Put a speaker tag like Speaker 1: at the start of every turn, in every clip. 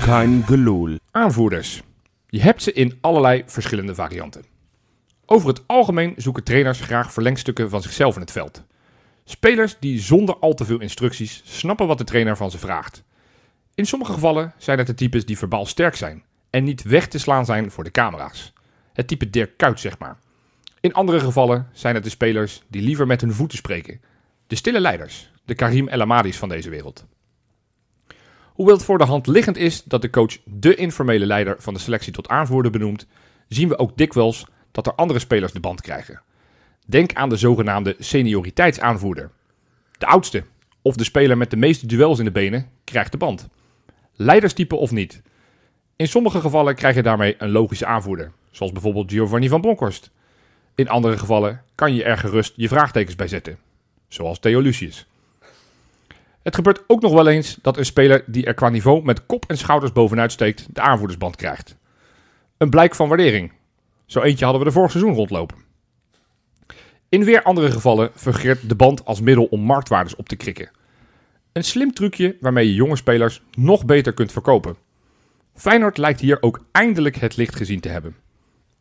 Speaker 1: Kein geloel.
Speaker 2: Aanvoerders. Je hebt ze in allerlei verschillende varianten. Over het algemeen zoeken trainers graag verlengstukken van zichzelf in het veld. Spelers die zonder al te veel instructies snappen wat de trainer van ze vraagt. In sommige gevallen zijn het de types die verbaal sterk zijn en niet weg te slaan zijn voor de camera's. Het type Dirk Kuyt, zeg maar. In andere gevallen zijn het de spelers die liever met hun voeten spreken. De stille leiders, de Karim El Amadis van deze wereld. Hoewel het voor de hand liggend is dat de coach de informele leider van de selectie tot aanvoerder benoemt, zien we ook dikwijls dat er andere spelers de band krijgen. Denk aan de zogenaamde senioriteitsaanvoerder. De oudste of de speler met de meeste duels in de benen krijgt de band. Leiderstype of niet. In sommige gevallen krijg je daarmee een logische aanvoerder, zoals bijvoorbeeld Giovanni van Bronckhorst. In andere gevallen kan je er gerust je vraagtekens bij zetten, zoals Theo Lucius. Het gebeurt ook nog wel eens dat een speler die er qua niveau met kop en schouders bovenuit steekt, de aanvoerdersband krijgt. Een blijk van waardering. Zo eentje hadden we de vorig seizoen rondlopen. In weer andere gevallen fungeert de band als middel om marktwaardes op te krikken. Een slim trucje waarmee je jonge spelers nog beter kunt verkopen. Feyenoord lijkt hier ook eindelijk het licht gezien te hebben.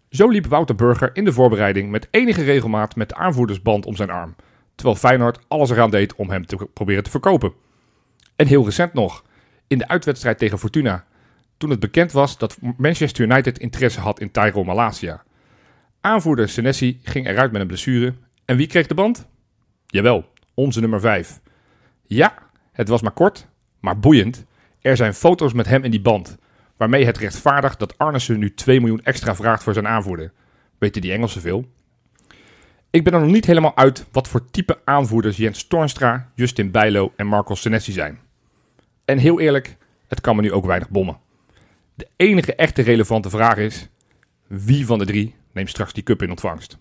Speaker 2: Zo liep Wouter Burger in de voorbereiding met enige regelmaat met de aanvoerdersband om zijn arm terwijl Feyenoord alles eraan deed om hem te proberen te verkopen. En heel recent nog, in de uitwedstrijd tegen Fortuna, toen het bekend was dat Manchester United interesse had in Tyro Malasia. Aanvoerder Senesi ging eruit met een blessure en wie kreeg de band? Jawel, onze nummer 5. Ja, het was maar kort, maar boeiend. Er zijn foto's met hem in die band, waarmee het rechtvaardigt dat Arnesen nu 2 miljoen extra vraagt voor zijn aanvoerder. Weten die Engelsen veel? Ik ben er nog niet helemaal uit wat voor type aanvoerders Jens Tornstra, Justin Bijlo en Marco Senesi zijn. En heel eerlijk, het kan me nu ook weinig bommen. De enige echte relevante vraag is: wie van de drie neemt straks die cup in ontvangst?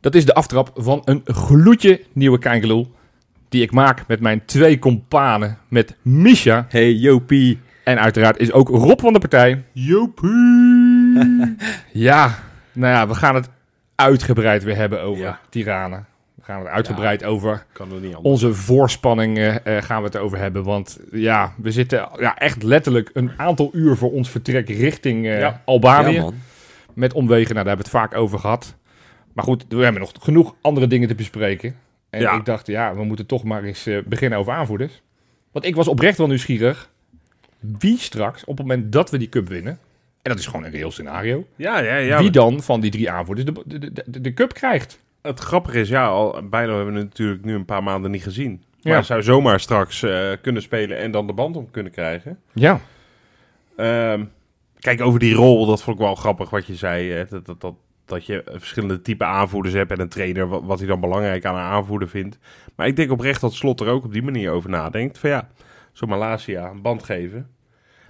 Speaker 2: Dat is de aftrap van een gloedje nieuwe Kijngeloel. Die ik maak met mijn twee kompanen, met Misha.
Speaker 1: Hey Jopie.
Speaker 2: En uiteraard is ook Rob van de partij.
Speaker 1: Jopie.
Speaker 2: Ja, nou ja, we gaan het uitgebreid weer hebben over
Speaker 1: Ja.
Speaker 2: Tirana. We gaan het uitgebreid over
Speaker 1: kan er niet anders.
Speaker 2: onze voorspanning eh, eh, gaan we het over hebben. Want ja, we zitten ja, echt letterlijk een aantal uur voor ons vertrek richting eh,
Speaker 1: Ja.
Speaker 2: Albanië.
Speaker 1: Ja, man.
Speaker 2: met omwegen, nou, daar hebben we het vaak over gehad. Maar goed, we hebben nog genoeg andere dingen te bespreken. En
Speaker 1: Ja.
Speaker 2: ik dacht, ja, we moeten toch maar eens eh, beginnen over aanvoerders. Want ik was oprecht wel nieuwsgierig. Wie straks, op het moment dat we die cup winnen... En dat is gewoon een reëel scenario.
Speaker 3: Ja, ja, ja.
Speaker 2: wie dan van die drie aanvoerders de, de, de, de cup krijgt.
Speaker 3: Het grappige is, ja, al, Bijlo hebben we natuurlijk nu een paar maanden niet gezien. Maar
Speaker 2: Ja.
Speaker 3: hij zou zomaar straks eh, kunnen spelen en dan de band om kunnen krijgen.
Speaker 2: Ja.
Speaker 3: Ehm, kijk, over die rol, dat vond ik wel grappig wat je zei. Hè? Dat, dat, dat, dat je verschillende type aanvoerders hebt en een trainer, wat, wat hij dan belangrijk aan een aanvoerder vindt. Maar ik denk oprecht dat Slot er ook op die manier over nadenkt. Van ja, zo'n Malasia een band geven,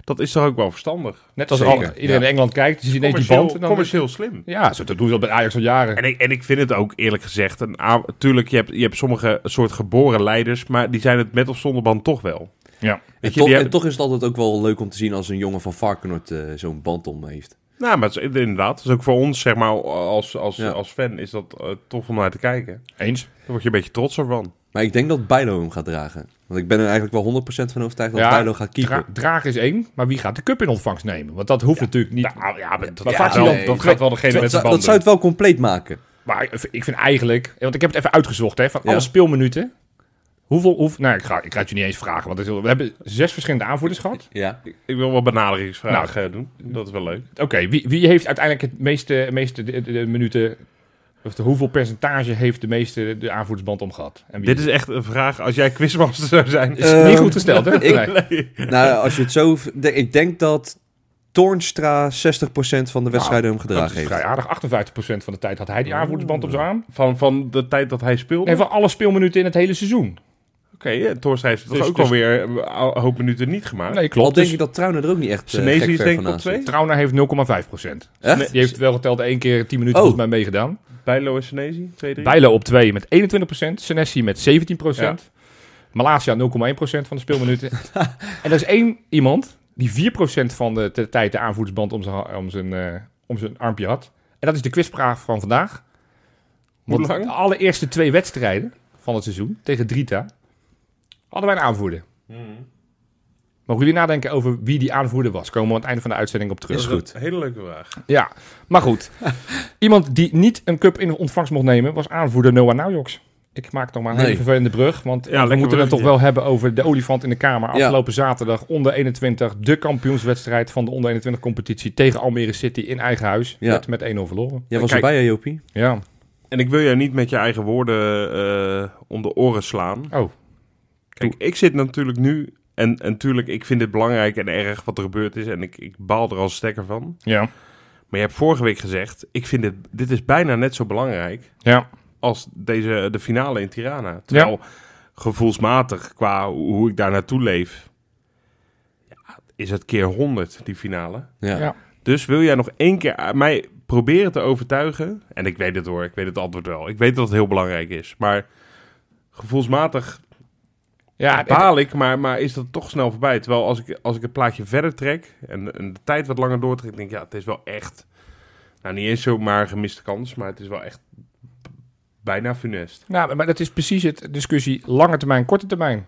Speaker 3: dat is toch ook wel verstandig.
Speaker 2: Net als
Speaker 1: Zeker,
Speaker 2: al- iedereen in Engeland kijkt, dus je ziet ineens die
Speaker 3: Commercieel-
Speaker 2: band. En dan
Speaker 3: commercieel slim.
Speaker 2: Ja, zo, dat doen ze al bij Ajax al jaren.
Speaker 3: En ik, en ik vind het ook eerlijk gezegd, een a- tuurlijk, je hebt, je hebt sommige soort geboren leiders, maar die zijn het met of zonder band toch wel.
Speaker 2: Ja.
Speaker 3: Weet je,
Speaker 1: En, toch,
Speaker 3: die
Speaker 1: en
Speaker 3: hebben-
Speaker 1: toch is het altijd ook wel leuk om te zien als een jongen van Varkenoord eh, zo'n band om heeft.
Speaker 3: Nou, maar het is- inderdaad, dus ook voor ons, zeg maar, als, als,
Speaker 1: Ja.
Speaker 3: als fan is dat eh, tof om naar te kijken.
Speaker 2: Eens.
Speaker 3: Daar word je een beetje trotser van.
Speaker 1: Maar ik denk dat Bijlo hem gaat dragen. Want ik ben er eigenlijk wel 100% van overtuigd dat
Speaker 2: Ja,
Speaker 1: Bijlo gaat keeper.
Speaker 2: Dra- dragen is één, maar wie gaat de cup in ontvangst nemen? Want dat hoeft natuurlijk niet.
Speaker 3: ja, dat,
Speaker 2: Nou, maar
Speaker 1: ja,
Speaker 2: vaak zie je dan,
Speaker 1: nee.
Speaker 2: dan gaat wel degene
Speaker 1: dat,
Speaker 2: met de
Speaker 1: zou,
Speaker 2: banden.
Speaker 1: dat zou het wel compleet maken.
Speaker 2: Maar ik- ik vind eigenlijk, want ik heb het even uitgezocht, hè, van
Speaker 1: Ja.
Speaker 2: alle speelminuten. Hoeveel, hoeveel, nou, ik ga, ik ga het je niet eens vragen, want het is- we hebben zes verschillende aanvoerders gehad.
Speaker 1: Ja.
Speaker 3: Ik wil wel benaderingsvragen eh, doen, dat is wel leuk.
Speaker 2: Oké, wie, wie heeft uiteindelijk het meeste, meeste de, de- de minuten, of de, hoeveel percentage heeft de meeste de aanvoerdersband omgehad? En wie
Speaker 3: Dit is echt een vraag, als jij quizmaster zou zijn.
Speaker 2: Is niet goed gesteld, hè?
Speaker 1: ik-
Speaker 2: Nee.
Speaker 1: Ehm, Nou, als je het zo... v- de- Ik denk dat Toornstra 60% van de wedstrijden hem
Speaker 2: Nou, Dat
Speaker 1: gedragen
Speaker 2: is
Speaker 1: heeft.
Speaker 2: vrij aardig. 58% van de tijd had hij die aanvoerdersband op zijn arm.
Speaker 3: Van, van de tijd dat hij speelde?
Speaker 2: En van alle speelminuten in het hele seizoen.
Speaker 3: Oké. ja, Torstra heeft het
Speaker 2: Dus-
Speaker 3: toch ook
Speaker 2: dus-
Speaker 3: alweer een hoop minuten niet gemaakt.
Speaker 2: Nee,
Speaker 1: Al
Speaker 2: klopt.
Speaker 1: denk
Speaker 2: Dus
Speaker 1: ik dat Trouwner er ook niet echt eh,
Speaker 3: Senesi
Speaker 1: gek
Speaker 3: is
Speaker 1: ver
Speaker 3: denk ik
Speaker 1: van
Speaker 3: op
Speaker 1: zit.
Speaker 3: twee.
Speaker 2: Trauner heeft 0,5
Speaker 1: Echt?
Speaker 2: Die heeft wel geteld één keer 10 minuten
Speaker 1: Oh.
Speaker 2: volgens mij meegedaan.
Speaker 3: Bijlo en Senezi, 2-3.
Speaker 2: Bijlo op 2 met 21 Senesi met 17
Speaker 3: Ja.
Speaker 2: Malasia 0,1 van de speelminuten. en er is één iemand die 4 van de, de tijd de aanvoerdersband om zijn, om, zijn, eh, om zijn armpje had. En dat is de quizvraag van vandaag.
Speaker 3: Hoe
Speaker 2: Want
Speaker 3: lang?
Speaker 2: de allereerste twee wedstrijden van het seizoen tegen Drita hadden wij een aanvoerder. Mogen jullie nadenken over wie die aanvoerder was? Komen we aan het einde van de uitzending op terug.
Speaker 1: Is goed.
Speaker 3: Een hele leuke vraag.
Speaker 2: Ja, maar goed. Iemand die niet een cup in ontvangst mocht nemen was aanvoerder Noah Naujoks. Ik maak nog maar een
Speaker 1: Nee.
Speaker 2: hele vervelende brug, want
Speaker 3: Ja,
Speaker 2: we
Speaker 3: lekker
Speaker 2: moeten het toch
Speaker 3: bruggetje.
Speaker 2: wel hebben over de olifant in de kamer.
Speaker 1: Ja.
Speaker 2: Afgelopen zaterdag onder 21, de kampioenswedstrijd van de onder 21 competitie tegen Almere City in eigen huis.
Speaker 1: Ja.
Speaker 2: Werd met 1-0 verloren.
Speaker 1: Jij was
Speaker 3: Kijk.
Speaker 1: erbij, hè, Jopie?
Speaker 2: Ja,
Speaker 3: En ik wil jou niet met je eigen woorden eh, om de oren slaan.
Speaker 2: oh,
Speaker 3: Kijk, ik zit natuurlijk nu... En en natuurlijk, ik vind dit belangrijk en erg wat er gebeurd is. En ik, ik baal er als stekker van.
Speaker 2: ja,
Speaker 3: Maar je hebt vorige week gezegd... Ik vind dit, dit is bijna net zo belangrijk...
Speaker 2: ja,
Speaker 3: als deze, de finale in Tirana. Terwijl gevoelsmatig, qua hoe ik daar naartoe leef... ja, is het keer 100, die finale.
Speaker 1: Ja.
Speaker 2: ja.
Speaker 3: Dus wil jij nog één keer aan mij proberen te overtuigen? En ik weet het hoor, ik weet het antwoord wel. Ik weet dat het heel belangrijk is. Maar gevoelsmatig
Speaker 2: Ja, het-
Speaker 3: baal ik, maar, maar is dat toch snel voorbij. Terwijl als ik, als ik het plaatje verder trek en, en de tijd wat langer doortrek, denk ik, ja, het is wel echt... Nou, niet eens zomaar gemiste kans, maar het is wel echt b- bijna funest.
Speaker 2: Nou, maar dat is precies het discussie lange termijn, korte termijn.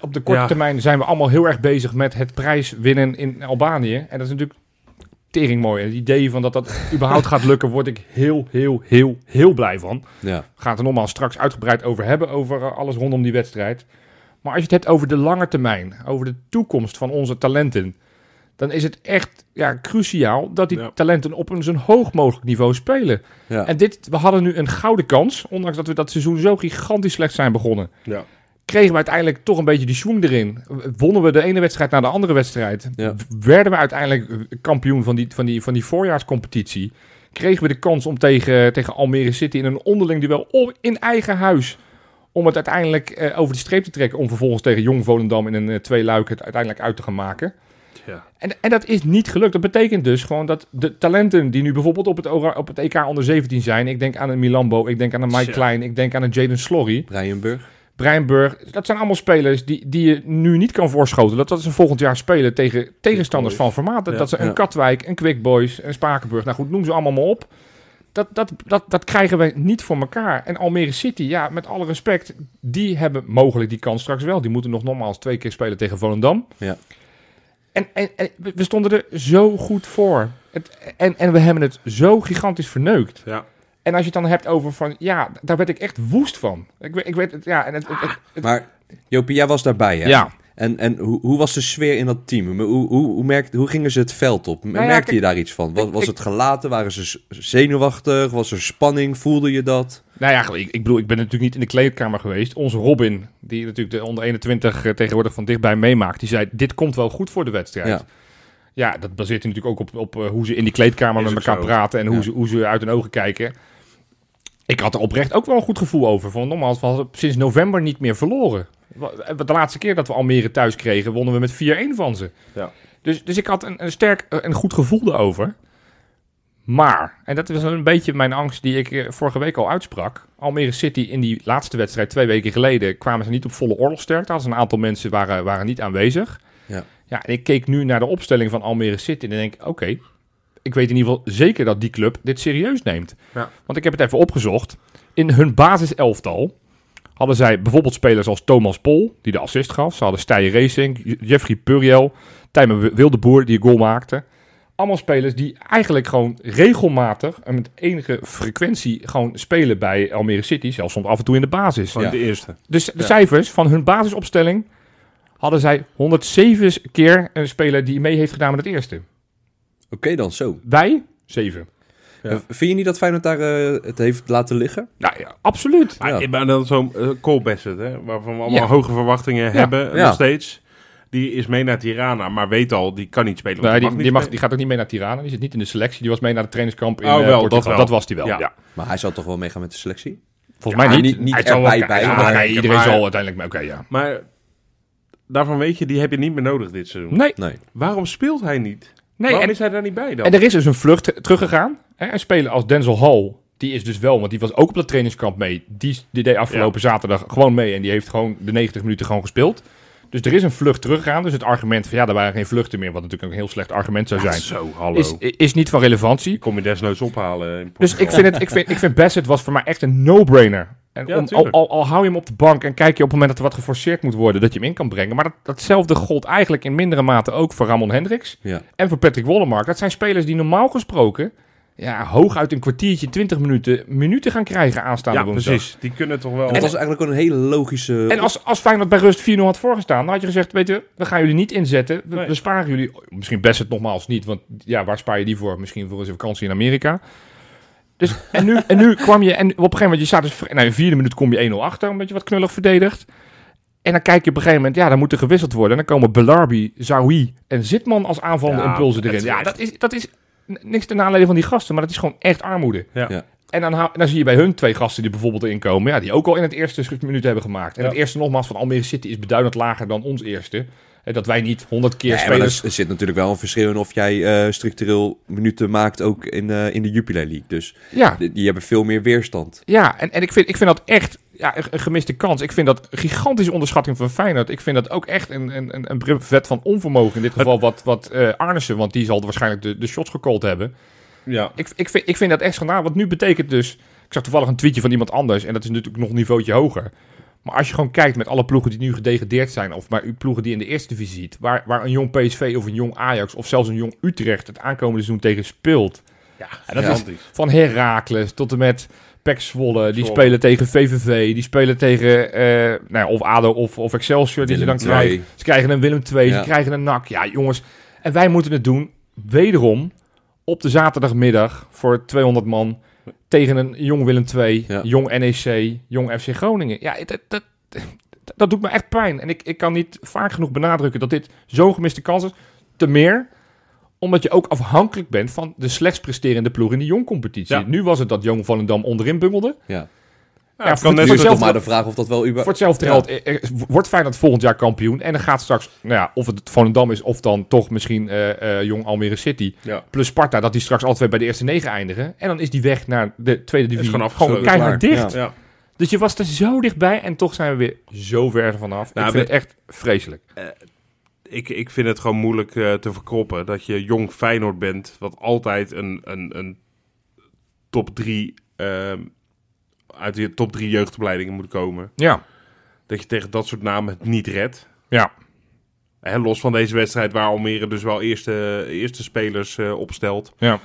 Speaker 2: Op de korte
Speaker 3: Ja.
Speaker 2: termijn zijn we allemaal heel erg bezig met het prijs winnen in Albanië. En dat is natuurlijk tering mooi. En het idee van dat dat überhaupt gaat lukken, word ik heel, heel, heel, heel blij van.
Speaker 1: Ja.
Speaker 2: We gaan het er nogmaals straks uitgebreid over hebben, over eh, alles rondom die wedstrijd. Maar als je het hebt over de lange termijn, over de toekomst van onze talenten, dan is het echt ja, cruciaal dat die
Speaker 3: Ja.
Speaker 2: talenten op een zo hoog mogelijk niveau spelen.
Speaker 1: Ja.
Speaker 2: En dit, we hadden nu een gouden kans, ondanks dat we dat seizoen zo gigantisch slecht zijn begonnen.
Speaker 3: Ja.
Speaker 2: Kregen we uiteindelijk toch een beetje die schwung erin. Wonnen we de ene wedstrijd na de andere wedstrijd.
Speaker 1: Ja.
Speaker 2: W- Werden we uiteindelijk kampioen van die, van, die, van die voorjaarscompetitie. Kregen we de kans om tegen, tegen Almere City in een onderling duel op, in eigen huis. Om het uiteindelijk eh, over de streep te trekken. Om vervolgens tegen Jong Volendam in een eh, twee luiken het uiteindelijk uit te gaan maken.
Speaker 3: Ja.
Speaker 2: En, en dat is niet gelukt. Dat betekent dus gewoon dat de talenten die nu bijvoorbeeld op het, ORA op het EK onder 17 zijn. Ik denk aan een Milambo, ik denk aan een Mike
Speaker 3: Zo.
Speaker 2: Klein, ik denk aan een Jaden Slorry,
Speaker 1: Rijenburg.
Speaker 2: Breinburg. Dat zijn allemaal spelers die, die je nu niet kan voorschoten. Dat, dat ze volgend jaar spelen tegen tegenstanders van formaat. Dat-
Speaker 3: Ja.
Speaker 2: Dat ze een
Speaker 1: Ja.
Speaker 2: Katwijk, een Quick Boys, een Spakenburg. Nou goed, noem ze allemaal maar op. Dat, dat, dat, dat krijgen we niet voor elkaar. En Almere City, ja, met alle respect, die hebben mogelijk die kans straks wel. Die moeten nog nogmaals twee keer spelen tegen Volendam.
Speaker 1: Ja.
Speaker 2: En, en, en we we stonden er zo goed voor. Het, en, en we hebben het zo gigantisch verneukt.
Speaker 3: Ja.
Speaker 2: En als je het dan hebt over van, ja, daar werd ik echt woest van. Ik, we- ik weet het, ja. En het, het- het- het-
Speaker 1: Maar Jopie, jij was daarbij, hè?
Speaker 2: ja.
Speaker 1: En, en hoe, hoe was de sfeer in dat team? Hoe, hoe, hoe, merkt, hoe gingen ze het veld op?
Speaker 2: Nou ja,
Speaker 1: Merkte
Speaker 2: kijk,
Speaker 1: je daar iets van? Was, was
Speaker 2: ik-
Speaker 1: het gelaten? Waren ze z- zenuwachtig? Was er spanning? Voelde je dat?
Speaker 2: Nou ja, ik, ik bedoel, ik ben natuurlijk niet in de kleedkamer geweest. Onze Robin, die natuurlijk de onder 21 eh, tegenwoordig van dichtbij meemaakt, die zei: Dit komt wel goed voor de wedstrijd. Ja,
Speaker 1: Ja.
Speaker 2: dat baseert natuurlijk ook op, op eh, hoe ze in die kleedkamer
Speaker 3: Is
Speaker 2: met
Speaker 3: ook
Speaker 2: elkaar
Speaker 3: zo.
Speaker 2: praten en hoe,
Speaker 1: Ja.
Speaker 2: ze, hoe ze uit hun ogen kijken. Ik had er oprecht ook wel een goed gevoel over. Van, nogmaals, we hadden sinds november niet meer verloren. Wa- De laatste keer dat we Almere thuis kregen, wonnen we met 4-1 van ze.
Speaker 3: Ja.
Speaker 2: Dus, dus ik had een, een sterk eh, en goed gevoel erover. Maar, en dat was een beetje mijn angst die ik eh, vorige week al uitsprak. Almere City in die laatste wedstrijd twee weken geleden kwamen ze niet op volle oorlogsterkte. Hadden ze een aantal mensen waren, waren niet aanwezig.
Speaker 1: Ja.
Speaker 2: ja, en ik keek nu naar de opstelling van Almere City en denk ik, oké, ik weet in ieder geval zeker dat die club dit serieus neemt.
Speaker 3: Ja.
Speaker 2: Want ik heb het even opgezocht. In hun basiselftal hadden zij bijvoorbeeld spelers als Thomas Pol, die de assist gaf. Ze hadden Stijn Racing, Je- Jeffrey Puriel, Tijmen Wildeboer, die een goal maakte. Allemaal spelers die eigenlijk gewoon regelmatig en met enige frequentie gewoon spelen bij Almere City. Zelfs soms af en toe in de basis.
Speaker 3: Van
Speaker 1: Ja.
Speaker 3: de eerste.
Speaker 2: Dus de cijfers van hun basisopstelling hadden zij 107 keer een speler die mee heeft gedaan met het eerste.
Speaker 1: Oké dan, zo.
Speaker 2: Wij? 7.
Speaker 3: Ja.
Speaker 1: Eh, Vind je niet dat Feyenoord daar eh, het heeft laten liggen?
Speaker 2: Nou ja, absoluut.
Speaker 1: Ja.
Speaker 3: Maar, maar dan zo'n uh, Cole Bassett, hè, waarvan we allemaal
Speaker 2: Ja.
Speaker 3: hoge verwachtingen hebben,
Speaker 1: ja.
Speaker 3: nog steeds. Die is mee naar Tirana, maar weet al, die kan niet spelen. want
Speaker 2: Nee, Nou, die,
Speaker 3: niet
Speaker 2: die, mag, die
Speaker 3: spelen.
Speaker 2: gaat ook niet mee naar Tirana. Die zit niet in de selectie. Die was mee naar de trainingskamp in
Speaker 3: Oh, wel,
Speaker 2: eh, Portugal.
Speaker 3: dat wel.
Speaker 2: Dat was die wel, ja.
Speaker 3: Ja.
Speaker 1: Maar hij zal toch wel meegaan met de selectie?
Speaker 2: Volgens
Speaker 1: Ja,
Speaker 2: mij niet.
Speaker 1: niet- niet
Speaker 2: Hij zal
Speaker 1: erbij
Speaker 2: wel-
Speaker 1: bij,
Speaker 2: ja,
Speaker 1: maar-
Speaker 2: nee, iedereen
Speaker 3: maar-
Speaker 2: zal uiteindelijk... mee- Oké, ja.
Speaker 3: Maar daarvan weet je, die heb je niet meer nodig dit seizoen.
Speaker 2: Nee,
Speaker 1: Nee.
Speaker 3: Waarom speelt hij niet?
Speaker 2: nee.
Speaker 3: Waarom
Speaker 2: En,
Speaker 3: is hij daar niet bij dan?
Speaker 2: en er is dus een vlucht te- teruggegaan. Hè? Een speler als Denzel Hall, die is dus wel... Want die was ook op dat trainingskamp mee. Die, die deed afgelopen zaterdag gewoon mee. En die heeft gewoon de 90 minuten gewoon gespeeld. Dus er is een vlucht teruggegaan. Dus het argument van ja, er waren geen vluchten meer. Wat natuurlijk een heel slecht argument zou zijn.
Speaker 3: Zo, hallo.
Speaker 2: Is, is niet van relevantie.
Speaker 3: Kom je desnoods ophalen. in
Speaker 2: Dus ik
Speaker 3: Portugal.
Speaker 2: vind, het, ik, vind, ik vind Bassett was voor mij echt een no-brainer. En
Speaker 3: Ja,
Speaker 2: om- al,
Speaker 3: tuurlijk.
Speaker 2: al, al hou je hem op de bank en kijk je op het moment dat er wat geforceerd moet worden, dat je hem in kan brengen. Maar dat, datzelfde gold eigenlijk in mindere mate ook voor Ramon Hendricks
Speaker 1: Ja.
Speaker 2: en voor Patrick Wollemark. Dat zijn spelers die normaal gesproken ja, hooguit een kwartiertje, twintig minuten, minuten gaan krijgen aanstaande
Speaker 3: ja,
Speaker 2: woensdag.
Speaker 3: precies. Die kunnen toch wel...
Speaker 1: Dat was eigenlijk ook een hele logische...
Speaker 2: En als, als Feyenoord bij rust 4-0 had voorgestaan, dan had je gezegd, weet je, we gaan jullie niet inzetten. We,
Speaker 3: Nee.
Speaker 2: we sparen jullie, misschien best het nogmaals niet, want ja, waar spaar je die voor? Misschien voor een vakantie in Amerika. Dus, en, nu, en nu kwam je, en op een gegeven moment, je staat dus, vrij- nou, in de vierde minuut kom je 1-0 achter, omdat je wat knullig verdedigt. En dan kijk je op een gegeven moment, ja, dan moet er gewisseld worden. En dan komen Belarbi, Zawi en Zitman als aanvallende
Speaker 3: Ja,
Speaker 2: impulsen
Speaker 3: het
Speaker 2: erin.
Speaker 3: is
Speaker 2: Ja,
Speaker 3: echt-
Speaker 2: dat is, dat is n- niks ten nadele van die gasten, maar dat is gewoon echt armoede.
Speaker 1: Ja.
Speaker 2: En dan, hou- dan zie je bij hun twee gasten die bijvoorbeeld erin komen. Ja, die ook al in het eerste schu- minuut hebben gemaakt. En
Speaker 3: Ja.
Speaker 2: het eerste nogmaals van Almere City is beduidend lager dan ons eerste. En dat wij niet honderd keer
Speaker 1: Nee, maar
Speaker 2: spelers...
Speaker 1: er, er zit natuurlijk wel een verschil in of jij eh, structureel minuten maakt ook in, eh, in de Jupiler League. Dus
Speaker 2: Ja,
Speaker 1: die, die hebben veel meer weerstand.
Speaker 2: ja. en, en ik, vind, ik vind dat echt ja, een een gemiste kans. Ik vind dat een gigantische onderschatting van Feyenoord. Ik vind dat ook echt een, een, een, een brevet van onvermogen. In dit geval wat, wat eh Arnissen, want die zal waarschijnlijk de, de shots gecallt hebben.
Speaker 3: Ja.
Speaker 2: Ik, ik, vind, ik vind dat echt schandaal. Want nu betekent dus... Ik zag toevallig een tweetje van iemand anders. En dat is natuurlijk nog een niveautje hoger. Maar als je gewoon kijkt met alle ploegen die nu gedegradeerd zijn... of maar ploegen die in de eerste divisie ziet... Waar, waar een jong PSV of een jong Ajax... of zelfs een jong Utrecht het aankomende seizoen tegen speelt.
Speaker 3: Ja,
Speaker 2: dat is-
Speaker 3: gigantisch.
Speaker 2: Van Heracles tot en met Pek Zwolle. Die
Speaker 3: Zwolle.
Speaker 2: spelen tegen VVV. Die spelen tegen eh, nou ja, of ADO of, of Excelsior. Die ze dan
Speaker 1: Willem
Speaker 2: krijgen.
Speaker 1: II.
Speaker 2: Ze krijgen een Willem II.
Speaker 1: Ja.
Speaker 2: Ze krijgen een NAC. Ja, jongens. En wij moeten het doen. Wederom op de zaterdagmiddag voor 200 man. Tegen een jong Willem II.
Speaker 1: Ja.
Speaker 2: Jong NEC. Jong FC Groningen. Ja, dat... dat dat doet me echt pijn. En ik, ik kan niet vaak genoeg benadrukken dat dit zo'n gemiste kans is. Te meer omdat je ook afhankelijk bent van de slechts presterende ploeg in de jongcompetitie.
Speaker 3: Ja.
Speaker 2: Nu was het dat Jong van den Dam onderin bungelde.
Speaker 1: Ja.
Speaker 3: Ja,
Speaker 2: Ja,
Speaker 3: het
Speaker 2: voor-
Speaker 3: kan net
Speaker 1: Nu is
Speaker 3: zo
Speaker 1: het
Speaker 2: hetzelfde-
Speaker 1: nog maar de vraag of dat wel... Uber...
Speaker 2: Voor hetzelfde
Speaker 1: Ja.
Speaker 2: geld eh, eh, wordt Feyenoord volgend jaar kampioen. En dan gaat straks, nou ja, of het Van den Dam is of dan toch misschien eh, eh, Jong Almere City.
Speaker 3: Ja.
Speaker 2: Plus Sparta, dat die straks altijd bij de eerste negen eindigen. En dan is die weg naar de tweede divisie
Speaker 3: gewoon
Speaker 2: gewoon
Speaker 3: afgesloten.
Speaker 2: keihard
Speaker 1: Klaar.
Speaker 2: dicht.
Speaker 1: Ja.
Speaker 3: Ja.
Speaker 2: Dus je was er zo dichtbij en toch zijn we weer zo ver ervan af.
Speaker 3: Nou,
Speaker 2: Ik vind
Speaker 3: we-
Speaker 2: het echt vreselijk.
Speaker 3: Ik, ik vind het gewoon moeilijk eh, te verkroppen dat je jong Feyenoord bent, wat altijd een, een, een top 3 uit de top 3 jeugdopleidingen moet komen.
Speaker 2: Ja,
Speaker 3: Dat je tegen dat soort namen het niet redt.
Speaker 2: ja.
Speaker 3: Hè, los van deze wedstrijd waar Almere dus wel eerste, eerste spelers eh, opstelt.
Speaker 2: Ja.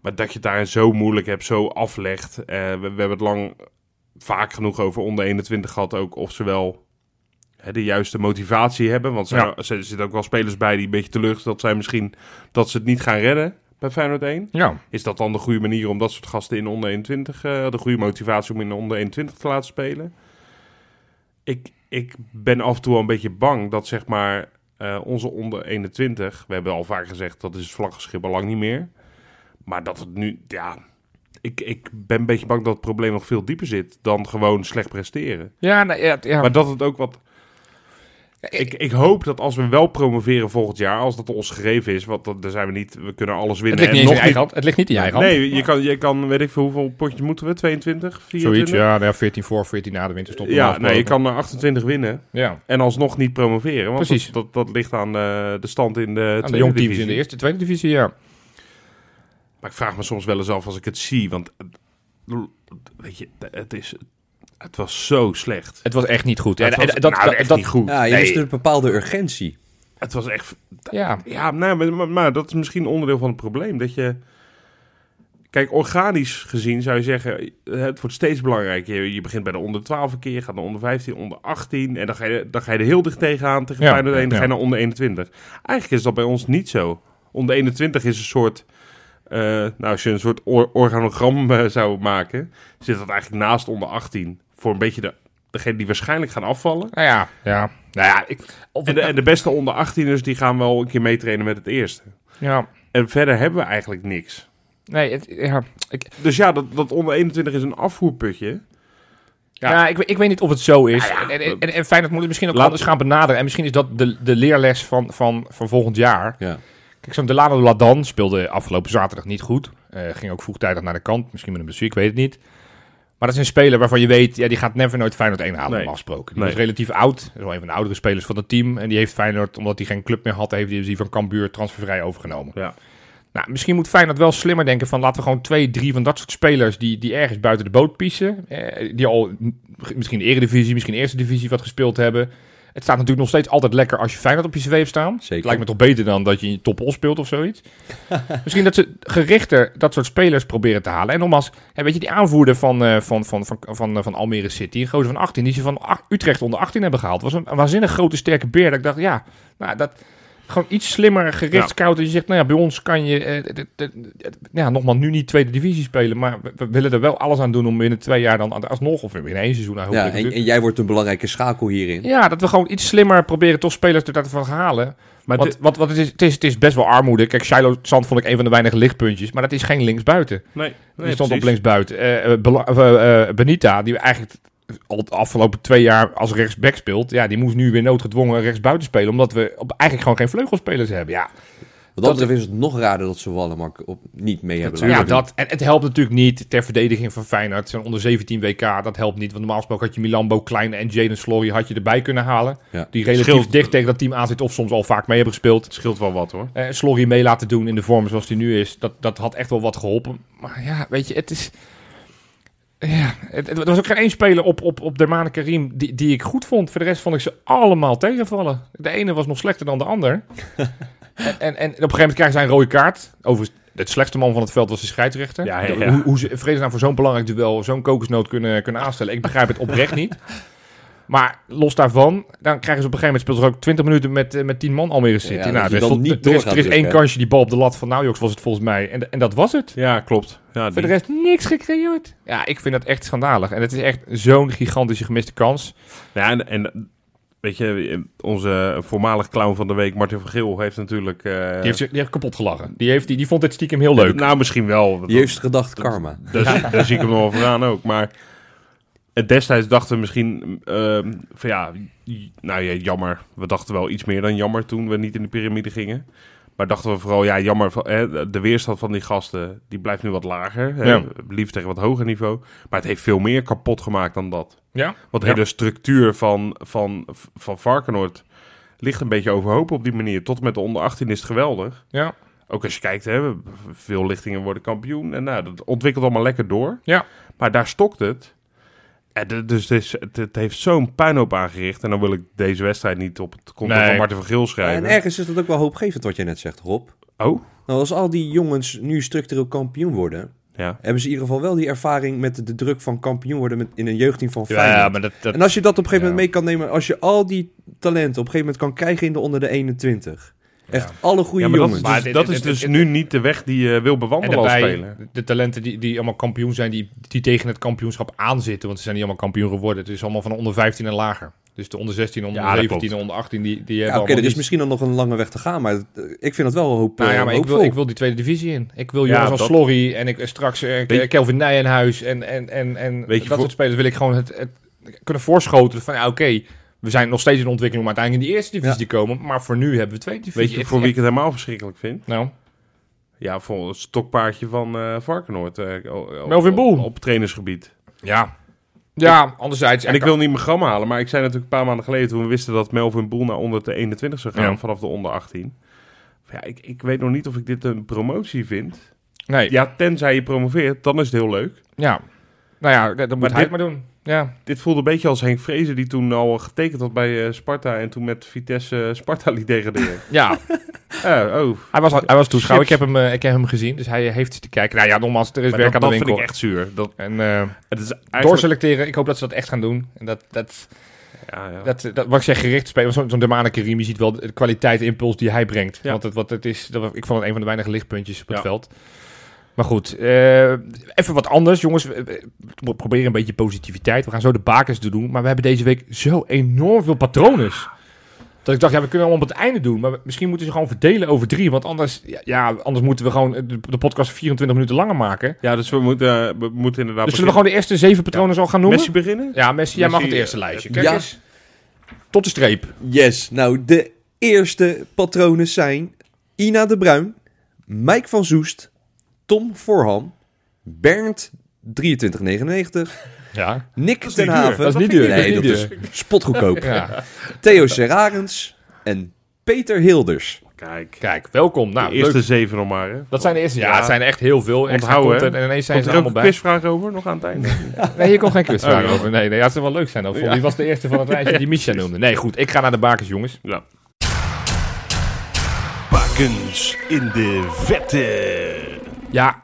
Speaker 3: Maar dat je het daarin zo moeilijk hebt, zo aflegt. Eh, we, we hebben het lang vaak genoeg over onder 21 gehad ook. Of ze wel hè, de juiste motivatie hebben. Want zij-
Speaker 2: Ja.
Speaker 3: ze- er zitten ook wel spelers bij die een beetje teleurgesteld dat zij misschien dat ze het niet gaan redden bij Feyenoord 1.
Speaker 2: ja.
Speaker 3: Is dat dan de goede manier om dat soort gasten in onder 21, eh, de goede motivatie om in onder 21 te laten spelen? Ik, ik ben af en toe wel een beetje bang dat zeg maar eh, onze onder 21, we hebben al vaak gezegd dat is het vlaggenschip al lang niet meer. Maar dat het nu, ja, ik, ik ben een beetje bang dat het probleem nog veel dieper zit dan gewoon slecht presteren.
Speaker 2: Ja, nou, ja, ja.
Speaker 3: Maar dat het ook wat. Ik, ik hoop dat als we wel promoveren volgend jaar, als dat ons gegeven is, want dat, daar zijn we niet, we kunnen alles
Speaker 2: het
Speaker 3: winnen.
Speaker 2: ligt niet
Speaker 3: en
Speaker 2: eens in
Speaker 3: nog
Speaker 2: je
Speaker 3: niet
Speaker 2: eigen hand. Het ligt niet in je eigen hand.
Speaker 3: Nee, je kan, je kan, weet ik veel, hoeveel potjes moeten we? 22, 24?
Speaker 2: Zoiets, ja, nou ja, 14 voor, 14 na de winterstop.
Speaker 3: Ja, nee, je kan er 28 winnen
Speaker 2: Ja,
Speaker 3: en alsnog niet promoveren. Want
Speaker 2: Precies.
Speaker 3: Dat, dat, dat ligt aan eh, de stand in de
Speaker 2: aan de
Speaker 3: tweede
Speaker 2: jong teams
Speaker 3: divisie.
Speaker 2: in de eerste, tweede divisie, ja.
Speaker 3: Maar ik vraag me soms wel eens af als ik het zie, want eh, weet je, het, is, het was zo slecht.
Speaker 2: Het was echt niet goed. Ja,
Speaker 3: het was,
Speaker 2: dat, dat,
Speaker 3: nou, echt
Speaker 2: dat-
Speaker 3: niet goed.
Speaker 1: Ja, je
Speaker 3: Nee,
Speaker 1: mist een bepaalde urgentie.
Speaker 3: Het was echt...
Speaker 2: Ja,
Speaker 3: Ja, nou, maar, maar, maar dat is misschien onderdeel van het probleem, dat je... Kijk, organisch gezien zou je zeggen, eh, het wordt steeds belangrijker. Je, je begint bij de onder 12 een keer, gaat naar onder 15, onder 18. En dan ga je, dan ga je er heel dicht tegenaan tegen
Speaker 2: Ja,
Speaker 3: Feyenoord 1, dan
Speaker 2: ja.
Speaker 3: ga je naar onder 21. Eigenlijk is dat bij ons niet zo. Onder 21 is een soort, eh, nou als je een soort or- organogram eh, zou maken, zit dat eigenlijk naast onder 18. Voor een beetje de, degene die waarschijnlijk gaan afvallen.
Speaker 2: nou ja, ja. Nou ja, ik, of
Speaker 3: En de, en de beste onder 18ers die gaan wel een keer meetrainen met het eerste.
Speaker 2: ja,
Speaker 3: En verder hebben we eigenlijk niks.
Speaker 2: nee, het, ja, ik,
Speaker 3: Dus ja, dat, dat onder 21 is een afvoerputje.
Speaker 2: Ja, Nou, ik, weet- ik weet niet of het zo is. en, en, en, en Feyenoord moet het misschien ook
Speaker 3: Laat-
Speaker 2: anders gaan benaderen. En misschien is dat de, de leerles van, van, van volgend jaar.
Speaker 1: Ja.
Speaker 2: Kijk, zo'n Delano Ladan speelde afgelopen zaterdag niet goed. Eh, ging ook vroegtijdig naar de kant. Misschien met een blessure, ik weet het niet. Maar dat is een speler waarvan je weet, ja, die gaat never nooit Feyenoord 1 halen,
Speaker 3: Nee.
Speaker 2: normaal gesproken. Die
Speaker 3: Nee.
Speaker 2: is relatief oud. Dat is wel een van de oudere spelers van het team. En die heeft Feyenoord, omdat hij geen club meer had, heeft hij die van Cambuur transfervrij overgenomen.
Speaker 3: Ja.
Speaker 2: Nou, misschien moet Feyenoord wel slimmer denken van laten we gewoon twee, drie van dat soort spelers die, die ergens buiten de boot piezen. Eh, die al m- misschien de eredivisie, misschien eerste divisie wat gespeeld hebben. Het staat natuurlijk nog steeds altijd lekker als je Feyenoord op je cv hebt staan.
Speaker 1: Zeker.
Speaker 2: Het lijkt me toch beter dan dat je in top speelt of zoiets. misschien dat ze gerichter dat soort spelers proberen te halen. En nogmaals, hè, weet je, die aanvoerder van, eh, van, van, van, van, eh, van Almere City, een gozer van 18, die ze van ach- Utrecht onder 18 hebben gehaald. was een, een waanzinnig grote sterke beer. Dat ik dacht, ja, nou, dat, gewoon iets slimmer gericht
Speaker 3: Ja.
Speaker 2: scouten. Je zegt, nou ja, bij ons kan je, eh, d- d- d- d- ja, nogmaals, nu niet tweede divisie spelen, maar we, we willen er wel alles aan doen om binnen twee jaar dan alsnog, of binnen één seizoen, nou,
Speaker 1: Ja,
Speaker 2: hopelijk
Speaker 1: en,
Speaker 2: natuurlijk.
Speaker 1: en jij wordt een belangrijke schakel hierin.
Speaker 2: ja, dat we gewoon iets slimmer proberen toch spelers er daarvan te halen.
Speaker 3: Maar
Speaker 2: want
Speaker 3: de-
Speaker 2: want, want het, is, het, is, het is best wel armoede. Kijk, Shiloh Sand vond ik een van de weinige lichtpuntjes, maar dat is geen linksbuiten.
Speaker 3: Nee, nee
Speaker 2: Die stond op
Speaker 3: precies.
Speaker 2: linksbuiten. Eh, eh, Bela- of, eh, eh, Benita, die eigenlijk al de afgelopen twee jaar als rechtsback speelt, ja, die moest nu weer noodgedwongen rechtsbuiten spelen, omdat we op, eigenlijk gewoon geen vleugelspelers hebben. Ja,
Speaker 1: Wat dat betreft is het nog raarder dat ze Wallenmark op, niet mee hebben
Speaker 2: Ja,
Speaker 1: laten doen.
Speaker 2: dat. En het helpt natuurlijk niet ter verdediging van Feyenoord. Zo'n onder 17 WK, dat helpt niet. Want normaal gesproken had je Milambo, Kleine en Jaden Slory had je erbij kunnen halen.
Speaker 1: Ja.
Speaker 2: Die relatief
Speaker 3: Scheelt-
Speaker 2: dicht tegen dat team aan zit of soms al vaak mee hebben gespeeld.
Speaker 3: Het scheelt wel wat hoor.
Speaker 2: Eh Slory mee laten doen in de vorm zoals die nu is. Dat, dat had echt wel wat geholpen. Maar ja, weet je, het is... Ja, het, het- er was ook geen één speler op, op, op Dermane Karim die, die ik goed vond. Voor de rest vond ik ze allemaal tegenvallen. De ene was nog slechter dan de ander. en, en, en op een gegeven moment krijgen zij een rode kaart. Overigens, het slechtste man van het veld was de scheidsrechter.
Speaker 3: Ja, ja,
Speaker 2: De-
Speaker 3: ja.
Speaker 2: Hoe, hoe ze vredesnaam voor zo'n belangrijk duel zo'n kokosnoot kunnen, kunnen aanstellen. Ik begrijp het oprecht niet. Maar los daarvan, dan krijgen ze op een gegeven moment speelt er ook 20 minuten met, eh, met 10 man Almere City.
Speaker 1: Ja,
Speaker 2: nou,
Speaker 1: dat
Speaker 2: er
Speaker 1: je
Speaker 2: is,
Speaker 1: dan
Speaker 2: tot-
Speaker 1: niet
Speaker 2: er is-
Speaker 1: door
Speaker 2: er
Speaker 1: gaat
Speaker 2: is één
Speaker 1: drukken, hè?
Speaker 2: kansje die bal op de lat van Naujoks was het volgens mij. En, en dat was het.
Speaker 3: Ja, klopt. Ja,
Speaker 2: Voor
Speaker 3: die-
Speaker 2: de rest niks gecreëerd. Ja, ik vind dat echt schandalig. En het is echt zo'n gigantische gemiste kans.
Speaker 3: Ja, en, en weet je, onze voormalig clown van de week, Martin van Geel, heeft natuurlijk... eh,
Speaker 2: Die heeft, zich- die heeft kapot gelachen. Die, heeft, die, die vond het stiekem heel leuk.
Speaker 3: Nou, misschien wel. want
Speaker 1: Die heeft gedacht karma.
Speaker 3: Daar, zie- daar zie ik hem nog wel vooraan ook. Maar eh, destijds dachten we misschien ehm, van ja, j- nou ja, jammer. We dachten wel iets meer dan jammer toen we niet in de piramide gingen. Maar dachten we vooral, ja, jammer. van, hè, de weerstand van die gasten, die blijft nu wat lager. Hè,
Speaker 2: Ja.
Speaker 3: Liefst tegen wat hoger niveau. Maar het heeft veel meer kapot gemaakt dan dat.
Speaker 2: Ja?
Speaker 3: Want de
Speaker 2: Ja.
Speaker 3: hele structuur van, van, van Varkenoord ligt een beetje overhoop op die manier. Tot en met de onder 18 is het geweldig.
Speaker 2: Ja.
Speaker 3: Ook als je kijkt, hè, we- veel lichtingen worden kampioen. En nou, dat ontwikkelt allemaal lekker door.
Speaker 2: Ja.
Speaker 3: Maar daar stokt het. En de- dus het, is- het, het heeft zo'n puinhoop aangericht. En dan wil ik deze wedstrijd niet op het konto
Speaker 2: Nee.
Speaker 3: van Marten van Geel
Speaker 1: En
Speaker 3: schrijven.
Speaker 1: ergens is dat ook wel hoopgevend wat jij net zegt, Rob.
Speaker 3: Oh,
Speaker 1: Nou, als al die jongens nu structureel kampioen worden,
Speaker 3: ja.
Speaker 1: hebben ze in ieder geval wel die ervaring met de druk van kampioen worden met, in een jeugdteam van Feyenoord.
Speaker 2: Ja, maar dat... dat
Speaker 1: En als je dat op een gegeven
Speaker 2: Ja.
Speaker 1: moment mee kan nemen, als je al die talenten op een gegeven moment kan krijgen in de onder de 21. Echt alle goede
Speaker 3: ja, maar dat is
Speaker 1: jongens.
Speaker 3: dus,
Speaker 2: Maar dit-
Speaker 3: dat
Speaker 2: dit-
Speaker 3: is
Speaker 2: dit-
Speaker 3: dus
Speaker 2: dit-
Speaker 3: nu niet de weg die je eh, wil
Speaker 2: en
Speaker 3: bewandelen als
Speaker 2: daarbij,
Speaker 3: speler.
Speaker 2: de talenten die, die allemaal kampioen zijn, die, die tegen het kampioenschap aanzitten. Want ze zijn niet allemaal kampioen geworden. Het is allemaal van onder 15 en lager. Dus de onder 16, onder
Speaker 3: Ja, dat
Speaker 2: 17
Speaker 3: klopt.
Speaker 2: en onder 18, die, die
Speaker 1: Ja,
Speaker 2: hebben
Speaker 1: Oké,
Speaker 2: allemaal
Speaker 1: er is
Speaker 2: niet-
Speaker 1: misschien dan nog een lange weg te gaan, maar het- eh, ik vind dat wel hoop,
Speaker 2: Nou ja, maar ik wil,
Speaker 1: hoopvol.
Speaker 2: ik wil die tweede divisie in. Ik wil
Speaker 3: Ja,
Speaker 2: jongens als
Speaker 3: dat-
Speaker 2: Slorry en ik, eh, straks eh, Ke-
Speaker 3: Weet je-
Speaker 2: Kelvin Nijenhuis en, en, en,
Speaker 3: Weet
Speaker 2: en
Speaker 3: je,
Speaker 2: dat
Speaker 3: voor-
Speaker 2: soort spelers wil ik gewoon het, het kunnen voorschoten van ja, oké, we zijn nog steeds in ontwikkeling om uiteindelijk in die eerste divisie te komen, maar voor nu hebben we tweede divisie.
Speaker 3: Weet je
Speaker 2: Het-
Speaker 3: voor wie ik het helemaal verschrikkelijk vind?
Speaker 2: Nou,
Speaker 3: Ja, voor het stokpaardje van eh Varkenoord. eh, o- o-
Speaker 2: Melvin
Speaker 3: op-
Speaker 2: Boel.
Speaker 3: Op trainersgebied.
Speaker 2: ja. Ja, anderzijds.
Speaker 3: En ik wil niet mijn gram halen, maar ik zei natuurlijk een paar maanden geleden toen we wisten dat Melvin Boel naar onder de 21 zou gaan
Speaker 2: Ja.
Speaker 3: vanaf de onder 18. Ja, ik, ik weet nog niet of ik dit een promotie vind.
Speaker 2: Nee, ja.
Speaker 3: Ja, tenzij je promoveert, dan is het heel leuk.
Speaker 2: Nou ja, dat- dat moet
Speaker 3: Maar
Speaker 2: hij
Speaker 3: dit-
Speaker 2: het maar doen. Ja.
Speaker 3: Dit voelde een beetje als Henk Vrezen die toen al getekend had bij eh, Sparta en toen met Vitesse eh, Sparta liet degraderen.
Speaker 2: Ja,
Speaker 3: ja, oh.
Speaker 2: hij was, hij was toeschouwer. Ik
Speaker 3: Chips.
Speaker 2: heb, hem, eh, ik heb hem gezien, dus hij heeft te kijken. Nou ja, nogmaals, er is
Speaker 3: Maar
Speaker 2: werk
Speaker 3: dat,
Speaker 2: aan
Speaker 3: dat
Speaker 2: de
Speaker 3: vind
Speaker 2: winkel.
Speaker 3: ik echt zuur. Dat,
Speaker 2: En eh
Speaker 3: het is eigenlijk,
Speaker 2: doorselecteren, ik hoop dat ze dat echt gaan doen. En dat, dat,
Speaker 3: Ja, ja.
Speaker 2: Dat, dat, wat ik zeg, gericht spelen. Zo'n zo Dermane Karim, je ziet wel de kwaliteit, de impuls die hij brengt.
Speaker 3: Ja.
Speaker 2: Want het, wat het is, dat, was- ik vond het een van de weinige lichtpuntjes op het
Speaker 3: Ja.
Speaker 2: veld. Maar goed, eh, even wat anders. Jongens, we, we- we proberen een beetje positiviteit. We gaan zo de bakens te doen. Maar we hebben deze week zo enorm veel patronen. Dat ik dacht, ja, we kunnen allemaal op het einde doen. Maar we- misschien moeten ze gewoon verdelen over drie. Want anders, ja, ja, anders moeten we gewoon de, de podcast 24 minuten langer maken.
Speaker 3: Ja, dus we moeten, eh, we moeten inderdaad...
Speaker 2: Dus zullen we gewoon de eerste zeven patronen al gaan noemen?
Speaker 3: Messi beginnen?
Speaker 2: Ja, Messi, jij mag
Speaker 3: Messi, eh,
Speaker 2: het eerste lijstje. Kijk
Speaker 1: ja.
Speaker 2: eens. Tot de streep.
Speaker 1: Yes, nou de eerste patronen zijn Ina de Bruin, Mike van Zoest, Tom Voorham, Bernd 2399,
Speaker 2: Ja.
Speaker 1: Nick
Speaker 3: is
Speaker 1: ten
Speaker 3: niet duur.
Speaker 1: Haven,
Speaker 2: Dat is niet
Speaker 3: vind
Speaker 2: duur.
Speaker 3: ik
Speaker 1: nee,
Speaker 2: dat
Speaker 1: dat
Speaker 2: is
Speaker 1: is
Speaker 2: niet duur.
Speaker 1: spotgoedkoop,
Speaker 2: Ja.
Speaker 1: Theo Serarens en Peter Hilders.
Speaker 3: Kijk,
Speaker 2: Kijk, welkom.
Speaker 3: de
Speaker 2: Nou,
Speaker 3: eerste
Speaker 2: leuk.
Speaker 3: zeven nog maar, hè.
Speaker 2: Dat zijn de eerste. Ja,
Speaker 3: Ja.
Speaker 2: het zijn er echt heel veel. Extra
Speaker 3: Onthouden, hè?
Speaker 2: content. En ineens zijn
Speaker 3: Komt
Speaker 2: ze
Speaker 3: er ook
Speaker 2: allemaal
Speaker 3: een
Speaker 2: bij.
Speaker 3: quizvraag over nog aan het einde?
Speaker 2: Nee, hier komt geen quizvraag
Speaker 3: Oh, ja.
Speaker 2: over. Nee, nee, ja, het zou wel leuk zijn. Dan. Wie was de eerste van het lijstje die Misha noemde? Nee, goed. Ik ga naar de bakers, jongens.
Speaker 3: ja. Bakens in de vette.
Speaker 2: Ja,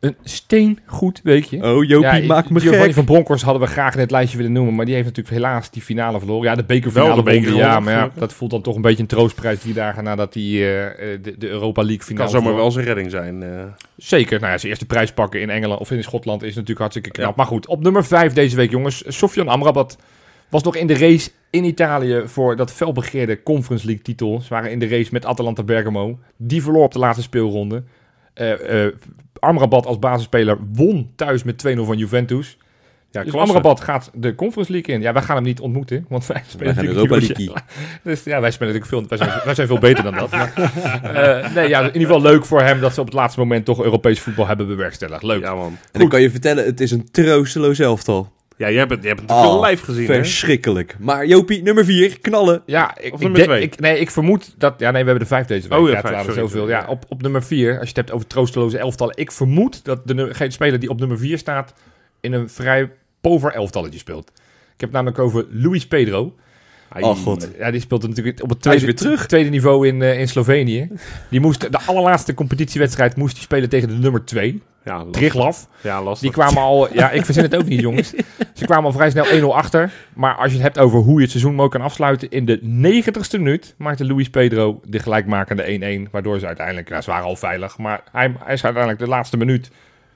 Speaker 2: een steengoed weekje.
Speaker 1: Oh, Jopie,
Speaker 2: ja,
Speaker 1: maak me
Speaker 2: Giovanni
Speaker 1: gek.
Speaker 2: van Bronckhorst hadden we graag in het lijstje willen noemen. Maar die heeft natuurlijk helaas die finale verloren. Ja, de bekerfinale
Speaker 3: Wel de beker
Speaker 2: won die, Ja,
Speaker 3: gewonnen,
Speaker 2: maar ja,
Speaker 3: gelukkig.
Speaker 2: dat voelt dan toch een beetje een troostprijs drie dagen nadat hij de, de Europa League
Speaker 3: Kan
Speaker 2: finale
Speaker 3: zomaar
Speaker 2: verloor.
Speaker 3: wel zijn redding zijn. eh.
Speaker 2: Zeker. Nou ja, zijn eerste prijs pakken in Engeland of in Schotland is natuurlijk hartstikke knap. Maar goed, op nummer 5 deze week, jongens. Sofian Amrabat was nog in de race in Italië voor dat felbegeerde Conference League titel. Ze waren in de race met Atalanta Bergamo. Die verloor op de laatste speelronde. Eh, eh, Amrabat als basisspeler won thuis met 2-0 van Juventus.
Speaker 3: Ja,
Speaker 2: dus
Speaker 3: klasse.
Speaker 2: Amrabat gaat de Conference League in. Ja, wij gaan hem niet ontmoeten, want wij spelen
Speaker 1: gaan
Speaker 2: natuurlijk
Speaker 1: Europa
Speaker 2: die Dus ja, wij spelen natuurlijk veel, wij zijn, wij zijn veel beter dan dat. Maar, eh, nee, ja, in ieder geval leuk voor hem dat ze op het laatste moment toch Europees voetbal hebben bewerkstelligd. Leuk.
Speaker 3: Ja, man.
Speaker 1: En dan kan je vertellen, het is een troosteloos elftal.
Speaker 3: Ja, jij hebt het, jij hebt het natuurlijk
Speaker 2: Ah,
Speaker 3: wel live gezien, hè?
Speaker 1: verschrikkelijk. Maar Jopie, nummer 4, knallen.
Speaker 2: Ja, ik,
Speaker 3: Of
Speaker 2: ik,
Speaker 3: nummer
Speaker 2: denk-
Speaker 3: twee?
Speaker 2: ik, nee, ik vermoed dat... Ja, nee, we hebben de vijf deze week.
Speaker 3: Oh ja,
Speaker 2: het
Speaker 3: vijf,
Speaker 2: waren
Speaker 3: sorry,
Speaker 2: zoveel.
Speaker 3: sorry.
Speaker 2: Ja, op, op nummer vier, als je het hebt over troosteloze elftallen. Ik vermoed dat de nu- geen speler die op nummer vier staat... in een vrij pover elftalletje speelt. Ik heb het namelijk over Luis Pedro.
Speaker 3: Ai.
Speaker 1: Oh, god.
Speaker 2: Ja, die speelt natuurlijk op het
Speaker 1: Hij is
Speaker 2: tweede,
Speaker 1: weer terug.
Speaker 2: tweede niveau in, eh, in Slovenië. Die moest, de allerlaatste competitiewedstrijd moest hij spelen tegen de nummer 2,
Speaker 3: Ja, lastig.
Speaker 2: Triglav.
Speaker 3: Ja, lastig.
Speaker 2: Die kwamen al, ja, ik verzin het ook niet, jongens. Ze kwamen al vrij snel 1-0 achter. Maar als je het hebt over hoe je het seizoen mooi kan afsluiten, in de 90ste minuut maakte Luis Pedro de gelijkmakende 1-1. Waardoor ze uiteindelijk, ja, ze waren al veilig, maar hij, hij is uiteindelijk de laatste minuit.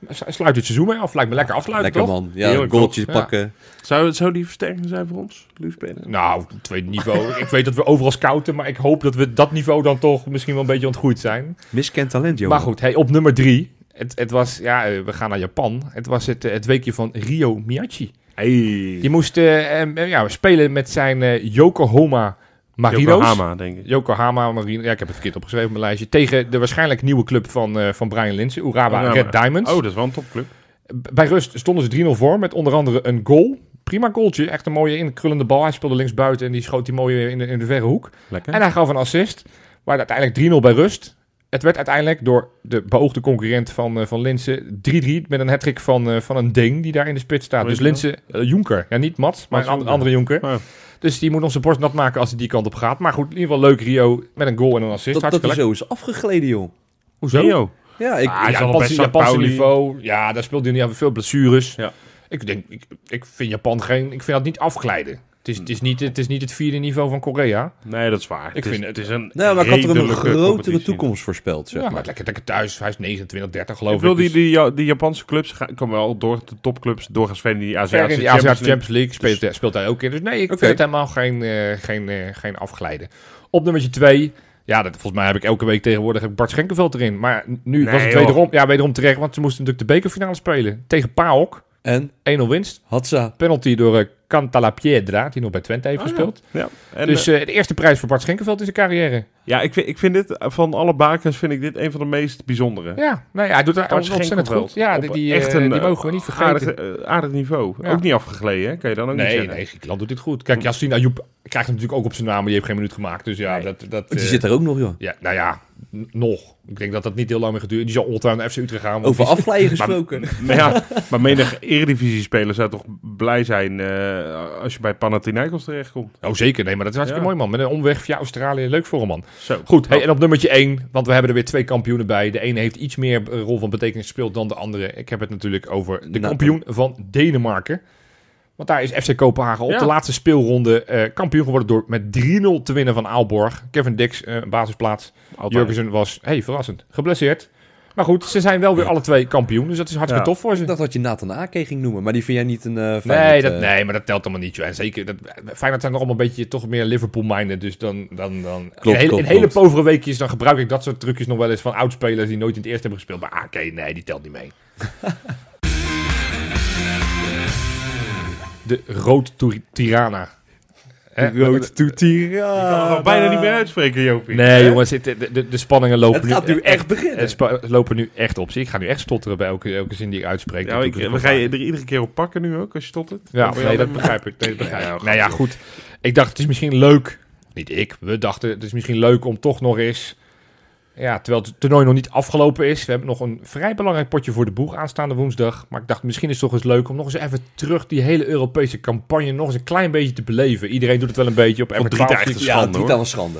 Speaker 2: Hij Sluit het seizoen mee af, lijkt me lekker afsluiten.
Speaker 1: Lekker
Speaker 2: toch?
Speaker 1: man. Ja,
Speaker 3: Heerlijk,
Speaker 1: een goaltje
Speaker 2: toch? Ja.
Speaker 1: pakken.
Speaker 3: Zou, zou die versterking zijn voor ons, Luus Benen?
Speaker 2: Nou, tweede niveau. ik weet dat we overal scouten, maar ik hoop dat we dat niveau dan toch misschien wel een beetje ontgroeid zijn.
Speaker 1: Miskend talent, Jopie.
Speaker 2: Maar goed, hey, op nummer drie. Het, het was, ja, eh, we gaan naar Japan. Het was het, eh, het weekje van Rio Miyachi. Die
Speaker 3: Hey.
Speaker 2: moest eh, em, eh, ja, spelen met zijn eh, Yokohama Marinos.
Speaker 3: Yokohama, denk ik.
Speaker 2: Yokohama Marinos. Ja, ik heb het verkeerd opgeschreven op mijn lijstje. Tegen de waarschijnlijk nieuwe club van, eh, van Brian Linsen, Uraba
Speaker 3: Uraba.
Speaker 2: Red Diamonds.
Speaker 3: Oh, dat is wel een topclub.
Speaker 2: B- Bij rust stonden ze 3-0 voor met onder andere een goal. Prima goaltje, echt een mooie inkrullende bal. Hij speelde links buiten en die schoot die mooie in de, in de verre hoek.
Speaker 3: Lekker.
Speaker 2: En hij gaf een assist. Waar het uiteindelijk 3-0 bij rust. Het werd uiteindelijk door de beoogde concurrent van, eh, van Linsen 3-3 met een hattrick van, eh, van een Ding die daar in de spits staat.
Speaker 3: Weet
Speaker 2: Dus
Speaker 3: je wel?
Speaker 2: Linsen, eh, Jonker. Ja, niet Mats, maar
Speaker 3: nou? Mats
Speaker 2: een an-
Speaker 3: Jonker.
Speaker 2: andere Jonker.
Speaker 3: Ja.
Speaker 2: Dus die moet nog zijn borst nat maken als hij die kant op gaat. Maar goed, in ieder geval leuk Rio met een goal en een assist.
Speaker 1: Dat, dat hij
Speaker 2: Hartstikke
Speaker 1: zo is afgegleden, joh.
Speaker 2: leuk. Hoezo?
Speaker 3: Rio.
Speaker 1: Ja, ik,
Speaker 2: Ah,
Speaker 3: is al
Speaker 2: Japanse,
Speaker 3: best Sao
Speaker 2: Japanse
Speaker 3: Pauli.
Speaker 2: niveau. Ja, daar speelt hij niet aan veel blessures.
Speaker 3: Ja.
Speaker 2: Ik denk, ik, ik vind Japan geen. Ik vind dat niet afglijden. Het is, het, is niet, het is niet het vierde niveau van Korea.
Speaker 3: Nee, dat is waar. Ik
Speaker 2: vind het-
Speaker 3: is een
Speaker 1: nou, maar ik had er een
Speaker 3: redelijke
Speaker 1: grotere
Speaker 3: competitie.
Speaker 1: toekomst voorspeld, zeg
Speaker 2: ja, maar
Speaker 1: maar.
Speaker 2: lekker, lekker thuis. Hij is 29, 30
Speaker 3: Ik
Speaker 2: geloof ik.
Speaker 3: wil die,
Speaker 2: Dus
Speaker 3: die, Ja- die Japanse clubs ga- komen wel door de topclubs, doorgaans verder in die
Speaker 2: ver in
Speaker 3: Aziatische
Speaker 2: de
Speaker 3: Champions
Speaker 2: Aziatische
Speaker 3: League.
Speaker 2: Champions League speelt, eh, speelt hij ook in. Dus nee, ik
Speaker 1: Oké.
Speaker 2: vind het helemaal geen, eh, geen, eh, geen afglijden. Op nummertje 2. Ja, dat, volgens mij heb ik elke week tegenwoordig heb ik Bart Schenkenveld erin. Maar nu
Speaker 3: Nee,
Speaker 2: was het
Speaker 3: joh.
Speaker 2: wederom, ja, wederom terecht. Want ze moesten natuurlijk de bekerfinale spelen. Tegen PAOK.
Speaker 1: En
Speaker 2: 1-0 winst.
Speaker 1: Hatsa.
Speaker 2: Penalty door eh, Cantalapiedra, die nog bij Twente heeft gespeeld.
Speaker 3: Oh Ah, Ja. En,
Speaker 2: dus eh, de eerste prijs voor Bart Schenkenveld in zijn carrière.
Speaker 3: eh, ja, ik vind, ik vind dit, eh, van alle bakens vind ik dit een van de meest bijzondere.
Speaker 2: Ja, nou ja, hij doet het
Speaker 3: Bart
Speaker 2: ontzettend
Speaker 3: Schenkelveld.
Speaker 2: goed. Ja,
Speaker 3: Op
Speaker 2: die, die,
Speaker 3: echt
Speaker 2: eh,
Speaker 3: een,
Speaker 2: die
Speaker 3: eh,
Speaker 2: mogen we niet
Speaker 3: Aardig,
Speaker 2: vergeten.
Speaker 3: eh, aardig niveau.
Speaker 2: Ja.
Speaker 3: Ook niet afgegleden, hè? Kan je dan ook niet
Speaker 2: Nee,
Speaker 3: zeggen.
Speaker 2: nee, Griekenland doet dit goed. Kijk, Yassine Ayoub krijgt hem natuurlijk ook op zijn naam, maar die heeft geen minuut gemaakt. Dus ja,
Speaker 3: Nee.
Speaker 2: dat... dat
Speaker 1: Die
Speaker 2: eh,
Speaker 1: zit er ook nog, joh.
Speaker 2: ja, nou ja, n- nog. Ik denk dat dat niet heel lang meer gaat duren. Die zal ongetwijfeld naar FC Utrecht gaan. want
Speaker 1: Over
Speaker 2: die-
Speaker 1: afglijden gesproken.
Speaker 3: Maar, ja, maar menig eredivisie-speler zou toch blij zijn eh, als je bij Panathinaikos terechtkomt.
Speaker 2: Oh, zeker. Nee, maar dat is hartstikke
Speaker 3: Ja. Oh.
Speaker 2: mooi, man. Met een omweg via Australië. Leuk voor hem, man.
Speaker 3: Zo.
Speaker 2: Goed, eh, hey, en op nummertje 1, want we hebben er weer twee kampioenen bij. De ene heeft iets meer eh, rol van betekenis gespeeld dan de andere. Ik heb het natuurlijk over de
Speaker 1: Nou,
Speaker 2: kampioen van Denemarken. Want daar is FC Kopenhagen op
Speaker 3: Ja.
Speaker 2: de laatste speelronde eh, kampioen geworden door met 3-0 te winnen van Aalborg. Kevin Dix, eh, basisplaats.
Speaker 3: Altijd.
Speaker 2: Jurgensen was, hey, verrassend, geblesseerd. Maar goed, ze zijn wel weer alle twee kampioen. Dus dat is hartstikke
Speaker 3: Ja.
Speaker 2: tof voor ze.
Speaker 1: Dat had je Nathan Ake ging noemen, maar die vind jij niet een eh
Speaker 2: nee,
Speaker 1: Feyenoord,
Speaker 2: dat,
Speaker 1: eh,
Speaker 2: nee, maar dat telt allemaal niet. Joh. En zeker, dat, Feyenoord zijn nog allemaal een beetje toch meer Liverpool-minded. Dus dan, dan, dan in,
Speaker 1: klopt,
Speaker 2: hele, in hele
Speaker 1: klopt.
Speaker 2: povere weekjes dan gebruik ik dat soort trucjes nog wel eens van oudspelers die nooit in het eerst hebben gespeeld. Maar ah, oké, nee, die telt niet mee. De rood Tur- Tirana. Hè?
Speaker 1: Road to Tirana.
Speaker 3: kan het al bijna niet meer uitspreken, Jopie.
Speaker 2: Nee, jongens, het- de, de, de spanningen lopen
Speaker 1: Het gaat nu echt
Speaker 2: Het
Speaker 1: beginnen.
Speaker 2: spa- lopen nu echt op. Zie, Ik ga nu echt stotteren bij elke, elke zin die ik uitspreek.
Speaker 3: Nou,
Speaker 2: Dat
Speaker 3: ik,
Speaker 2: doe ik
Speaker 3: we
Speaker 2: ook
Speaker 3: gaan
Speaker 2: vaak.
Speaker 3: je er iedere keer op pakken nu ook, als je tot het.
Speaker 2: Ja, nee, dat begrijp ik. Nee, dat begrijp ik. nou ja, goed. Ik dacht, het is misschien leuk. Niet ik, we dachten, het is misschien leuk om toch nog eens... Ja, terwijl het toernooi nog niet afgelopen is. We hebben nog een vrij belangrijk potje voor de boeg aanstaande woensdag. Maar ik dacht, misschien is het toch eens leuk om nog eens even terug die hele Europese campagne nog eens een klein beetje te beleven. Iedereen doet het wel een beetje op
Speaker 3: Vond Drita echt een
Speaker 2: MR12.
Speaker 1: Ja,
Speaker 3: Schande,
Speaker 1: Drita
Speaker 3: hoor.
Speaker 1: was schande.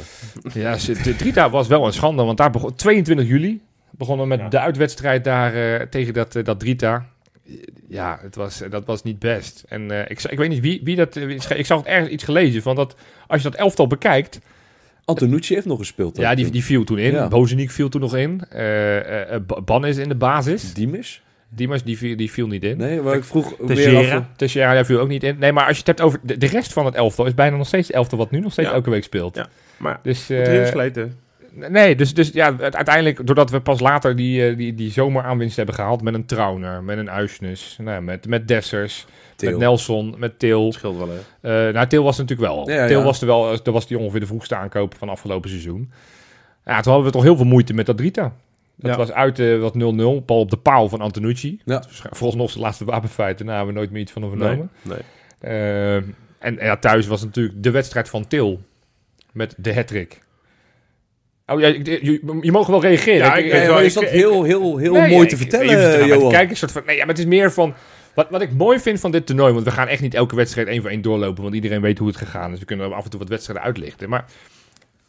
Speaker 2: Ja, ze- de Drita was wel een schande, want daar begon 22 juli begonnen we met
Speaker 3: Ja.
Speaker 2: de uitwedstrijd daar eh, tegen dat, eh, dat Drita. Ja, het was, eh, dat was niet best. En eh, ik, za- ik weet niet wie, wie dat. eh, wie- Ik zag het ergens iets gelezen van dat als je dat elftal bekijkt.
Speaker 1: Antonucci heeft nog gespeeld.
Speaker 2: Ja, die, die viel toen in.
Speaker 1: Ja.
Speaker 2: Bozeniek viel toen nog in. eh eh, eh, Ba- Ban is in de basis.
Speaker 1: Diemers?
Speaker 2: Dimas die viel, die viel niet in.
Speaker 1: Nee, maar ik vroeg
Speaker 3: Teixeira.
Speaker 1: weer af...
Speaker 2: Teixeira daar viel ook niet in. Nee, maar als je het hebt over. De, de rest van het elftal is bijna nog steeds het elftal wat nu nog steeds
Speaker 3: Ja.
Speaker 2: elke week speelt.
Speaker 3: Ja. Maar
Speaker 2: Dus,
Speaker 3: moet
Speaker 2: eh,
Speaker 3: erin slijten.
Speaker 2: Nee, dus, dus ja, het- uiteindelijk, doordat we pas later die, eh, die, die zomeraanwinst hebben gehaald met een Trauner, met een Uisnes, nou, ja, met, met Dessers,
Speaker 1: Til.
Speaker 2: met Nelson, met Til.
Speaker 3: Dat scheelt wel, hè.
Speaker 2: Eh nou, Til was natuurlijk wel.
Speaker 1: Ja,
Speaker 2: Til
Speaker 1: ja.
Speaker 2: was er wel, eh, dat was die ongeveer de vroegste aankoop van afgelopen seizoen. Ja, toen hadden we toch heel veel moeite met dat Drita. Dat
Speaker 3: Ja.
Speaker 2: was uit eh, wat 0-0, bal op de paal van Antonucci.
Speaker 1: Ja.
Speaker 2: Volgens ons de laatste wapenfeit, daarna hebben we nooit meer iets van
Speaker 3: Nee,
Speaker 2: overnomen.
Speaker 3: nee.
Speaker 2: Eh, en ja, thuis was natuurlijk de wedstrijd van Til met de hattrick. Oh ja, ik- je, je mag wel reageren.
Speaker 3: Ja, ik weet
Speaker 1: Ja,
Speaker 3: wel,
Speaker 1: maar is
Speaker 3: ik-
Speaker 1: dat
Speaker 3: ik-
Speaker 1: heel, heel, heel
Speaker 2: Nee,
Speaker 1: mooi
Speaker 2: ik-
Speaker 1: te
Speaker 2: even
Speaker 1: vertellen, eh,
Speaker 2: vertellen, maar
Speaker 1: Johan.
Speaker 2: Kijk, een soort van, nee, ja, maar het is meer van... Wat, wat ik mooi vind van dit toernooi, want we gaan echt niet elke wedstrijd één voor één doorlopen, want iedereen weet hoe het gegaan is. We kunnen af en toe wat wedstrijden uitlichten. Maar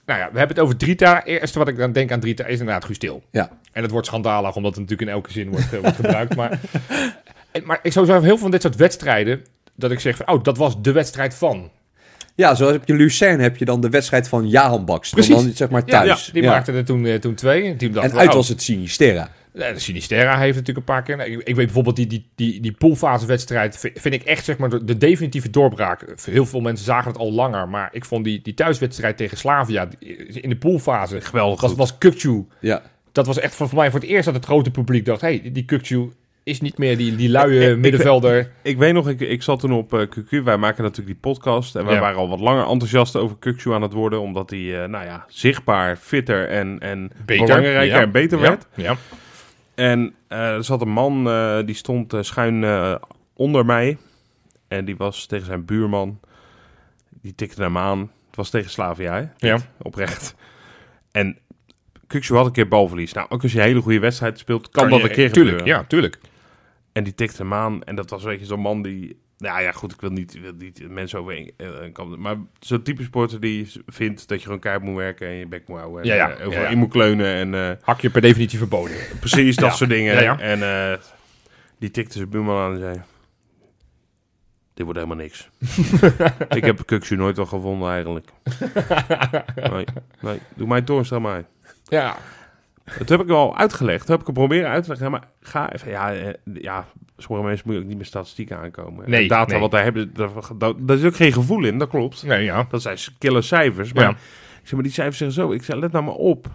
Speaker 2: nou ja, we hebben het over Drita. Eerste wat ik dan denk aan Drita is inderdaad Gustil.
Speaker 1: Ja.
Speaker 2: En het wordt schandalig, omdat het natuurlijk in elke zin wordt, eh, wordt gebruikt. Maar, eh, maar ik zou zeggen, heel veel van dit soort wedstrijden, dat ik zeg van, oh, dat was de wedstrijd van.
Speaker 1: ja, zoals heb je Lucerne heb je dan de wedstrijd van Jahan Baks.
Speaker 2: Precies.
Speaker 1: Dan zeg maar
Speaker 2: Ja,
Speaker 1: thuis.
Speaker 2: ja, die
Speaker 1: Ja.
Speaker 2: maakte er toen, eh, toen twee. En, toen dacht
Speaker 1: En
Speaker 2: ik,
Speaker 1: uit
Speaker 2: oh,
Speaker 1: was het Sinisterra.
Speaker 2: Ja, de Sinisterra heeft natuurlijk een paar keer. nou, ik, ik weet bijvoorbeeld die, die, die, die poolfasewedstrijd. Vind, vind ik echt zeg maar de, de definitieve doorbraak. Heel veel mensen zagen het al langer. Maar ik vond die, die thuiswedstrijd tegen Slavia die- eh, in de poolfase.
Speaker 3: Geweldig
Speaker 2: Was,
Speaker 3: goed.
Speaker 2: was Kukçu.
Speaker 1: Ja.
Speaker 2: Dat was echt voor, voor mij voor het eerst dat het grote publiek dacht: hé, hey, die Kukçu is niet meer die, die luie middenvelder.
Speaker 3: Ik weet nog, ik, ik zat toen op eh QQ. Wij maken natuurlijk die podcast. En wij
Speaker 2: Ja.
Speaker 3: waren al wat langer enthousiast over Kukshu aan het worden. Omdat hij, eh, nou ja, zichtbaar, fitter en, en belangrijker
Speaker 2: ja.
Speaker 3: en beter
Speaker 2: Ja,
Speaker 3: werd.
Speaker 2: Ja.
Speaker 3: En eh, er zat een man, eh, die stond eh, schuin eh, onder mij. En die was tegen zijn buurman. Die tikte hem aan. Het was tegen Slavia, hè?
Speaker 2: ja.
Speaker 3: Oprecht. En Kukshu had een keer balverlies. Nou, ook als je een hele goede wedstrijd speelt, kan, dat
Speaker 2: je-
Speaker 3: een keer
Speaker 2: Tuurlijk,
Speaker 3: gebeuren.
Speaker 2: ja, tuurlijk.
Speaker 3: En die tikte hem aan. En dat was weet je zo'n man die... Nou ja, goed, ik wil niet, wil niet mensen over één- eh, een kant- Maar zo'n type sporter die z- vindt dat je gewoon keihard moet werken en je bek moet houden. En,
Speaker 2: Ja, ja,
Speaker 3: eh, overal
Speaker 2: ja, ja.
Speaker 3: in moet kleunen en eh,
Speaker 2: Hakje per definitie verboden.
Speaker 3: precies dat
Speaker 2: Ja,
Speaker 3: soort dingen.
Speaker 2: ja, ja.
Speaker 3: En eh, die tikte zijn buurman aan en zei... Dit wordt helemaal niks. ik heb Kukshu nooit wel gewonnen eigenlijk. nee, nee, doe mij Toornstra maar.
Speaker 2: Ja,
Speaker 3: Dat heb ik wel uitgelegd. Dat heb ik hem proberen uit te leggen. Maar ga even. Ja, eh, ja sommige mensen moet je ook niet met statistieken aankomen.
Speaker 2: Nee,
Speaker 3: De data
Speaker 2: nee.
Speaker 3: wat daar hebben, daar, daar- daar is ook geen gevoel in. Dat klopt.
Speaker 2: nee, ja.
Speaker 3: Dat zijn kille cijfers. Maar,
Speaker 2: Ja.
Speaker 3: ik zeg maar die cijfers zeggen zo. Ik zeg, let nou maar op.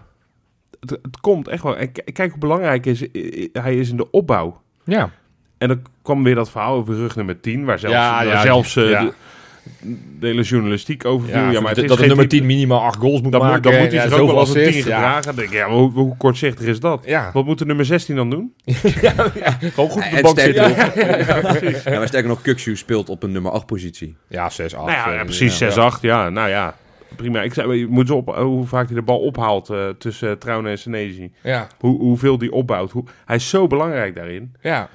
Speaker 3: Het, het komt echt wel. En k- kijk hoe belangrijk is, eh, eh, hij is in de opbouw.
Speaker 2: Ja.
Speaker 3: En dan kwam weer dat verhaal over rug nummer 10. Waar zelfs,
Speaker 2: Ja,
Speaker 3: waar
Speaker 2: ja,
Speaker 3: zelfs eh,
Speaker 2: ja.
Speaker 3: de, de hele journalistiek over viel.
Speaker 2: Ja,
Speaker 3: Ja, maar het
Speaker 2: dat
Speaker 3: is
Speaker 2: dat de
Speaker 3: geen
Speaker 2: nummer
Speaker 3: type-
Speaker 2: 10 minimaal 8 goals moet
Speaker 3: Dan,
Speaker 2: maken.
Speaker 3: moet- dan moet hij
Speaker 2: ja,
Speaker 3: zich ook
Speaker 2: zoveel
Speaker 3: wel als een 10
Speaker 2: assists, ja.
Speaker 3: gedragen. Dan denk ik, ja, maar hoe, hoe kortzichtig is dat?
Speaker 2: Ja.
Speaker 3: Wat moet de nummer 16 dan doen?
Speaker 2: Gewoon goed op de
Speaker 1: En
Speaker 2: bank
Speaker 1: sterker
Speaker 2: zitten.
Speaker 1: nog, ja, maar sterker nog, Kukshu speelt op een nummer 8 positie.
Speaker 2: Ja, 6, 8.
Speaker 3: nou ja, ja, precies 6, 8. Ja, nou ja. Prima. Ik zei, je moet zo op, eh, hoe vaak hij de bal ophaalt eh, tussen uh, en Senezi.
Speaker 2: Ja,
Speaker 3: Hoe, hoeveel die opbouwt. Hoe, hij is zo belangrijk daarin.
Speaker 2: ja.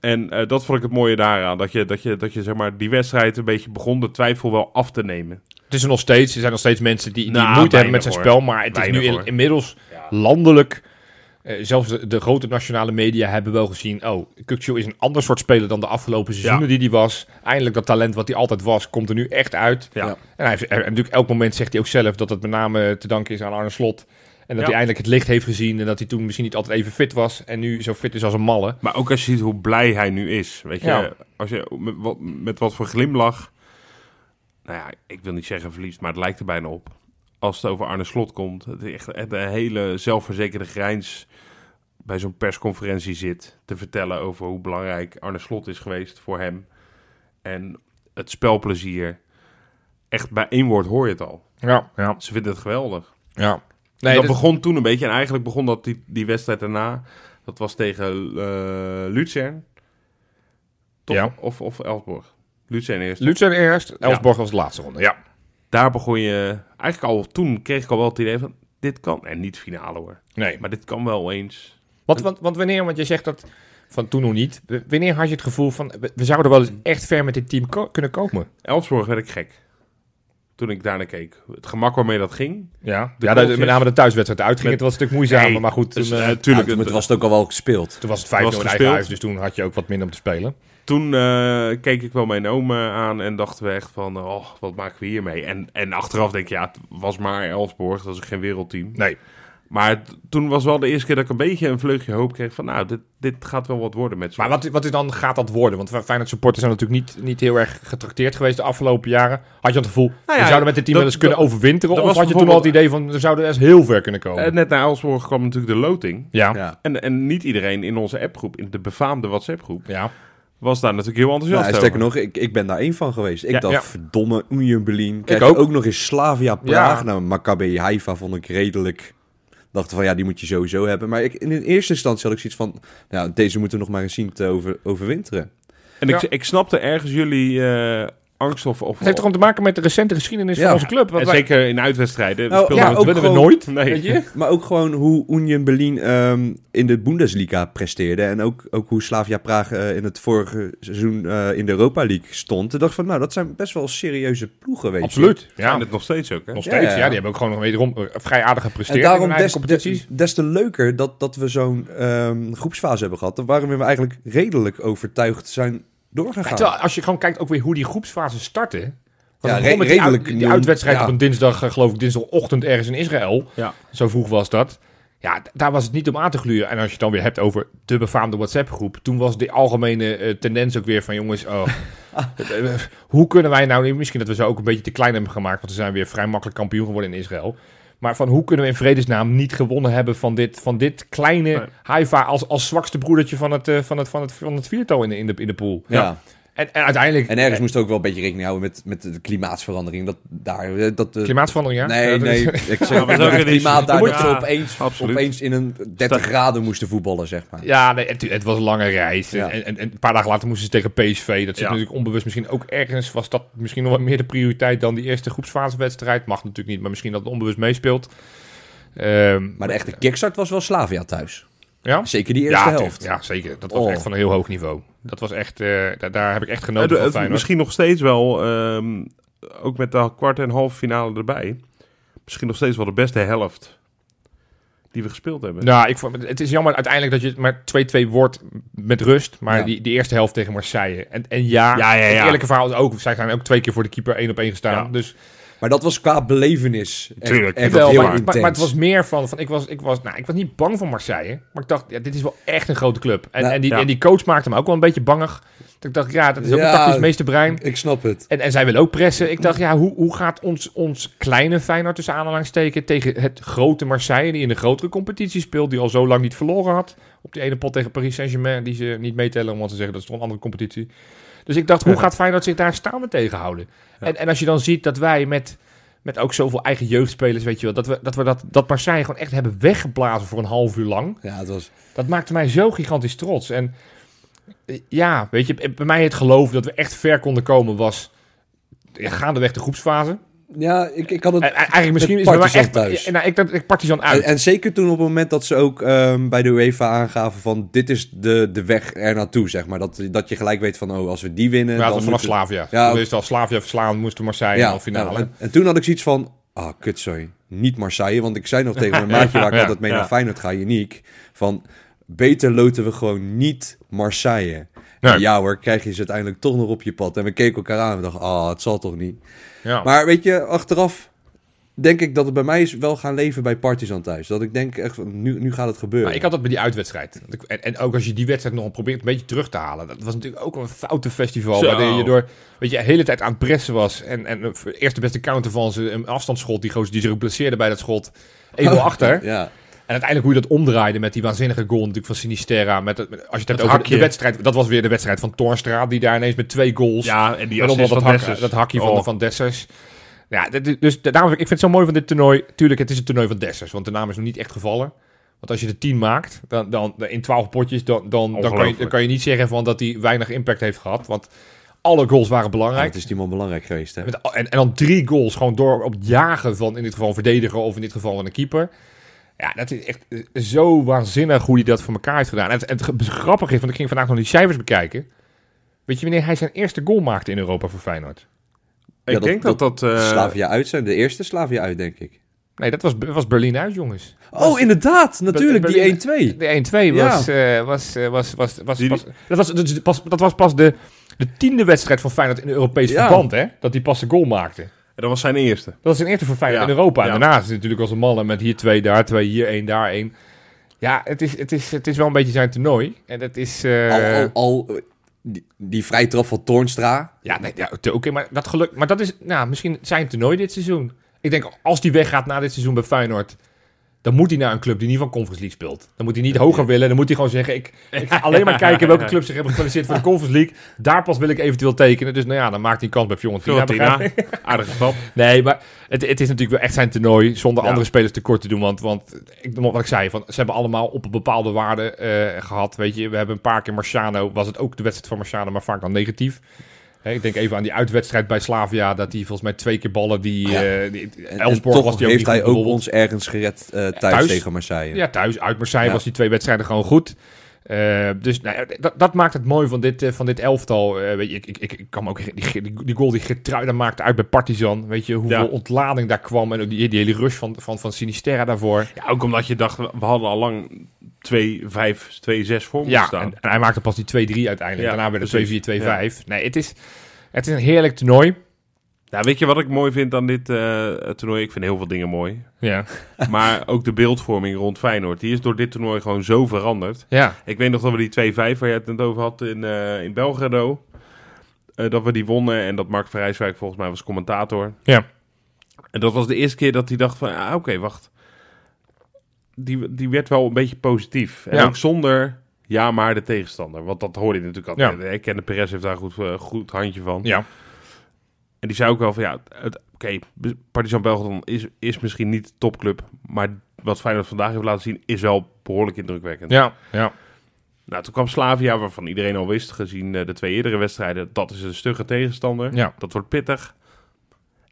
Speaker 3: En eh, dat vond ik het mooie daaraan. Dat je, dat je, dat je zeg maar, die wedstrijd een beetje begon de twijfel wel af te nemen.
Speaker 2: Het is er nog steeds. Er zijn nog steeds mensen die, die
Speaker 3: Nou,
Speaker 2: moeite hebben met zijn
Speaker 3: weinig
Speaker 2: spel.
Speaker 3: hoor.
Speaker 2: Maar het is
Speaker 3: Weinig
Speaker 2: nu in-
Speaker 3: hoor.
Speaker 2: inmiddels landelijk. eh, zelfs de, de grote nationale media hebben wel gezien. Oh, Kukçu is een ander soort speler dan de afgelopen seizoenen die hij was. Eindelijk dat talent wat hij altijd was, komt er nu echt uit.
Speaker 3: Ja.
Speaker 2: En hij heeft, en natuurlijk elk moment zegt hij ook zelf dat het met name te danken is aan Arne Slot. En dat
Speaker 3: Ja.
Speaker 2: hij eindelijk het licht heeft gezien. En dat hij toen misschien niet altijd even fit was. En nu zo fit is als een malle.
Speaker 3: Maar ook als je ziet hoe blij hij nu is. Weet je,
Speaker 2: Ja.
Speaker 3: als je met wat, met wat voor glimlach. Nou ja, ik wil niet zeggen verliest, maar het lijkt er bijna op. Als het over Arne Slot komt, het is echt echt een hele zelfverzekerde grijns bij zo'n persconferentie zit. Te vertellen over hoe belangrijk Arne Slot is geweest voor hem. En het spelplezier. Echt bij één woord hoor je het al.
Speaker 2: Ja, ja,
Speaker 3: Ze vinden het geweldig.
Speaker 2: ja.
Speaker 3: Nee,
Speaker 2: Nee, dus-
Speaker 3: dat
Speaker 2: dat-
Speaker 3: begon toen een beetje. En eigenlijk begon dat die, die wedstrijd daarna. Dat was tegen eh Luzern. Toch?
Speaker 2: Ja.
Speaker 3: Of, of Elfborg. Luzern eerst.
Speaker 2: Luzern eerst. Elsborg was de laatste ronde. Ja.
Speaker 3: Daar begon je... Eigenlijk al toen kreeg ik al wel het idee van... Dit kan... En niet finale hoor.
Speaker 2: Nee.
Speaker 3: Maar dit kan wel eens.
Speaker 2: Want, want, want wanneer, want je zegt dat van toen nog niet. W- Wanneer had je het gevoel van, we, we zouden wel eens echt ver met dit team ko- kunnen komen?
Speaker 3: Elfsborg werd ik gek. Toen ik daarna keek. Het gemak waarmee dat ging.
Speaker 2: Ja,
Speaker 3: De
Speaker 2: ja dat-
Speaker 3: goaltjes.
Speaker 2: met name de thuiswedstrijd uitging.
Speaker 3: Met-
Speaker 2: het was een stuk moeizamer, maar goed. Toen,
Speaker 3: Dus,
Speaker 2: eh,
Speaker 3: eh, tuurlijk,
Speaker 1: maar
Speaker 3: het-
Speaker 1: toen was het ook al wel gespeeld.
Speaker 2: toen was het
Speaker 3: was
Speaker 2: 5 in eigen
Speaker 3: gespeeld.
Speaker 2: huis, dus toen had je ook wat minder om te spelen.
Speaker 3: toen eh, keek ik wel mijn oom eh, aan en dachten we echt van, oh, wat maken we hiermee? En, en achteraf denk ik, ja, het was maar Elfsborg, dat is geen wereldteam.
Speaker 2: Nee.
Speaker 3: Maar t- toen was wel de eerste keer dat ik een beetje een vleugje hoop kreeg van, nou, dit, dit gaat wel wat worden met z'n
Speaker 2: Maar wat, wat is dan gaat dat worden? Want Feyenoord supporters zijn natuurlijk niet, niet heel erg getrakteerd geweest de afgelopen jaren. Had je het gevoel, we
Speaker 3: ja,
Speaker 2: zouden met dit team
Speaker 3: dat-
Speaker 2: wel eens kunnen overwinteren?
Speaker 3: dat
Speaker 2: Of
Speaker 3: was
Speaker 2: had je toen al het
Speaker 3: bijvoorbeeld-
Speaker 2: idee van, we zouden eens heel ver kunnen komen?
Speaker 3: Eh, Net na Elfsborg kwam natuurlijk de loting.
Speaker 2: ja. ja.
Speaker 1: Ja.
Speaker 3: En, en niet iedereen in onze appgroep, in de befaamde WhatsApp-groep,
Speaker 2: Ja.
Speaker 3: was daar natuurlijk heel
Speaker 1: Ja,
Speaker 3: enthousiast
Speaker 1: en
Speaker 3: over.
Speaker 1: sterker nog, ik, ik ben daar één van geweest. Ik
Speaker 2: Ja,
Speaker 1: dacht,
Speaker 2: ja.
Speaker 1: verdomme, Union Berlin. Krijg
Speaker 2: ook.
Speaker 1: ook. ook nog eens Slavia Praag.
Speaker 2: Ja.
Speaker 1: Nou, Maccabi Haifa vond ik redelijk... dacht van, ja, die moet je sowieso hebben. Maar ik, in eerste instantie had ik zoiets van... Nou, deze moeten we nog maar eens zien te over, overwinteren.
Speaker 3: En ik,
Speaker 2: Ja.
Speaker 3: ik snapte ergens jullie eh, angst of... of
Speaker 2: Het heeft toch om te maken met de recente geschiedenis
Speaker 1: Ja.
Speaker 2: van onze club? Want
Speaker 3: en
Speaker 2: wij-
Speaker 3: zeker in uitwedstrijden. we
Speaker 1: Nou,
Speaker 3: speelden
Speaker 1: ja,
Speaker 2: ja,
Speaker 3: met-
Speaker 1: ook
Speaker 2: dat willen we
Speaker 1: gewoon-
Speaker 2: nooit,
Speaker 3: Nee.
Speaker 2: weet je?
Speaker 1: Maar ook gewoon hoe Union Berlin ehm, in de Bundesliga presteerde. En ook, ook hoe Slavia Praag eh, in het vorige seizoen eh, in de Europa League stond. Ik dacht van, nou, dat zijn best wel serieuze ploegen, weet je.
Speaker 2: Absoluut. Ja.
Speaker 3: Zijn het nog steeds ook, hè?
Speaker 2: Nog steeds, ja,
Speaker 1: Ja.
Speaker 2: Die hebben ook gewoon nog wederom eh, vrij aardig gepresteerd
Speaker 1: En
Speaker 2: in
Speaker 1: daarom
Speaker 2: hun
Speaker 1: des,
Speaker 2: eigen competities.
Speaker 1: de- des te leuker dat, dat we zo'n ehm, groepsfase hebben gehad. Waarom we eigenlijk redelijk overtuigd zijn doorgegaan.
Speaker 2: Terwijl, als je gewoon kijkt ook weer hoe die groepsfase startte. Want
Speaker 1: Ja,
Speaker 2: het begon
Speaker 1: re-
Speaker 2: met die,
Speaker 1: redelijk
Speaker 2: uit- die
Speaker 1: nieuw-
Speaker 2: uitwedstrijd
Speaker 1: ja.
Speaker 2: op een dinsdag, eh, geloof ik, dinsdagochtend ergens in Israël.
Speaker 3: Ja.
Speaker 2: Zo vroeg was dat. Ja, d- daar was het niet om aan te gluren. En als je het dan weer hebt over de befaamde WhatsApp-groep. Toen was de algemene eh, tendens ook weer van jongens, oh, eh, eh, hoe kunnen wij nou... Misschien dat we ze ook een beetje te klein hebben gemaakt. Want ze zijn weer vrij makkelijk kampioen geworden in Israël. Maar van hoe kunnen we in vredesnaam niet gewonnen hebben van dit, van dit kleine
Speaker 3: Nee.
Speaker 2: Haifa als, als zwakste broedertje van het, eh, van het, van het, van het viertal in de, in de, in de pool.
Speaker 1: ja.
Speaker 2: En, en uiteindelijk...
Speaker 1: En ergens moest ook wel een beetje rekening houden met, met de klimaatverandering. Dat daar... eh, Dat, eh,
Speaker 2: Klimaatverandering, ja?
Speaker 1: Nee,
Speaker 2: Ja, dat
Speaker 1: nee.
Speaker 2: is-
Speaker 1: Ik zeg,
Speaker 3: maar dat is ook
Speaker 1: het
Speaker 3: een issue.
Speaker 1: klimaat daar
Speaker 3: Moet-
Speaker 1: dat ze
Speaker 3: Ja,
Speaker 1: opeens,
Speaker 3: absoluut.
Speaker 1: opeens in een 30 graden moesten voetballen, zeg maar.
Speaker 2: Ja, nee, het, het was een lange reis.
Speaker 1: Ja.
Speaker 2: En, en, en een paar dagen later moesten ze tegen PSV. Dat zit
Speaker 3: Ja.
Speaker 2: natuurlijk onbewust. Misschien ook ergens was dat misschien nog wat meer de prioriteit dan die eerste groepsfasewedstrijd. Mag natuurlijk niet, maar misschien dat het onbewust meespeelt. Ehm,
Speaker 1: Maar de echte kickstart was wel Slavia thuis.
Speaker 2: ja?
Speaker 1: Zeker die
Speaker 2: ja,
Speaker 1: eerste
Speaker 2: tuurlijk.
Speaker 1: helft.
Speaker 2: Ja, zeker. Dat was
Speaker 1: Oh.
Speaker 2: echt van een heel hoog niveau. Dat was echt, eh, da- daar heb ik echt
Speaker 3: Nou,
Speaker 2: genoten
Speaker 3: de-
Speaker 2: van
Speaker 3: het-
Speaker 2: Feyenoord.
Speaker 3: misschien nog steeds wel, ehm, ook met de kwart en halve finale erbij, misschien nog steeds wel de beste helft die we gespeeld hebben.
Speaker 2: Nou, ik vond, het is jammer uiteindelijk dat je het maar 2-2 wordt met rust. Maar
Speaker 1: Ja.
Speaker 2: die, die eerste helft tegen Marseille. En, en ja,
Speaker 3: Ja, ja, ja.
Speaker 2: het eerlijke verhaal is ook... Zij zijn ook twee keer voor de keeper één op één gestaan.
Speaker 3: Ja.
Speaker 2: Dus
Speaker 1: Maar dat was qua belevenis. echt-
Speaker 3: Tuurlijk,
Speaker 1: echt
Speaker 2: Wel,
Speaker 1: heel
Speaker 2: maar, maar,
Speaker 1: intens.
Speaker 2: maar het was meer van, van ik, was, ik, was, nou, ik was niet bang voor Marseille. Maar ik dacht, ja, dit is wel echt een grote club. En,
Speaker 1: Nou,
Speaker 2: en, die,
Speaker 3: ja.
Speaker 2: en die coach maakte me ook wel een beetje bangig. Dat ik dacht, ja, dat is ook
Speaker 1: Ja.
Speaker 2: een tactisch meesterbrein.
Speaker 1: Ik snap het.
Speaker 2: En, en zij willen ook pressen. Ik dacht, ja, hoe, hoe gaat ons, ons kleine Feyenoord tussen aanhalingstekens tegen het grote Marseille... die in de grotere competitie speelt, die al zo lang niet verloren had... op die ene pot tegen Paris Saint-Germain, die ze niet meetellen... omdat ze zeggen dat is toch een andere competitie. Dus ik dacht, hoe gaat Feyenoord zich daar staande tegenhouden? En, en als je dan ziet dat wij met, met ook zoveel eigen jeugdspelers, weet je wel... dat we, dat, we dat, dat Marseille gewoon echt hebben weggeblazen voor een half uur lang...
Speaker 1: Ja, het was...
Speaker 2: Dat maakte mij zo gigantisch trots. En eh, ja, weet je, bij mij het geloof dat we echt ver konden komen was ja, gaandeweg de groepsfase.
Speaker 1: Ja, ik, ik had het...
Speaker 2: En, eigenlijk misschien is het bij mij
Speaker 1: Partizan
Speaker 2: echt...
Speaker 1: thuis.
Speaker 2: Ja, nou, ik dacht, ik Partizan uit.
Speaker 1: En, en zeker toen op het moment dat ze ook ehm, bij de UEFA aangaven van... dit is de, de weg er naartoe, zeg maar. Dat, dat je gelijk weet van, oh, als we die winnen...
Speaker 2: ja, het was
Speaker 1: dan
Speaker 2: vanaf
Speaker 1: moeten-
Speaker 2: Slavia.
Speaker 1: Ja.
Speaker 2: Ja, dus al Slavia verslaan moesten Marseille in de finale.
Speaker 1: nou, en, en toen had ik zoiets van... Ah, kut, sorry. Niet Marseille, want ik zei nog tegen mijn maatje... waar ik
Speaker 2: Ja,
Speaker 1: altijd mee
Speaker 3: ja.
Speaker 1: naar Feyenoord ga, Uniek... van, beter loten we gewoon niet Marseille.
Speaker 2: Nee.
Speaker 1: En Ja hoor, krijg je ze uiteindelijk toch nog op je pad. En we keken elkaar aan en we dachten, ah, het zal toch niet.
Speaker 2: ja.
Speaker 1: Maar weet je, achteraf denk ik dat het bij mij is wel gaan leven bij Partizan thuis. Dat ik denk echt, van, nu, nu gaat het gebeuren.
Speaker 2: Maar Nou, ik had dat bij die uitwedstrijd. Want ik- En, en ook als je die wedstrijd nog probeert een beetje terug te halen. Dat was natuurlijk ook een foute festival.
Speaker 3: Zo.
Speaker 2: Waarin je door, weet je, de hele tijd aan het pressen was. En, en voor eerst de beste counter van ze, een afstandsschot. Die gozer die zich blesseerde bij dat schot. 1-0 achter.
Speaker 1: Oh, Ja,
Speaker 2: En uiteindelijk hoe je dat omdraaide met die waanzinnige goal natuurlijk van Sinisterra. Met, het- met- als je het hebt over de,
Speaker 3: hakje.
Speaker 2: de wedstrijd. Dat was weer de wedstrijd van Torstra. Die daar ineens met twee goals.
Speaker 3: Ja, en die
Speaker 2: Met allemaal
Speaker 3: assist
Speaker 2: dat,
Speaker 3: van
Speaker 2: hak-
Speaker 3: Dessers.
Speaker 2: dat hakje
Speaker 3: Oh.
Speaker 2: van, van Dessers. Ja, dit- dit- dus de- daarom, ik vind het zo mooi van dit toernooi. Tuurlijk, het is het toernooi van Dessers, want de naam is nog niet echt gevallen. Want als je de 10 maakt, dan, dan, in 12 potjes, dan, dan, dan, kan je, dan
Speaker 3: Ongelooflijk.
Speaker 2: kan je niet zeggen van dat hij weinig impact heeft gehad. Want alle goals waren
Speaker 1: Ja,
Speaker 2: belangrijk.
Speaker 1: het is die man belangrijk geweest. Hè?
Speaker 2: Met al- en, en dan drie goals gewoon door op het jagen van in dit geval een verdediger of in dit geval van een keeper. Ja, dat is echt eh, zo waanzinnig hoe hij dat voor elkaar heeft gedaan. En het, en het ge- grappige is, want ik ging vandaag nog die cijfers bekijken. Weet je wanneer hij zijn eerste goal maakte in Europa voor Feyenoord?
Speaker 3: Ik
Speaker 1: Ja, dat-
Speaker 3: denk dat dat... eh,
Speaker 1: Slavia uit zijn, de eerste Slavia uit, denk ik.
Speaker 2: Nee, dat was, was Berlijn uit, jongens.
Speaker 1: Oh, inderdaad, natuurlijk,
Speaker 2: Be-
Speaker 1: die 1-2.
Speaker 2: De 1-2
Speaker 1: Ja.
Speaker 2: was, eh, was, eh, was, was, was,
Speaker 3: Die-
Speaker 2: pas, dat was, dat is pas, dat was pas de, de tiende wedstrijd van Feyenoord in Europees
Speaker 1: Ja.
Speaker 2: verband, hè? Dat hij pas de goal maakte.
Speaker 3: dat was zijn eerste.
Speaker 2: Dat is een eerste voor Feyenoord
Speaker 3: Ja,
Speaker 2: in Europa. En
Speaker 3: ja.
Speaker 2: daarnaast is het natuurlijk als een mannen met hier twee, daar twee, hier één, daar één. Ja, het is, het is, het is wel een beetje zijn toernooi. En dat is... eh,
Speaker 1: Al,
Speaker 3: Oh,
Speaker 1: al, al, eh, die, die vrijtrap van Toornstra.
Speaker 2: Ja, nee, ja oké, oké, maar dat geluk... Maar dat is nou, misschien zijn toernooi dit seizoen. Ik denk, als die weggaat na dit seizoen bij Feyenoord... Dan moet hij naar een club die niet van Conference League speelt. Dan moet hij niet hoger willen. Dan moet hij gewoon zeggen: ik, ik ga alleen maar kijken welke clubs zich hebben gekwalificeerd voor de Conference League. Daar pas wil ik eventueel tekenen. Dus nou ja, dan maakt hij kans bij Fiorentina. begrijp ik.
Speaker 3: Fiorentina. Aardige stap.
Speaker 2: Nee, maar het, het is natuurlijk wel echt zijn toernooi zonder
Speaker 3: Ja.
Speaker 2: andere spelers tekort te doen. Want, want ik, wat ik zei, van, ze hebben allemaal op een bepaalde waarde eh, gehad. Weet je, we hebben een paar keer Marciano, was het ook de wedstrijd van Marciano, maar vaak dan negatief. Hè, ik denk even aan die uitwedstrijd bij Slavia, dat hij volgens mij twee keer ballen die...
Speaker 1: Ja.
Speaker 2: eh, die
Speaker 1: En, en
Speaker 2: Elfsborg
Speaker 1: toch
Speaker 2: was die ook
Speaker 1: heeft
Speaker 2: niet
Speaker 1: hij
Speaker 2: goed
Speaker 1: ook
Speaker 2: bijvoorbeeld.
Speaker 1: ons ergens gered eh, thuis,
Speaker 2: Thuis?
Speaker 1: tegen Marseille.
Speaker 2: Ja, thuis, uit Marseille
Speaker 1: Ja.
Speaker 2: was die twee wedstrijden gewoon goed. Eh, dus nou ja, dat, dat maakt het mooi van dit, eh, van dit elftal. Eh, weet je, ik, ik, ik, ik kan me ook die, die, die goal die Gertruida maakte uit bij Partizan. Weet je hoeveel
Speaker 3: Ja.
Speaker 2: ontlading daar kwam. En ook die, die hele rush van, van, van Sinisterra daarvoor.
Speaker 3: Ja, ook omdat je dacht, we hadden al lang 2-5, 2-6 voor moeten
Speaker 2: Ja, en,
Speaker 3: staan.
Speaker 2: en hij maakte pas die 2-3 uiteindelijk.
Speaker 3: Ja,
Speaker 2: Daarna werd
Speaker 3: precies.
Speaker 2: het 2-4, 2-5. Nee, het is, het is een heerlijk toernooi.
Speaker 3: Ja, Nou, weet je wat ik mooi vind aan dit eh, toernooi? Ik vind heel veel dingen mooi.
Speaker 2: Ja.
Speaker 3: Maar ook de beeldvorming rond Feyenoord. Die is door dit toernooi gewoon zo veranderd.
Speaker 2: ja.
Speaker 3: Ik weet nog dat we die 2-5 waar je het net over had in, eh, in Belgrado. eh, dat we die wonnen en dat Mark Verrijswijk volgens mij was commentator.
Speaker 2: Ja.
Speaker 3: En dat was de eerste keer dat hij dacht van, ah, oké, wacht. Die, die werd wel een beetje positief. En
Speaker 2: Ja.
Speaker 3: ook zonder ja maar de tegenstander. Want dat hoorde je natuurlijk altijd. Ik ken de Perez heeft daar goed, eh, goed handje van.
Speaker 2: ja.
Speaker 3: En die zei ook wel van ja, het- oké, Be- Partizan Belgrado is, is misschien niet de topclub, maar wat Feyenoord vandaag heeft laten zien is wel behoorlijk indrukwekkend.
Speaker 2: Ja. Ja.
Speaker 3: Nou, toen kwam Slavia, waarvan iedereen al wist, gezien eh, de twee eerdere wedstrijden, dat is een stugge tegenstander.
Speaker 2: Ja.
Speaker 3: Dat wordt pittig.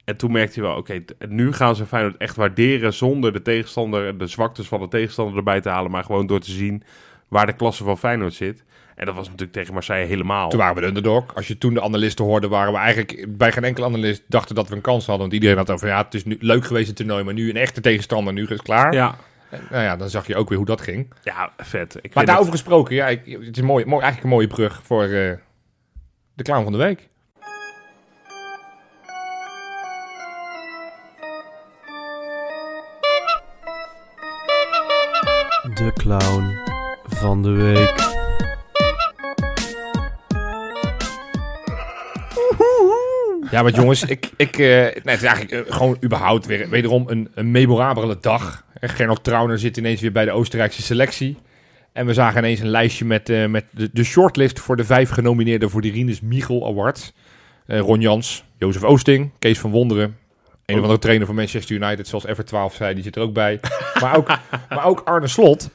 Speaker 3: En toen merkte hij wel, oké, t- nu gaan ze Feyenoord echt waarderen zonder de tegenstander, de zwaktes van de tegenstander erbij te halen, maar gewoon door te zien waar de klasse van Feyenoord zit. En dat was natuurlijk tegen Marseille helemaal.
Speaker 2: Toen waren we de underdog. Als je toen de analisten hoorde, waren we eigenlijk bij geen enkel analist dachten dat we een kans hadden. Want iedereen had over, ja, het is nu leuk geweest het toernooi, maar nu een echte tegenstander, nu is het klaar.
Speaker 3: Ja,
Speaker 2: Nou ja, dan zag je ook weer hoe dat ging.
Speaker 3: ja vet. Ik
Speaker 2: Maar
Speaker 3: vind
Speaker 2: daarover gesproken, ja, ik, het is mooi, mooi, eigenlijk een mooie brug voor eh, de clown van de week.
Speaker 4: De clown van de week.
Speaker 2: Ja, maar jongens, ik, ik, eh, nee, het is eigenlijk eh, gewoon überhaupt weer wederom een, een memorabele dag. Eh, Gernot Trauner zit ineens weer bij de Oostenrijkse selectie. En we zagen ineens een lijstje met, eh, met de, de shortlist voor de vijf genomineerden voor de Rinus Michel Awards. Eh, Ron Jans, Jozef Oosting, Kees van Wonderen. Een of andere trainer van Manchester United, zoals Ever 12 zei, die zit er ook bij. Maar ook, maar ook Arne Slot.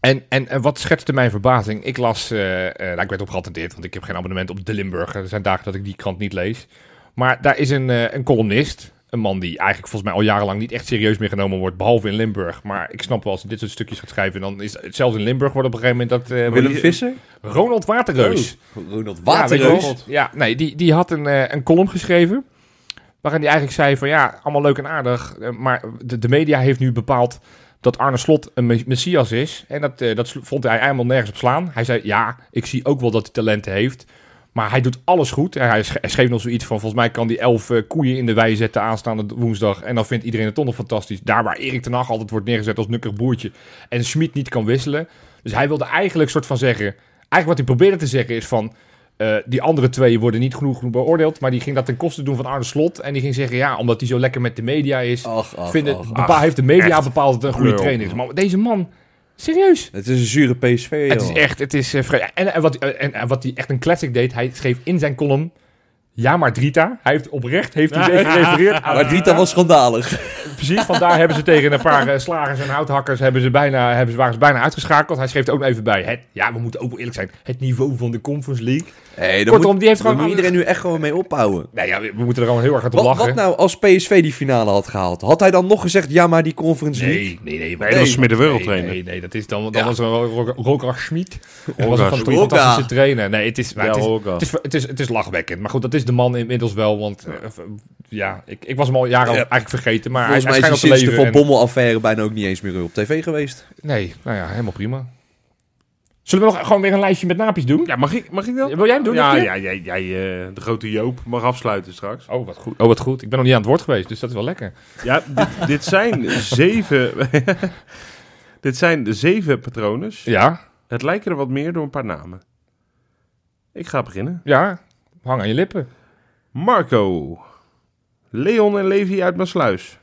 Speaker 2: En, en, en wat schetste mijn verbazing? Ik las, eh, eh, nou, ik werd op geattendeerd, want ik heb geen abonnement op De Limburger. Er zijn dagen dat ik die krant niet lees. Maar daar is een, eh, een columnist, een man die eigenlijk volgens mij al jarenlang niet echt serieus meer genomen wordt, behalve in Limburg. Maar ik snap wel, als hij dit soort stukjes gaat schrijven, dan is het zelfs in Limburg wordt op een gegeven moment dat... eh,
Speaker 1: Willem Visser?
Speaker 2: Ronald Waterreus.
Speaker 1: Oh, Ronald
Speaker 2: Ja, weet
Speaker 1: Waterreus.
Speaker 2: je wel. ja nee, die, die had een, eh, een column geschreven. Waarin hij eigenlijk zei van ja, allemaal leuk en aardig. eh, Maar de, de media heeft nu bepaald dat Arne Slot een me- messias is. En dat, eh, dat slo- vond hij helemaal nergens op slaan. Hij zei ja, ik zie ook wel dat hij talenten heeft. Maar hij doet alles goed. Hij sch- hij schreef nog zoiets van, volgens mij kan die elf eh, koeien in de wei zetten aanstaande woensdag. En dan vindt iedereen het toch nog fantastisch. Daar waar Erik ten Hag altijd wordt neergezet als nukkig boertje. En Schmid niet kan wisselen. Dus hij wilde eigenlijk soort van zeggen... Eigenlijk wat hij probeerde te zeggen is van... eh, die andere twee worden niet genoeg genoeg beoordeeld. Maar die ging dat ten koste doen van Arne Slot. En die ging zeggen, ja, omdat hij zo lekker met de media is.
Speaker 1: Ach, ach,
Speaker 2: vinden,
Speaker 1: ach,
Speaker 2: bepaal- heeft de media
Speaker 3: echt.
Speaker 2: bepaald dat het een goede
Speaker 3: Lul.
Speaker 2: trainer is. Maar deze man, serieus.
Speaker 1: Het is een zure PSV,
Speaker 2: Het is
Speaker 1: joh.
Speaker 2: echt, het is eh, vrij. En, en, wat, en, en wat hij echt een classic deed, hij schreef in zijn column. Ja, maar Drita. Hij heeft oprecht heeft hij zich gerefereerd aan.
Speaker 1: Maar Drita was schandalig.
Speaker 2: Precies, want daar hebben ze tegen een paar eh, slagers en houthakkers hebben ze bijna, hebben ze, waren ze bijna uitgeschakeld. Hij schreef er ook nog even bij. Het, ja, we moeten ook wel eerlijk zijn. Het niveau van de Conference League.
Speaker 1: Hey,
Speaker 2: Kortom, die heeft gewoon
Speaker 1: moet
Speaker 2: alles-
Speaker 1: iedereen nu echt gewoon mee ophouden.
Speaker 2: Nou ja, we, we moeten er gewoon heel erg aan
Speaker 1: Wat,
Speaker 2: lachen.
Speaker 1: wat nou als PSV die finale had gehaald? Had hij dan nog gezegd, ja, maar die Conference League?
Speaker 2: Nee, nee, nee.
Speaker 3: Nee, dat was Smit de
Speaker 2: nee,
Speaker 3: wereldtrainer.
Speaker 2: nee, nee, dat is dan, dan
Speaker 1: Ja.
Speaker 2: was er wel Ro- Roger Schmid. Dat was
Speaker 3: Roger
Speaker 2: een fant-
Speaker 3: Schmid.
Speaker 2: fantastische trainer. Nee, het is, maar
Speaker 3: Ja,
Speaker 2: het, is,
Speaker 3: Roger.
Speaker 2: het, is, het, is, het is lachwekkend. Maar goed, dat is de man inmiddels wel. Want eh, v- ja, ik, ik was hem al jaren
Speaker 1: Ja.
Speaker 2: eigenlijk vergeten. Maar
Speaker 1: Volgens
Speaker 2: hij,
Speaker 1: mij
Speaker 2: hij
Speaker 1: is hij
Speaker 2: schijnt nog
Speaker 1: sinds
Speaker 2: te
Speaker 1: de
Speaker 2: leven.
Speaker 1: Van
Speaker 2: en-
Speaker 1: Bommel-affaire bijna ook niet eens meer op tv geweest.
Speaker 2: nee, nou ja, helemaal prima. Zullen we nog gewoon weer een lijstje met naapjes doen?
Speaker 3: Ja, mag ik, mag ik dat?
Speaker 2: Wil jij hem doen?
Speaker 3: Ja,
Speaker 2: nog een
Speaker 3: ja, jij, jij eh, de grote Joop mag afsluiten straks.
Speaker 2: keer? Oh wat, goed. oh, wat goed. Ik ben nog niet aan het woord geweest, dus dat is wel lekker.
Speaker 3: Ja, dit, dit zijn zeven... dit zijn de zeven patronen.
Speaker 2: Ja,
Speaker 3: Het lijken er wat meer door een paar namen. Ik ga beginnen.
Speaker 2: ja. Hang aan je lippen.
Speaker 3: Marco. Leon en Levi uit Maasluis.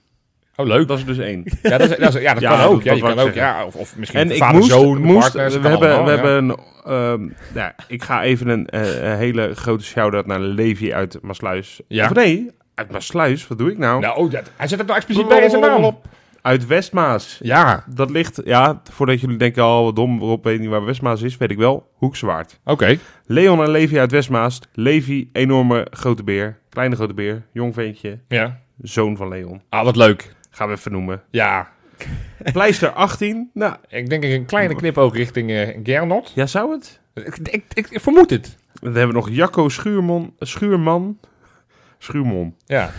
Speaker 2: Oh, leuk.
Speaker 3: Dat is dus één.
Speaker 2: Ja, dat, is, dat, is- ja, dat
Speaker 3: Ja,
Speaker 2: kan ook.
Speaker 3: dat
Speaker 2: Ja, je
Speaker 3: wou ik
Speaker 2: kan ook
Speaker 3: zeggen.
Speaker 2: ja, of, of misschien
Speaker 3: En ik
Speaker 2: vader,
Speaker 3: moest,
Speaker 2: zoon,
Speaker 3: moest
Speaker 2: partners.
Speaker 3: we
Speaker 2: kan
Speaker 3: hebben,
Speaker 2: allemaal,
Speaker 3: we
Speaker 2: ja.
Speaker 3: hebben een, ehm, nou ja, ik ga even een, eh, een hele grote shout-out naar Levi uit Maasluis.
Speaker 2: Ja.
Speaker 3: Of nee, uit Maasluis, wat doe ik nou?
Speaker 2: Nou, oh, dat, hij zet het nou expliciet bij in zijn
Speaker 3: oh,
Speaker 2: naam.
Speaker 3: Uit Westmaas.
Speaker 2: Ja,
Speaker 3: Dat ligt, ja, voordat jullie denken, oh wat dom, Rob weet niet waar Westmaas is, weet ik wel, Hoekzwaard.
Speaker 2: oké.
Speaker 3: Leon en Levi uit Westmaas. Levi, enorme grote beer, kleine grote beer, jong ventje,
Speaker 2: Ja.
Speaker 3: zoon van Leon.
Speaker 2: Ah, wat leuk.
Speaker 3: Gaan we even noemen.
Speaker 2: Ja,
Speaker 3: Pleister 18, nou,
Speaker 2: ik denk een kleine knipoog richting eh Gernot.
Speaker 3: ja zou het?
Speaker 2: Ik, ik, ik, ik vermoed het.
Speaker 3: Dan hebben we nog Jacco Schuurman. Schuurman. Schuurman.
Speaker 2: Ja,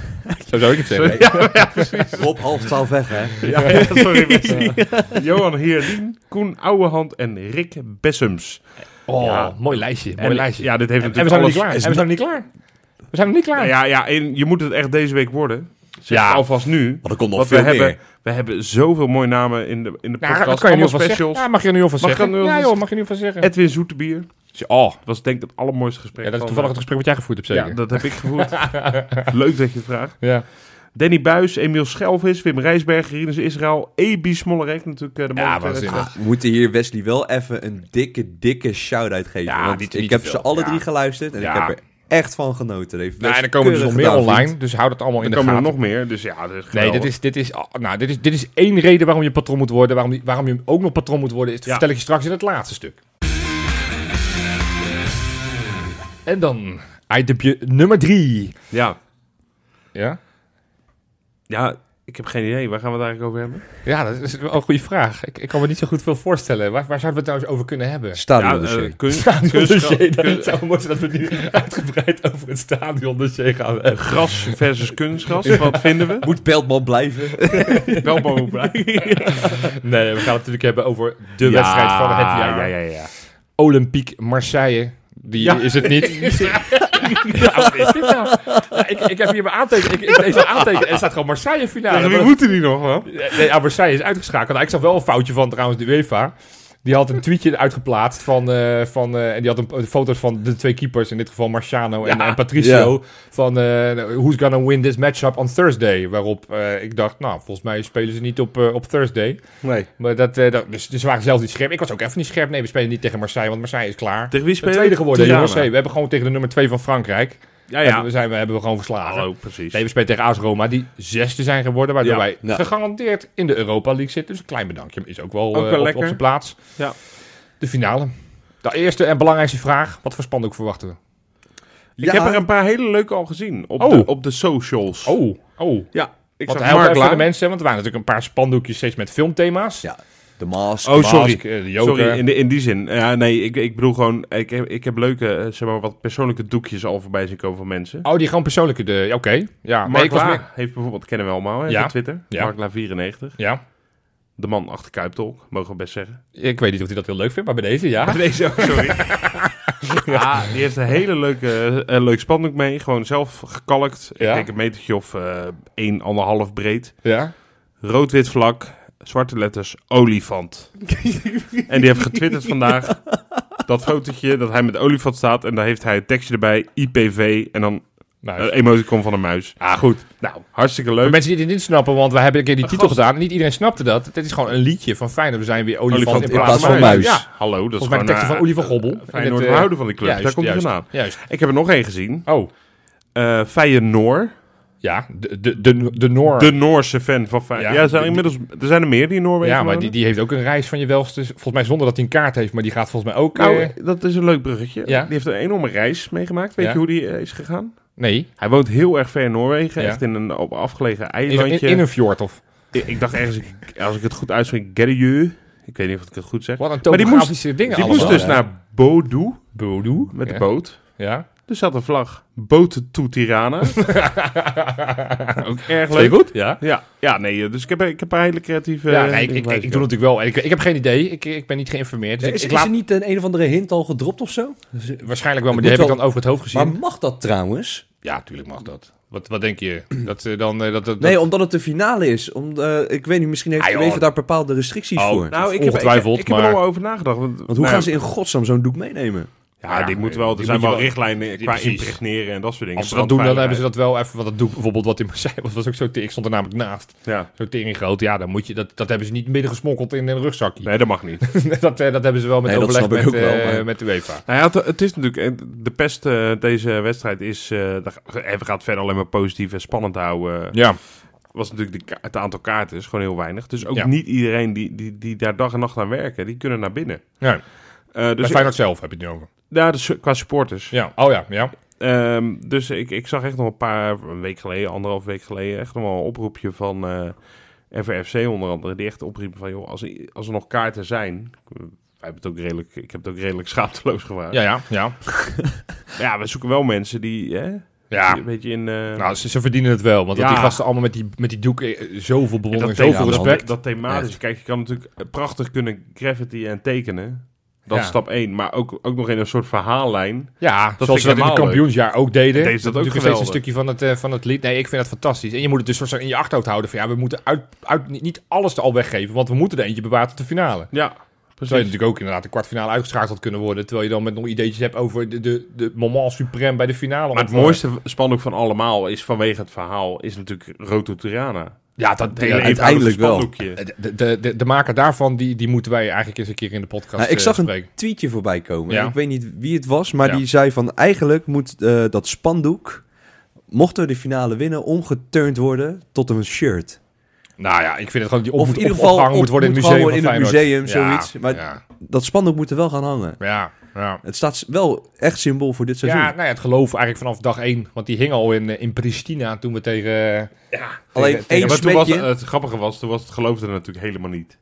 Speaker 2: zo zou ik het zeggen.
Speaker 1: Rob, half twaalf weg, hè?
Speaker 3: Ja, sorry. mensen. Johan Heerdien, Koen Ouwehand en Rick Bessems.
Speaker 2: Oh,
Speaker 3: Ja.
Speaker 2: mooi lijstje. Mooi
Speaker 3: En,
Speaker 2: lijstje.
Speaker 3: Ja, dit heeft
Speaker 2: en, en we
Speaker 3: natuurlijk
Speaker 2: zijn nog
Speaker 3: alles...
Speaker 2: niet klaar. En we zijn nog niet klaar. We zijn nog niet klaar.
Speaker 3: Nou ja, ja, en je moet het echt deze week worden. Zeg
Speaker 2: Ja.
Speaker 3: ik alvast nu.
Speaker 1: Maar er komt nog
Speaker 3: Want we
Speaker 1: veel meer.
Speaker 3: hebben, we hebben zoveel mooie namen in de, in de
Speaker 2: Nou,
Speaker 3: podcast.
Speaker 2: dat kan je
Speaker 3: Allemaal
Speaker 2: nu alvast zeggen.
Speaker 3: specials.
Speaker 2: Ja, mag je er nu alvast
Speaker 3: Mag ik
Speaker 2: zeggen.
Speaker 3: er nu
Speaker 2: Ja
Speaker 3: alvast-
Speaker 2: joh, mag je er nu alvast zeggen.
Speaker 3: Edwin Zoetebier.
Speaker 2: oh,
Speaker 3: was denk ik het allermooiste gesprek.
Speaker 2: ja, dat is
Speaker 3: van,
Speaker 2: toevallig
Speaker 3: eh,
Speaker 2: het gesprek wat jij gevoerd hebt zeker.
Speaker 3: Ja, dat heb ik gevoerd. Leuk dat je het vraagt.
Speaker 2: ja.
Speaker 3: Danny Buis, Emiel Schelvis, Wim Rijsberg, Rinus Israël, E.B. Smollerek natuurlijk eh, de
Speaker 2: Ja,
Speaker 3: man.
Speaker 2: waanzinnig.
Speaker 3: eh,
Speaker 1: Ah, we moeten hier Wesley wel even een dikke, dikke shout-out geven.
Speaker 2: Ja,
Speaker 1: want
Speaker 2: niet- niet
Speaker 1: ik heb
Speaker 2: te
Speaker 1: ze
Speaker 2: veel.
Speaker 1: alle
Speaker 2: Ja.
Speaker 1: drie geluisterd en
Speaker 2: Ja.
Speaker 1: ik heb er echt van genoten. Dat heeft
Speaker 2: Nou, en
Speaker 1: Wes
Speaker 2: er komen dus nog
Speaker 1: keurig
Speaker 2: meer
Speaker 1: gedaan,
Speaker 2: online,
Speaker 1: vriend.
Speaker 2: dus houd het allemaal in
Speaker 3: er
Speaker 2: de
Speaker 3: komen
Speaker 2: gaten.
Speaker 3: er nog meer, dus ja, dat is
Speaker 2: Nee,
Speaker 3: geweldig.
Speaker 2: dit is, dit, is, ah, nou, dit, is, dit is één reden waarom je patroon moet worden. Waarom, die- waarom je ook nog patroon moet worden, is, dat
Speaker 3: Ja.
Speaker 2: vertel ik je straks in het laatste stuk. En dan itempje nummer drie.
Speaker 3: Ja.
Speaker 2: Ja,
Speaker 3: ja, ik heb geen idee. Waar gaan we het eigenlijk over hebben?
Speaker 2: ja dat is wel een goede vraag. Ik, ik kan me niet zo goed veel voorstellen. Waar, waar zouden we het nou eens over kunnen hebben?
Speaker 1: Stadion
Speaker 3: ja,
Speaker 1: dossier.
Speaker 3: eh, kun-
Speaker 2: Stadiondossier.
Speaker 3: kunstgra-
Speaker 2: Dat het zou mooi zijn dat we nu uitgebreid over het stadiondossier gaan hebben.
Speaker 3: Gras versus kunstgras, wat vinden we?
Speaker 1: Moet Beltman blijven?
Speaker 3: Wel boven.
Speaker 2: Nee, we gaan het natuurlijk hebben over de wedstrijd van het jaar.
Speaker 3: Ja, ja, ja.
Speaker 2: Olympiek Marseille. Die
Speaker 3: Ja.
Speaker 2: is het niet. ja, wat is dit nou? Ja, ik, ik heb hier mijn aantekening. Ik, ik lees mijn aantekening. Er staat gewoon Marseille finale.
Speaker 3: Tegen wie
Speaker 2: Maar-
Speaker 3: moeten die nog, man?
Speaker 2: Nee, ja, Marseille is uitgeschakeld. Nou, ik zag wel een foutje van trouwens de UEFA. Die had een tweetje uitgeplaatst van... eh, van eh, en die had een, een foto's van de twee keepers. In dit geval Marciano en,
Speaker 3: Ja.
Speaker 2: en Patricio. Van eh, who's gonna win this matchup on Thursday? Waarop eh, ik dacht, nou, volgens mij spelen ze niet op, eh, op Thursday.
Speaker 1: Nee.
Speaker 2: Maar dat, eh, dat, dus, dus ze waren zelf niet scherp. Ik was ook even niet scherp. Nee, we spelen niet tegen Marseille, want Marseille is
Speaker 3: Tegen
Speaker 2: klaar.
Speaker 3: wie
Speaker 2: De
Speaker 3: Dus spelen
Speaker 2: tweede
Speaker 3: we?
Speaker 2: geworden,
Speaker 3: Tirana.
Speaker 2: jongens. Hey, we hebben gewoon tegen de nummer 2 van Frankrijk.
Speaker 3: Ja,
Speaker 2: Hebben,
Speaker 3: ja.
Speaker 2: we zijn, we hebben we gewoon verslagen.
Speaker 3: Hallo, precies.
Speaker 2: Nee, we spelen tegen AS Roma, die zesde zijn geworden. Waardoor
Speaker 3: Ja, nou.
Speaker 2: wij
Speaker 1: ja.
Speaker 2: gegarandeerd in de Europa League zitten. Dus een klein bedankje is ook wel,
Speaker 3: wel
Speaker 2: eh, op- op,
Speaker 3: lekker.
Speaker 2: zijn plaats.
Speaker 3: Ja.
Speaker 2: De finale. De eerste en belangrijkste vraag. Wat voor spandoek verwachten we?
Speaker 3: Ik
Speaker 1: Ja.
Speaker 3: heb er een paar hele leuke al gezien op,
Speaker 2: Oh.
Speaker 3: de, op de socials.
Speaker 2: Oh, oh.
Speaker 3: Ja, ik
Speaker 2: Wat
Speaker 3: zag
Speaker 2: heel
Speaker 3: Mark
Speaker 2: erg voor de
Speaker 3: Laan.
Speaker 2: mensen, want er waren natuurlijk een paar spandoekjes steeds met filmthema's.
Speaker 1: Ja, de Maas.
Speaker 3: Oh, sorry.
Speaker 2: Mask, eh, de Joker.
Speaker 3: Sorry, in, de, in die zin. Ja, nee, ik, ik bedoel gewoon... Ik heb, ik heb leuke, eh, zeg maar, wat persoonlijke doekjes al voorbij zien komen van mensen.
Speaker 2: Oh, die gewoon persoonlijke. de- ja, Oké, ja. Nee,
Speaker 3: Mark
Speaker 2: Ah, ik was
Speaker 3: La
Speaker 2: meer-
Speaker 3: heeft bijvoorbeeld... Kennen we allemaal, hè,
Speaker 2: Ja.
Speaker 3: van Twitter.
Speaker 2: Ja.
Speaker 3: Mark La 94.
Speaker 2: Ja.
Speaker 3: De man achter Kuiptolk, mogen we best zeggen.
Speaker 2: Ik weet niet of hij dat heel leuk vindt, maar bij deze ja.
Speaker 3: Deze ook, sorry. ja, die heeft een hele leuke, eh, leuk spandoek mee. Gewoon zelf gekalkt. Ik
Speaker 2: Ja.
Speaker 3: denk een metertje of eh 1,5 breed.
Speaker 2: ja.
Speaker 3: Rood-wit vlak, zwarte letters, olifant. en die heeft getwitterd vandaag dat fotootje dat hij met olifant staat. En daar heeft hij het tekstje erbij, IPV en dan
Speaker 2: Nou,
Speaker 3: een emoticon van een muis.
Speaker 2: ah, goed.
Speaker 3: Nou, hartstikke leuk.
Speaker 2: Voor mensen die dit niet snappen, want we hebben een keer die titel
Speaker 3: gast.
Speaker 2: gedaan. en Niet iedereen snapte dat. Dit is gewoon een liedje van Feyenoord. We zijn weer olifant,
Speaker 3: Olifant
Speaker 2: in plaats van...
Speaker 1: van muis.
Speaker 3: Ja, hallo. Dat
Speaker 2: Volgens mij de
Speaker 3: is
Speaker 2: teksten van
Speaker 3: gewoon,
Speaker 2: Oliver Gobbel.
Speaker 3: eh, Feyenoord,
Speaker 2: En het,
Speaker 3: we
Speaker 2: eh,
Speaker 3: houden van de club.
Speaker 2: juist,
Speaker 3: daar komt hij
Speaker 2: juist,
Speaker 3: vandaan.
Speaker 2: Juist.
Speaker 3: Ik heb er nog één gezien.
Speaker 2: Oh,
Speaker 3: eh Feyenoord.
Speaker 2: ja. De, de, de, de Noor.
Speaker 3: De Noorse fan van Feyenoord.
Speaker 2: Ja,
Speaker 3: Ja, er zijn
Speaker 2: die-
Speaker 3: inmiddels, er zijn er meer die in Noorwegen
Speaker 2: ja, maar die,
Speaker 3: wonen.
Speaker 2: die heeft ook een reis van je welste. Volgens mij zonder dat hij een kaart heeft, maar die gaat volgens mij ook... eh,
Speaker 3: Nou, dat is een leuk bruggetje.
Speaker 2: Ja.
Speaker 3: Die heeft een enorme reis meegemaakt. Weet
Speaker 2: Ja.
Speaker 3: je hoe die eh, is gegaan?
Speaker 2: nee,
Speaker 3: Hij woont heel erg ver in Noorwegen.
Speaker 2: Ja.
Speaker 3: Echt in een op afgelegen
Speaker 2: in, in,
Speaker 3: eilandje.
Speaker 2: in een fjord of...
Speaker 3: Ik- Ik dacht ergens, ik- als ik het goed uitspreek, Gerrieu. Ik weet niet of ik het goed zeg.
Speaker 2: Wat een
Speaker 3: Maar die moest-
Speaker 2: topografische dingen
Speaker 3: die
Speaker 2: allemaal.
Speaker 3: moest dus
Speaker 1: hè?
Speaker 3: naar Bodu
Speaker 2: Bodo.
Speaker 3: met
Speaker 2: ja.
Speaker 3: de boot.
Speaker 2: Ja.
Speaker 3: Dus zat een vlag Boten to Tirana. Ook erg
Speaker 2: Leuk.
Speaker 3: leuk.
Speaker 2: goed? Ja.
Speaker 3: Ja, ja, nee, dus ik heb, ik heb een hele creatieve...
Speaker 2: Ja,
Speaker 3: eh,
Speaker 2: nee, ik,
Speaker 3: ding
Speaker 2: ik, ik, doe
Speaker 3: bij.
Speaker 2: natuurlijk wel. Ik, ik heb geen idee. Ik, ik ben niet geïnformeerd. Dus ik-
Speaker 1: Is,
Speaker 2: ik,
Speaker 1: is
Speaker 2: laat
Speaker 1: er niet een, een of andere hint al gedropt of zo?
Speaker 2: waarschijnlijk wel, maar
Speaker 1: Het
Speaker 2: die
Speaker 1: moet
Speaker 2: heb ik
Speaker 1: wel-
Speaker 2: dan over het hoofd gezien.
Speaker 1: Maar mag dat trouwens?
Speaker 2: Ja, tuurlijk mag dat. Wat, wat denk je? Dat eh, dan... eh, dat, dat,
Speaker 1: Nee, omdat het de finale is. Om, eh, ik weet niet, misschien heeft
Speaker 2: Ah,
Speaker 1: de
Speaker 2: joh.
Speaker 1: UEFA daar bepaalde restricties
Speaker 2: Oh,
Speaker 1: voor.
Speaker 3: Nou, ik heb, ik,
Speaker 2: Ongetwijfeld,
Speaker 3: ik heb er
Speaker 2: maar-
Speaker 3: wel over nagedacht. Want,
Speaker 1: Want hoe
Speaker 3: nou,
Speaker 1: gaan ze in godsnaam zo'n doek meenemen?
Speaker 3: Ja,
Speaker 2: Ja,
Speaker 3: dit moet wel.
Speaker 2: die
Speaker 3: Er zijn
Speaker 2: moet je
Speaker 3: wel
Speaker 2: wel-
Speaker 3: richtlijnen
Speaker 2: die-
Speaker 3: qua
Speaker 2: precies.
Speaker 3: impregneren en dat soort dingen.
Speaker 2: Als ze dat doen, dan hebben ze dat wel even. Want dat doet bijvoorbeeld wat in Marseille was. was ook zo, te- ik stond er namelijk naast.
Speaker 3: Ja.
Speaker 2: Zo tering groot. Ja, dan moet je, dat, dat hebben ze niet midden gesmokkeld in een rugzakje.
Speaker 3: Nee, dat mag niet. nou
Speaker 2: dat, eh, dat hebben ze wel met
Speaker 1: Nee, dat
Speaker 2: overleg
Speaker 1: snap
Speaker 2: met,
Speaker 1: ik ook wel,
Speaker 2: eh,
Speaker 1: maar-
Speaker 2: met de UEFA.
Speaker 3: ja, het, het is natuurlijk. eh, De pest eh, deze wedstrijd is. eh daar- even gaat verder alleen maar positief en spannend houden.
Speaker 2: Ja,
Speaker 3: Was natuurlijk de, ka- het aantal kaarten is gewoon heel weinig. Dus ook
Speaker 2: Ja.
Speaker 3: niet iedereen die, die, die daar dag en nacht aan werken, die kunnen naar binnen.
Speaker 2: ja.
Speaker 3: Eh
Speaker 2: bij
Speaker 3: dus
Speaker 2: Feyenoord zelf heb je het nu over.
Speaker 3: ja, dus qua supporters.
Speaker 2: Ja, oh ja, ja.
Speaker 3: Ehm, dus ik, ik zag echt nog een paar, een week geleden, anderhalf week geleden, echt nog wel een oproepje van eh FRFC onder andere. Die echt opriepen van, joh, als, er- als er nog kaarten zijn... Wij hebben het ook redelijk, ik heb het ook redelijk schaamteloos gevraagd. Ja,
Speaker 2: Ja, ja, ja.
Speaker 3: we zoeken wel mensen die, hè,
Speaker 2: ja.
Speaker 3: die een beetje in... eh,
Speaker 2: Nou, ze, ze verdienen het wel. Want dat
Speaker 3: Ja.
Speaker 2: die gasten allemaal met die, met die doeken eh, zoveel
Speaker 3: dat,
Speaker 2: bewondering,
Speaker 3: thema-
Speaker 2: zoveel
Speaker 3: dat-
Speaker 2: respect.
Speaker 3: dat thematisch. Kijk, je kan natuurlijk eh, prachtig kunnen graffiti en tekenen. Dat
Speaker 2: Ja.
Speaker 3: is stap één. Maar ook, ook nog in een soort verhaallijn.
Speaker 2: Ja,
Speaker 3: vind ik
Speaker 2: zoals ze dat in het
Speaker 3: helemaal leuk.
Speaker 2: kampioensjaar ook deden.
Speaker 3: Deden ze dat ook
Speaker 2: natuurlijk steeds een
Speaker 3: geweldig.
Speaker 2: stukje van het, eh, van het lied. Nee, ik vind dat fantastisch. En je moet het dus soort van in je achterhoofd houden van ja, we moeten uit, uit, niet, niet alles er al weggeven, want we moeten er eentje bewaren tot de finale.
Speaker 3: Ja,
Speaker 2: Terwijl je
Speaker 3: precies.
Speaker 2: natuurlijk ook inderdaad de kwartfinale uitgeschakeld had kunnen worden. Terwijl je dan met nog ideetjes hebt over de, de, de moment suprême bij de finale.
Speaker 3: Maar het
Speaker 2: Of, eh,
Speaker 3: mooiste spandoek van allemaal is vanwege het verhaal, is natuurlijk Roto Tirana.
Speaker 2: Ja, dat,
Speaker 3: Het hele
Speaker 2: ja,
Speaker 1: uiteindelijk wel.
Speaker 3: spandoekje.
Speaker 2: de, de, de, de maker daarvan, die, die moeten wij eigenlijk eens een keer in de podcast
Speaker 1: Nou, ik
Speaker 2: eh,
Speaker 1: zag een
Speaker 2: spreken.
Speaker 1: tweetje voorbij komen.
Speaker 2: Ja.
Speaker 1: Ik weet niet wie het was, maar
Speaker 2: Ja.
Speaker 1: die zei van... Eigenlijk moet eh, dat spandoek, mochten we de finale winnen... omgeturnd worden tot een shirt.
Speaker 2: Nou ja, ik vind het gewoon dat die op,
Speaker 1: Of
Speaker 2: moet
Speaker 1: in ieder
Speaker 2: op-
Speaker 1: geval
Speaker 2: opgehangen
Speaker 1: op-
Speaker 2: moet worden in het
Speaker 1: moet
Speaker 2: museum
Speaker 1: gewoon
Speaker 2: van
Speaker 1: in het
Speaker 2: Feyenoord.
Speaker 1: museum,
Speaker 2: Ja,
Speaker 1: zoiets. Maar-
Speaker 2: ja,
Speaker 1: Dat spandoek moet er wel gaan hangen.
Speaker 2: ja, ja.
Speaker 1: Het staat wel echt symbool voor dit seizoen.
Speaker 2: Ja, nou ja, het geloof eigenlijk vanaf dag één. Want die hing al in, eh, in Pristina toen we tegen... eh,
Speaker 1: Alleen
Speaker 2: tegen-
Speaker 1: één
Speaker 3: Ja, maar toen was,
Speaker 1: smetje.
Speaker 3: het grappige was, toen was het geloofde er natuurlijk helemaal niet.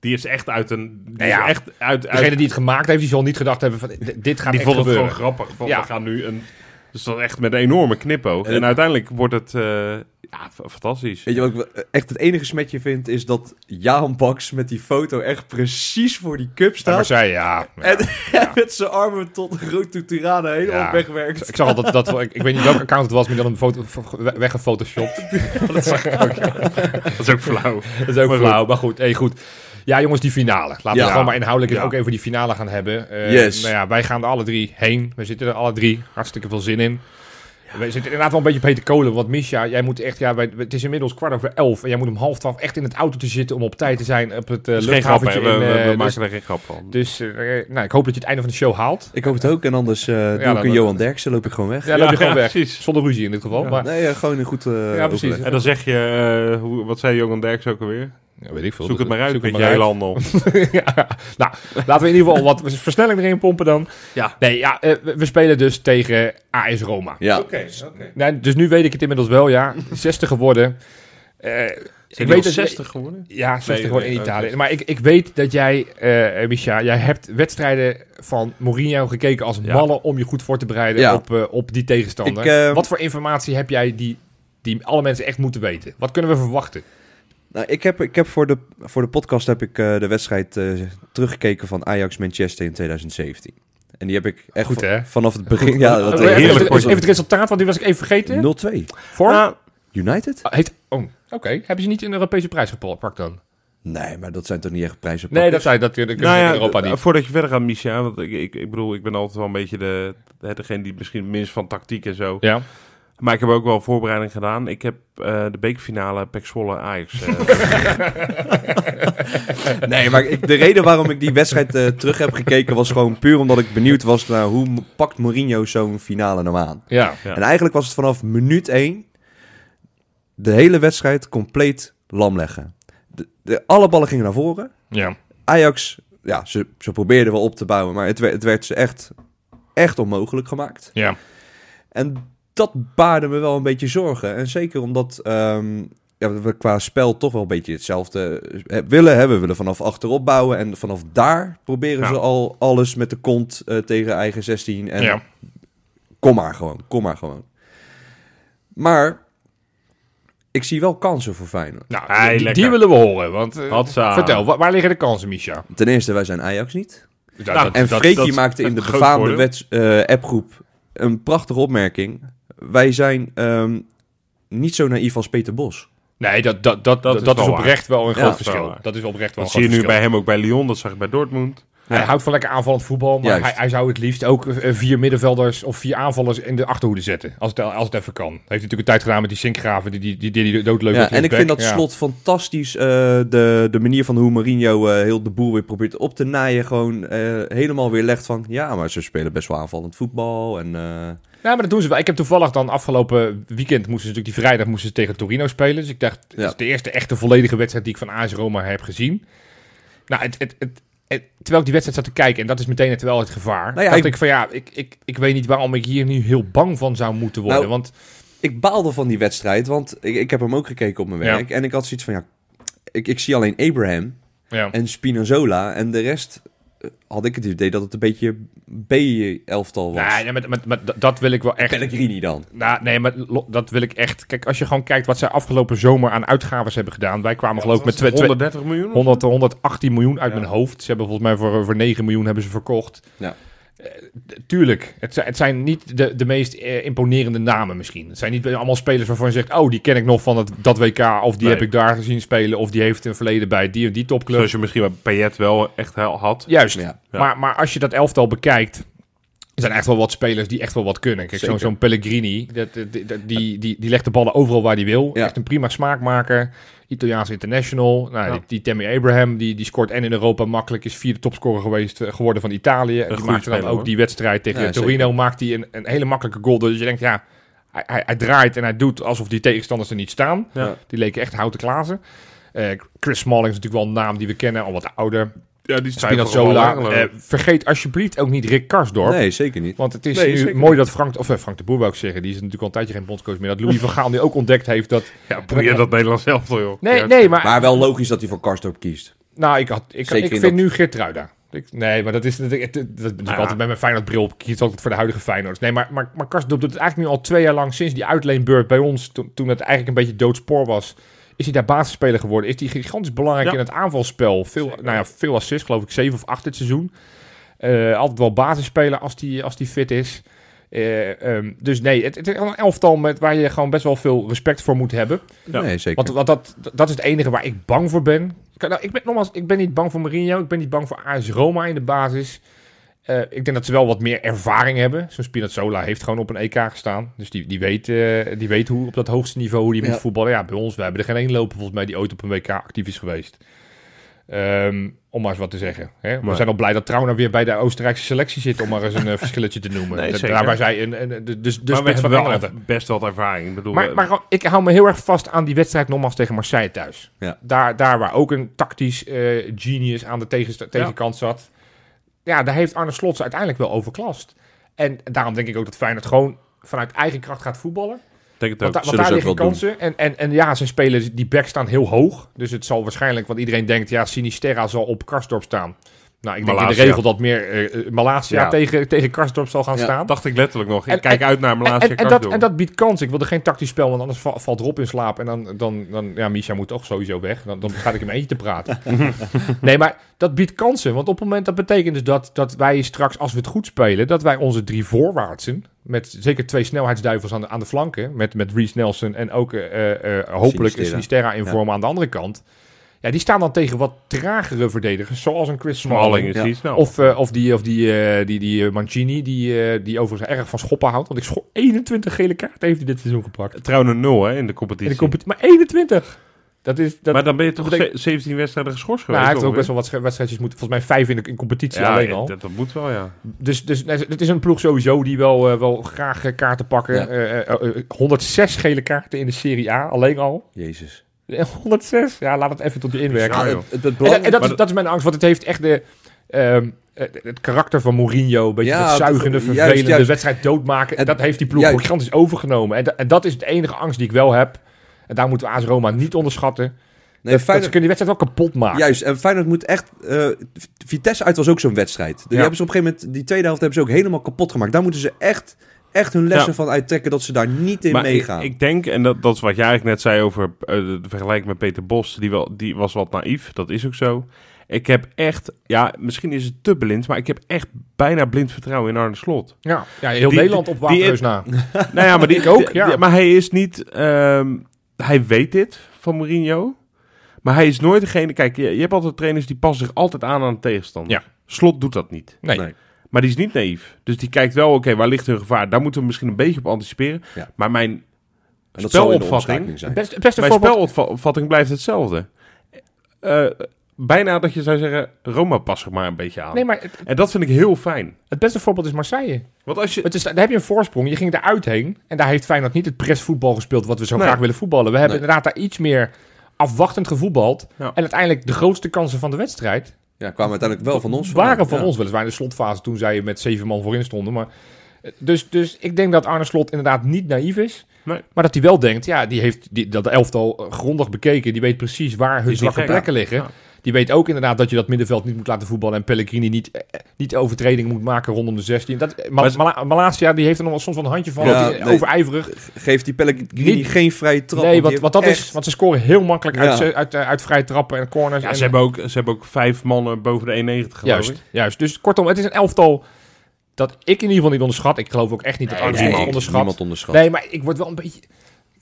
Speaker 3: Die is echt uit een... Die
Speaker 2: Nou ja,
Speaker 3: is echt uit... uit
Speaker 2: Degene die het gemaakt heeft, die zal niet gedacht hebben van d- dit gaat
Speaker 3: die
Speaker 2: echt
Speaker 3: vond het
Speaker 2: gebeuren.
Speaker 3: gewoon grappig. Van,
Speaker 2: Ja.
Speaker 3: We gaan nu een... Dus dat echt met een enorme knipoog. En
Speaker 1: Eh.
Speaker 3: uiteindelijk wordt het... eh, ja, f- fantastisch.
Speaker 1: Weet je wat ik wel- eh, echt het enige smetje vind? Is dat Jan Baks met die foto echt precies voor die cup
Speaker 2: Ja, maar
Speaker 1: staat.
Speaker 2: zij, ja. ja.
Speaker 1: En met zijn armen tot Roto Tirana helemaal
Speaker 2: Ja.
Speaker 1: wegwerkt.
Speaker 2: Ik zag al dat, dat we- ik, ik weet niet welk account het was, maar die had een foto v- we- weggefotoshopt.
Speaker 3: Dat is ook flauw.
Speaker 2: Dat is ook
Speaker 3: Maar goed.
Speaker 2: flauw, maar goed. Hey, goed. Ja, jongens, die finale. Laten we
Speaker 1: Ja.
Speaker 2: gewoon maar inhoudelijk het
Speaker 3: Ja.
Speaker 2: ook even die finale gaan hebben. Eh,
Speaker 1: Yes.
Speaker 2: Nou ja, wij gaan er alle drie heen. We zitten er alle drie hartstikke veel zin in. We zitten inderdaad wel een beetje op hete kolen. Want Misha, jij moet echt... Ja, wij, het is inmiddels kwart over elf. En jij moet om half twaalf echt in het auto te zitten... om op tijd te zijn op het eh
Speaker 3: Dat is geen grap, hè.
Speaker 2: luchthaventje.
Speaker 3: We,
Speaker 2: in,
Speaker 3: we-
Speaker 2: eh,
Speaker 3: we
Speaker 2: dus-
Speaker 3: maken er geen grap van.
Speaker 2: Dus eh, nou, ik hoop dat je het einde van de show haalt.
Speaker 1: Ik hoop het ook. En anders eh, doe
Speaker 2: dan-
Speaker 1: ik een Johan Derksen, loop ik gewoon weg.
Speaker 2: Ja, loop je
Speaker 3: Ja,
Speaker 2: gewoon weg.
Speaker 3: precies.
Speaker 2: Zonder ruzie in dit geval. Maar,
Speaker 1: Nee, eh, gewoon een goed eh,
Speaker 2: Ja, precies.
Speaker 1: overleg.
Speaker 3: En dan zeg je... eh, hoe, wat zei Johan Derks ook alweer?
Speaker 2: Ja, weet ik veel.
Speaker 3: Zoek het maar uit
Speaker 2: Zoek
Speaker 3: met
Speaker 2: het
Speaker 3: je
Speaker 2: maar uit.
Speaker 3: hele handel.
Speaker 2: ja. Nou, laten we in ieder geval wat versnelling erin pompen dan.
Speaker 3: Ja.
Speaker 2: Nee, ja, eh, we we spelen dus tegen AS Roma.
Speaker 1: Ja.
Speaker 3: Oké, oké.
Speaker 2: Nee, dus nu weet ik het inmiddels wel, ja. 60 geworden. Eh,
Speaker 3: Ik weet
Speaker 2: dat-
Speaker 3: 60 geworden.
Speaker 2: Ja, 60
Speaker 3: Nee,
Speaker 2: geworden in
Speaker 3: nee,
Speaker 2: Italië.
Speaker 3: oké.
Speaker 2: Maar ik, ik weet dat jij, eh Micha, jij hebt wedstrijden van Mourinho gekeken als
Speaker 3: Ja.
Speaker 2: mannen om je goed voor te bereiden
Speaker 1: Ja.
Speaker 2: op, eh, op die tegenstander.
Speaker 1: Ik, eh,
Speaker 2: Wat voor informatie heb jij die, die alle mensen echt moeten weten? Wat kunnen we verwachten?
Speaker 1: Nou, ik heb, ik heb voor, de, voor de podcast heb ik eh, de wedstrijd eh, teruggekeken van Ajax-Manchester in 2017. En die heb ik echt
Speaker 2: Goed,
Speaker 1: va-
Speaker 2: hè?
Speaker 1: vanaf het begin... Ja,
Speaker 2: Eh,
Speaker 1: dat
Speaker 2: even,
Speaker 3: heerlijk
Speaker 2: even,
Speaker 3: potje.
Speaker 2: even het resultaat, want die was ik even vergeten.
Speaker 1: 0-2.
Speaker 2: Voor?
Speaker 3: Nou,
Speaker 1: United?
Speaker 2: Ah, heet, oh, oké. Hebben ze niet een Europese prijs gepakt dan?
Speaker 1: Nee, maar dat zijn toch niet echt prijzen?
Speaker 2: Nee, dat zei dat natuurlijk
Speaker 3: nou
Speaker 2: in
Speaker 3: ja,
Speaker 2: Europa niet.
Speaker 3: voordat je verder gaat, Misha, want ik, ik, ik bedoel, ik ben altijd wel een beetje de, hè, degene die misschien minst van tactiek en zo.
Speaker 2: Ja.
Speaker 3: Maar ik heb ook wel voorbereiding gedaan. Ik heb eh, de bekerfinale Pek Zwolle Ajax. eh,
Speaker 1: Nee, maar ik, de reden waarom ik die wedstrijd eh, terug heb gekeken was gewoon puur omdat ik benieuwd was naar hoe m- pakt Mourinho zo'n finale nou aan.
Speaker 2: ja.
Speaker 3: Ja.
Speaker 1: En eigenlijk was het vanaf minuut 1 de hele wedstrijd compleet lam leggen. De, de, alle ballen gingen naar voren.
Speaker 2: Ja.
Speaker 1: Ajax, ja, ze, ze probeerden wel op te bouwen, maar het, werd- het werd ze echt, echt onmogelijk gemaakt.
Speaker 2: Ja.
Speaker 1: En dat baarde me wel een beetje zorgen. En zeker omdat ehm, ja, we qua spel toch wel een beetje hetzelfde eh, willen. Hè? We willen vanaf achterop bouwen. En vanaf daar proberen
Speaker 3: Ja.
Speaker 1: ze al alles met de kont eh, tegen eigen 16. En
Speaker 2: ja.
Speaker 1: kom maar gewoon, kom maar gewoon. Maar ik zie wel kansen voor Feyenoord.
Speaker 2: Nou,
Speaker 3: Ai,
Speaker 2: die- die,
Speaker 3: lekker. Ah.
Speaker 2: willen we horen. Want, eh,
Speaker 3: Hatsa.
Speaker 2: vertel, wa- waar liggen de kansen, Misha?
Speaker 1: Ten eerste, wij zijn Ajax niet.
Speaker 2: Dat-
Speaker 3: Nou,
Speaker 2: dat-
Speaker 1: En
Speaker 3: dat-
Speaker 1: Freekie
Speaker 3: dat is
Speaker 1: maakte in
Speaker 3: echt
Speaker 1: de
Speaker 3: een groot
Speaker 1: befaamde
Speaker 3: voordeel.
Speaker 1: wets- eh, appgroep een prachtige opmerking. Wij zijn ehm, niet zo naïef als Peter Bos.
Speaker 2: nee, dat, dat,
Speaker 3: Dat
Speaker 2: dat, dat,
Speaker 3: is
Speaker 2: is,
Speaker 3: wel waar.
Speaker 2: oprecht wel een
Speaker 1: Ja,
Speaker 2: groot
Speaker 3: dat is wel
Speaker 2: verschil.
Speaker 3: waar.
Speaker 2: Dat is wel oprecht wel
Speaker 3: Dat
Speaker 2: een
Speaker 3: zie je
Speaker 2: groot
Speaker 3: nu
Speaker 2: verschil.
Speaker 3: bij hem ook bij Lyon, dat zag ik bij Dortmund.
Speaker 2: Hij houdt van lekker aanvallend voetbal, maar
Speaker 1: Juist.
Speaker 2: hij, hij zou het liefst ook eh, vier middenvelders of vier aanvallers in de achterhoede zetten. Als het, als het even kan. Hij heeft natuurlijk een tijd gedaan met die Sinkgraven, die, die, die, die, die doodleuk
Speaker 1: Ja,
Speaker 2: op die
Speaker 1: en ik
Speaker 2: back.
Speaker 1: vind dat
Speaker 2: Ja.
Speaker 1: slot fantastisch. eh, de, de manier van hoe Mourinho eh, heel de boel weer probeert op te naaien. Gewoon eh, helemaal weer legt van... Ja, maar ze spelen best wel aanvallend voetbal. En, eh,
Speaker 2: Ja, maar dat doen ze wel. Ik heb toevallig dan afgelopen weekend, moesten ze natuurlijk die vrijdag moesten ze tegen Torino spelen. Dus ik dacht, dit
Speaker 1: Ja.
Speaker 2: is de eerste echte volledige wedstrijd die ik van AS Roma heb gezien. Nou, het, het, het, het- terwijl ik die wedstrijd zat te kijken, en dat is meteen het, wel het gevaar,
Speaker 1: Nou ja,
Speaker 2: dacht
Speaker 1: ik-
Speaker 2: ik, van ja, ik, ik, ik weet niet waarom ik hier nu heel bang van zou moeten worden.
Speaker 1: Nou,
Speaker 2: want
Speaker 1: ik baalde van die wedstrijd, want ik, ik heb hem ook gekeken op mijn
Speaker 2: Ja.
Speaker 1: werk. En ik had zoiets van... ja ik, ik zie alleen Abraham
Speaker 2: ja,
Speaker 1: en Spinazzola. En de rest eh, had ik het idee dat het een beetje B-elftal was.
Speaker 2: nou, ja, met, met, met, dat- dat wil ik wel echt...
Speaker 1: Pellegrini dan.
Speaker 2: Nou, nee, maar lo- dat wil ik echt. Kijk, als je gewoon kijkt wat zij afgelopen zomer aan uitgaves hebben gedaan. Wij kwamen geloof ik met twee- twee-
Speaker 3: 130 miljoen?
Speaker 2: 100, 118 miljoen uit
Speaker 3: Ja.
Speaker 2: mijn hoofd. Ze hebben volgens mij voor, voor 9 miljoen hebben ze verkocht.
Speaker 1: Ja.
Speaker 2: Eh, d- tuurlijk, het zijn, het zijn niet de, de meest eh, imponerende namen misschien. Het zijn niet allemaal spelers waarvan je zegt... oh, die ken ik nog van het, dat WK... of die
Speaker 3: Nee.
Speaker 2: heb ik daar gezien spelen... of die heeft een verleden bij die en die topclub.
Speaker 3: Zoals je misschien bij Payet wel echt heel- had.
Speaker 2: Juist.
Speaker 1: Ja.
Speaker 3: Ja.
Speaker 2: Maar, maar als je dat elftal bekijkt... er zijn echt wel wat spelers die echt wel wat kunnen. Kijk, zo'n
Speaker 1: Zeker.
Speaker 2: zo'n Pellegrini, dat, dat- dat- die, die, die legt de ballen overal waar hij wil.
Speaker 1: Ja.
Speaker 2: Echt een prima smaakmaker. Italiaans international. Nou,
Speaker 3: Ja.
Speaker 2: die, die Tammy Abraham, die, die scoort en in Europa makkelijk. Is vierde topscorer geweest, eh, geworden van Italië. En die
Speaker 3: goede
Speaker 2: maakte dan
Speaker 3: speler,
Speaker 2: ook
Speaker 3: hoor.
Speaker 2: die wedstrijd tegen
Speaker 1: Ja,
Speaker 2: Torino. Maakt hij een, een hele makkelijke goal. Dus je denkt, ja, hij, hij, hij draait en hij doet alsof die tegenstanders er niet staan.
Speaker 3: Ja.
Speaker 2: Die leken echt houten klazen. Eh, Chris Smalling is natuurlijk wel een naam die we kennen, al wat ouder.
Speaker 3: Ja, die zijn
Speaker 2: Spinazzola. eh, vergeet alsjeblieft ook niet Rick Karsdorp.
Speaker 1: Nee, zeker niet.
Speaker 2: Want het is
Speaker 1: Nee,
Speaker 2: nu
Speaker 1: zeker
Speaker 2: mooi dat Frank, of eh, Frank de Boer wou ik zeggen, die is natuurlijk al een tijdje geen bondscoach meer, dat Louis van Gaal nu ook ontdekt heeft dat...
Speaker 3: ja, boeien dat Nederlands zelf toch, joh.
Speaker 2: Nee,
Speaker 3: Ja.
Speaker 2: nee, maar,
Speaker 1: Maar wel logisch dat hij voor Karstorp kiest.
Speaker 2: nou, ik, had, ik,
Speaker 1: Zeker
Speaker 2: ik
Speaker 1: in
Speaker 2: vind
Speaker 1: dat-
Speaker 2: nu Geert Ruida. Nee, maar dat is natuurlijk- het- het- dat ben ik
Speaker 3: ja.
Speaker 2: altijd bij mijn Feyenoord bril op. Kies altijd voor de huidige Feyenoord. Nee, maar, maar, maar Karsdorp doet het eigenlijk nu al twee jaar lang sinds die uitleenbeurt bij ons, toen, toen het eigenlijk een beetje doodspoor was. Is hij daar basisspeler geworden? Is hij gigantisch belangrijk
Speaker 3: Ja.
Speaker 2: in het aanvalspel? Veel, nou ja, veel assists, geloof ik, zeven of acht dit seizoen. Eh, altijd wel basisspeler als die, als die fit is. Eh, ehm, dus nee, het, het is een elftal met, waar je gewoon best wel veel respect voor moet hebben.
Speaker 3: Ja.
Speaker 1: Nee, zeker.
Speaker 2: Want, want dat, dat is het enige waar ik bang voor ben. Ik, kan- nou, ik ben nogmaals, ik ben niet bang voor Mourinho. Ik ben niet bang voor AS Roma in de basis. Eh, ik denk dat ze wel wat meer ervaring hebben. Zo'n Spinazzola heeft gewoon op een EK gestaan. Dus die, die, weet, eh, die weet hoe op dat hoogste niveau hoe die
Speaker 1: Ja.
Speaker 2: moet voetballen. Ja, bij ons, we hebben er geen één lopen volgens mij die ooit op een WK actief is geweest. Ehm, om maar eens wat te zeggen. Hè? We
Speaker 3: Maar-
Speaker 2: zijn al blij dat Trauner weer bij de Oostenrijkse selectie zit, om maar eens een eh, verschilletje te noemen.
Speaker 3: Nee,
Speaker 2: Dat-
Speaker 3: zeker.
Speaker 2: Daar waar zij een, een, een- de, de, de
Speaker 3: maar we
Speaker 2: spits
Speaker 3: hebben
Speaker 2: van
Speaker 3: wel
Speaker 2: dus Engeland.
Speaker 3: echt best wat ervaring. Ik bedoel,
Speaker 2: Maar,
Speaker 3: eh,
Speaker 2: maar gewoon, ik hou me heel erg vast aan die wedstrijd nogmaals tegen Marseille thuis.
Speaker 1: Ja.
Speaker 2: Daar, daar waar ook een tactisch eh, genius aan de tegenst- tegenkant zat. Ja, daar heeft Arne Slot ze uiteindelijk wel overklast. En daarom denk ik ook dat Feyenoord gewoon vanuit eigen kracht gaat voetballen.
Speaker 3: ik denk het ook.
Speaker 2: Want, da- want
Speaker 1: zullen
Speaker 2: daar
Speaker 1: ze ook
Speaker 2: liggen
Speaker 1: wel
Speaker 2: kansen. En, en, en ja, zijn spelers, die backs staan heel hoog. Dus het zal waarschijnlijk, want iedereen denkt, ja, Sinisterra zal op Karsdorp staan. Nou, ik denk in de
Speaker 3: Malasia.
Speaker 2: regel dat meer eh, eh, Malasia
Speaker 3: Ja.
Speaker 2: tegen, tegen Karsdorp zal gaan
Speaker 3: Ja,
Speaker 2: staan.
Speaker 3: dacht ik letterlijk nog. Ik
Speaker 2: En-
Speaker 3: kijk
Speaker 2: en-
Speaker 3: uit naar
Speaker 2: En,
Speaker 3: Malasia
Speaker 2: en, en dat,
Speaker 3: Kakdoor.
Speaker 2: en dat biedt kans. Ik wil er geen tactisch spel, want anders va- valt Rob in slaap. En dan, dan, dan ja, Misha moet toch sowieso weg. Dan, dan ga ik hem eentje te praten. nee, maar dat biedt kansen. Want op het moment, dat betekent dus dat, dat wij straks, als we het goed spelen, dat wij onze drie voorwaartsen, met zeker twee snelheidsduivels aan de, aan de flanken, met, met Reece Nelson en ook eh, eh, eh, hopelijk
Speaker 1: Sinisterra.
Speaker 2: Sinisterra, Sinisterra in
Speaker 1: Ja.
Speaker 2: vorm aan de andere kant. Ja, die staan dan tegen wat tragere verdedigers, zoals een Chris
Speaker 3: Smalling
Speaker 2: Smalling.
Speaker 3: is
Speaker 1: Ja.
Speaker 3: niet snel.
Speaker 2: Of, eh, of die, of die, eh, die, die eh, Mancini, die, eh, die overigens erg van schoppen houdt. Want ik schop 21 gele kaarten heeft hij dit seizoen gepakt.
Speaker 3: Trouwens een nul hè, in de
Speaker 2: In
Speaker 3: competitie.
Speaker 2: de competi- maar 21! Dat is, dat,
Speaker 3: maar dan ben je toch
Speaker 2: dat betek-
Speaker 3: ze- 17 wedstrijden geschorst
Speaker 2: nou,
Speaker 3: geweest?
Speaker 2: hij heeft ook best
Speaker 3: ongeveer?
Speaker 2: wel wat sche- wedstrijdjes moeten. Volgens mij vijf in, de, in competitie alleen
Speaker 3: ja,
Speaker 2: al.
Speaker 3: Dat, dat moet wel, ja.
Speaker 2: Dus, dus nee, het is een ploeg sowieso die wel, eh, wel graag eh, kaarten pakken.
Speaker 1: Ja.
Speaker 2: Eh, eh, eh, eh, 106 gele kaarten in de Serie A alleen al.
Speaker 1: Jezus.
Speaker 2: Eh, 106? Ja, laat het even tot je inwerken.
Speaker 3: Bizar, joh.
Speaker 1: het, het
Speaker 2: En, dat- en
Speaker 1: belang-
Speaker 2: dat,
Speaker 3: Maar
Speaker 2: is, dat is mijn angst, want het heeft echt de, ehm, eh, het karakter van Mourinho. Een beetje
Speaker 1: Ja,
Speaker 2: dat zuigende,
Speaker 1: dat- juist,
Speaker 2: vervelende, de
Speaker 1: juist.
Speaker 2: wedstrijd doodmaken.
Speaker 1: En-
Speaker 2: dat heeft die ploeg
Speaker 1: juist.
Speaker 2: gigantisch overgenomen. En, da- en dat is de enige angst die ik wel heb. En daar moeten we AS Roma niet onderschatten.
Speaker 1: nee,
Speaker 2: Dat ze
Speaker 1: Feyenoord,
Speaker 2: kunnen die wedstrijd wel kapot maken.
Speaker 1: juist, en Feyenoord moet echt... eh, Vitesse uit was ook zo'n wedstrijd. Die
Speaker 2: Ja.
Speaker 1: hebben ze op een gegeven moment... Die tweede helft hebben ze ook helemaal kapot gemaakt. Daar moeten ze echt, echt hun lessen
Speaker 3: Ja.
Speaker 1: van uittrekken... dat ze daar niet in
Speaker 3: Maar ik,
Speaker 1: meegaan.
Speaker 3: ik denk, en dat, dat is wat jij eigenlijk net zei over eh, de de vergelijking met Peter Bos, die, wel, die was wat naïef, dat is ook zo. Ik heb echt, ja, misschien is het te blind, maar ik heb echt bijna blind vertrouwen in Arne Slot.
Speaker 2: Ja, ja, heel
Speaker 3: Die-
Speaker 2: Nederland op
Speaker 3: die-
Speaker 2: waterreus na.
Speaker 3: nou ja, maar die
Speaker 2: Ik ook,
Speaker 3: die-
Speaker 2: ja.
Speaker 3: die- maar hij is niet, ehm, hij weet dit van Mourinho, maar hij is nooit degene, kijk, je, je hebt altijd trainers die passen zich altijd aan aan de tegenstander.
Speaker 2: Ja.
Speaker 3: Slot doet dat niet.
Speaker 2: Nee.
Speaker 1: Nee.
Speaker 3: Maar die is niet naïef. Dus die kijkt wel, oké, waar ligt hun gevaar? Daar moeten we misschien een beetje op anticiperen.
Speaker 1: Ja.
Speaker 3: Maar mijn
Speaker 1: en dat zal in de
Speaker 3: spelopvatting-
Speaker 1: omschakeling zijn.
Speaker 2: Best, het beste
Speaker 3: Mijn
Speaker 2: voorbeeld...
Speaker 3: spelopvatting blijft hetzelfde. Eh, bijna dat je zou zeggen, Roma pas er maar een beetje aan.
Speaker 2: Nee, maar het,
Speaker 3: En dat vind ik heel fijn.
Speaker 2: het beste voorbeeld is Marseille.
Speaker 3: Want als je...
Speaker 2: Het is, daar heb je een voorsprong. Je ging eruit heen. En daar heeft Feyenoord niet het pressvoetbal gespeeld wat we zo
Speaker 3: Nou Nee.
Speaker 2: graag willen voetballen. We hebben inderdaad daar iets meer afwachtend gevoetbald.
Speaker 3: Ja.
Speaker 2: En uiteindelijk de grootste kansen van de wedstrijd
Speaker 1: Ja, kwamen uiteindelijk wel van ons
Speaker 2: waren
Speaker 1: vandaan.
Speaker 2: van
Speaker 1: Ja.
Speaker 2: ons weliswaar in de slotfase toen zij met zeven man voorin stonden. Maar, eh, dus, dus ik denk dat Arne Slot inderdaad niet naïef is.
Speaker 3: Nee.
Speaker 2: Maar dat hij wel denkt, ja, die heeft die, dat elftal eh, grondig bekeken. Die weet precies waar hun
Speaker 3: niet
Speaker 2: zwakke
Speaker 3: gek,
Speaker 2: plekken liggen.
Speaker 3: Ja.
Speaker 2: Die weet ook inderdaad dat je dat middenveld niet moet laten voetballen. En Pellegrini niet, eh, eh, niet overtredingen moet maken rondom de 16. Dat, Ma-
Speaker 3: Maar ze-
Speaker 2: Mala- Malasia die heeft er nog wel soms wel een handje van.
Speaker 1: Ja,
Speaker 2: die-
Speaker 1: nee.
Speaker 2: overijverig.
Speaker 1: Geeft die Pellegrini
Speaker 2: Niet-
Speaker 1: geen vrije trap.
Speaker 2: nee,
Speaker 1: want
Speaker 2: want,
Speaker 1: die
Speaker 2: want, dat
Speaker 1: heeft echt-
Speaker 2: is, want ze scoren heel makkelijk uit,
Speaker 1: Ja.
Speaker 2: ze- uit, eh, uit vrije trappen en corners.
Speaker 3: Ja,
Speaker 2: en,
Speaker 3: ze, hebben ook, ze hebben ook vijf mannen boven de 1,90 geloof ik.
Speaker 2: Juist, juist. Dus kortom, het is een elftal dat ik in ieder geval niet onderschat. Ik geloof ook echt niet dat
Speaker 3: Nee,
Speaker 2: Arne
Speaker 3: nee,
Speaker 2: Slot
Speaker 3: nee,
Speaker 2: onderschat.
Speaker 1: Niemand onderschat.
Speaker 2: Nee, maar ik word wel een beetje...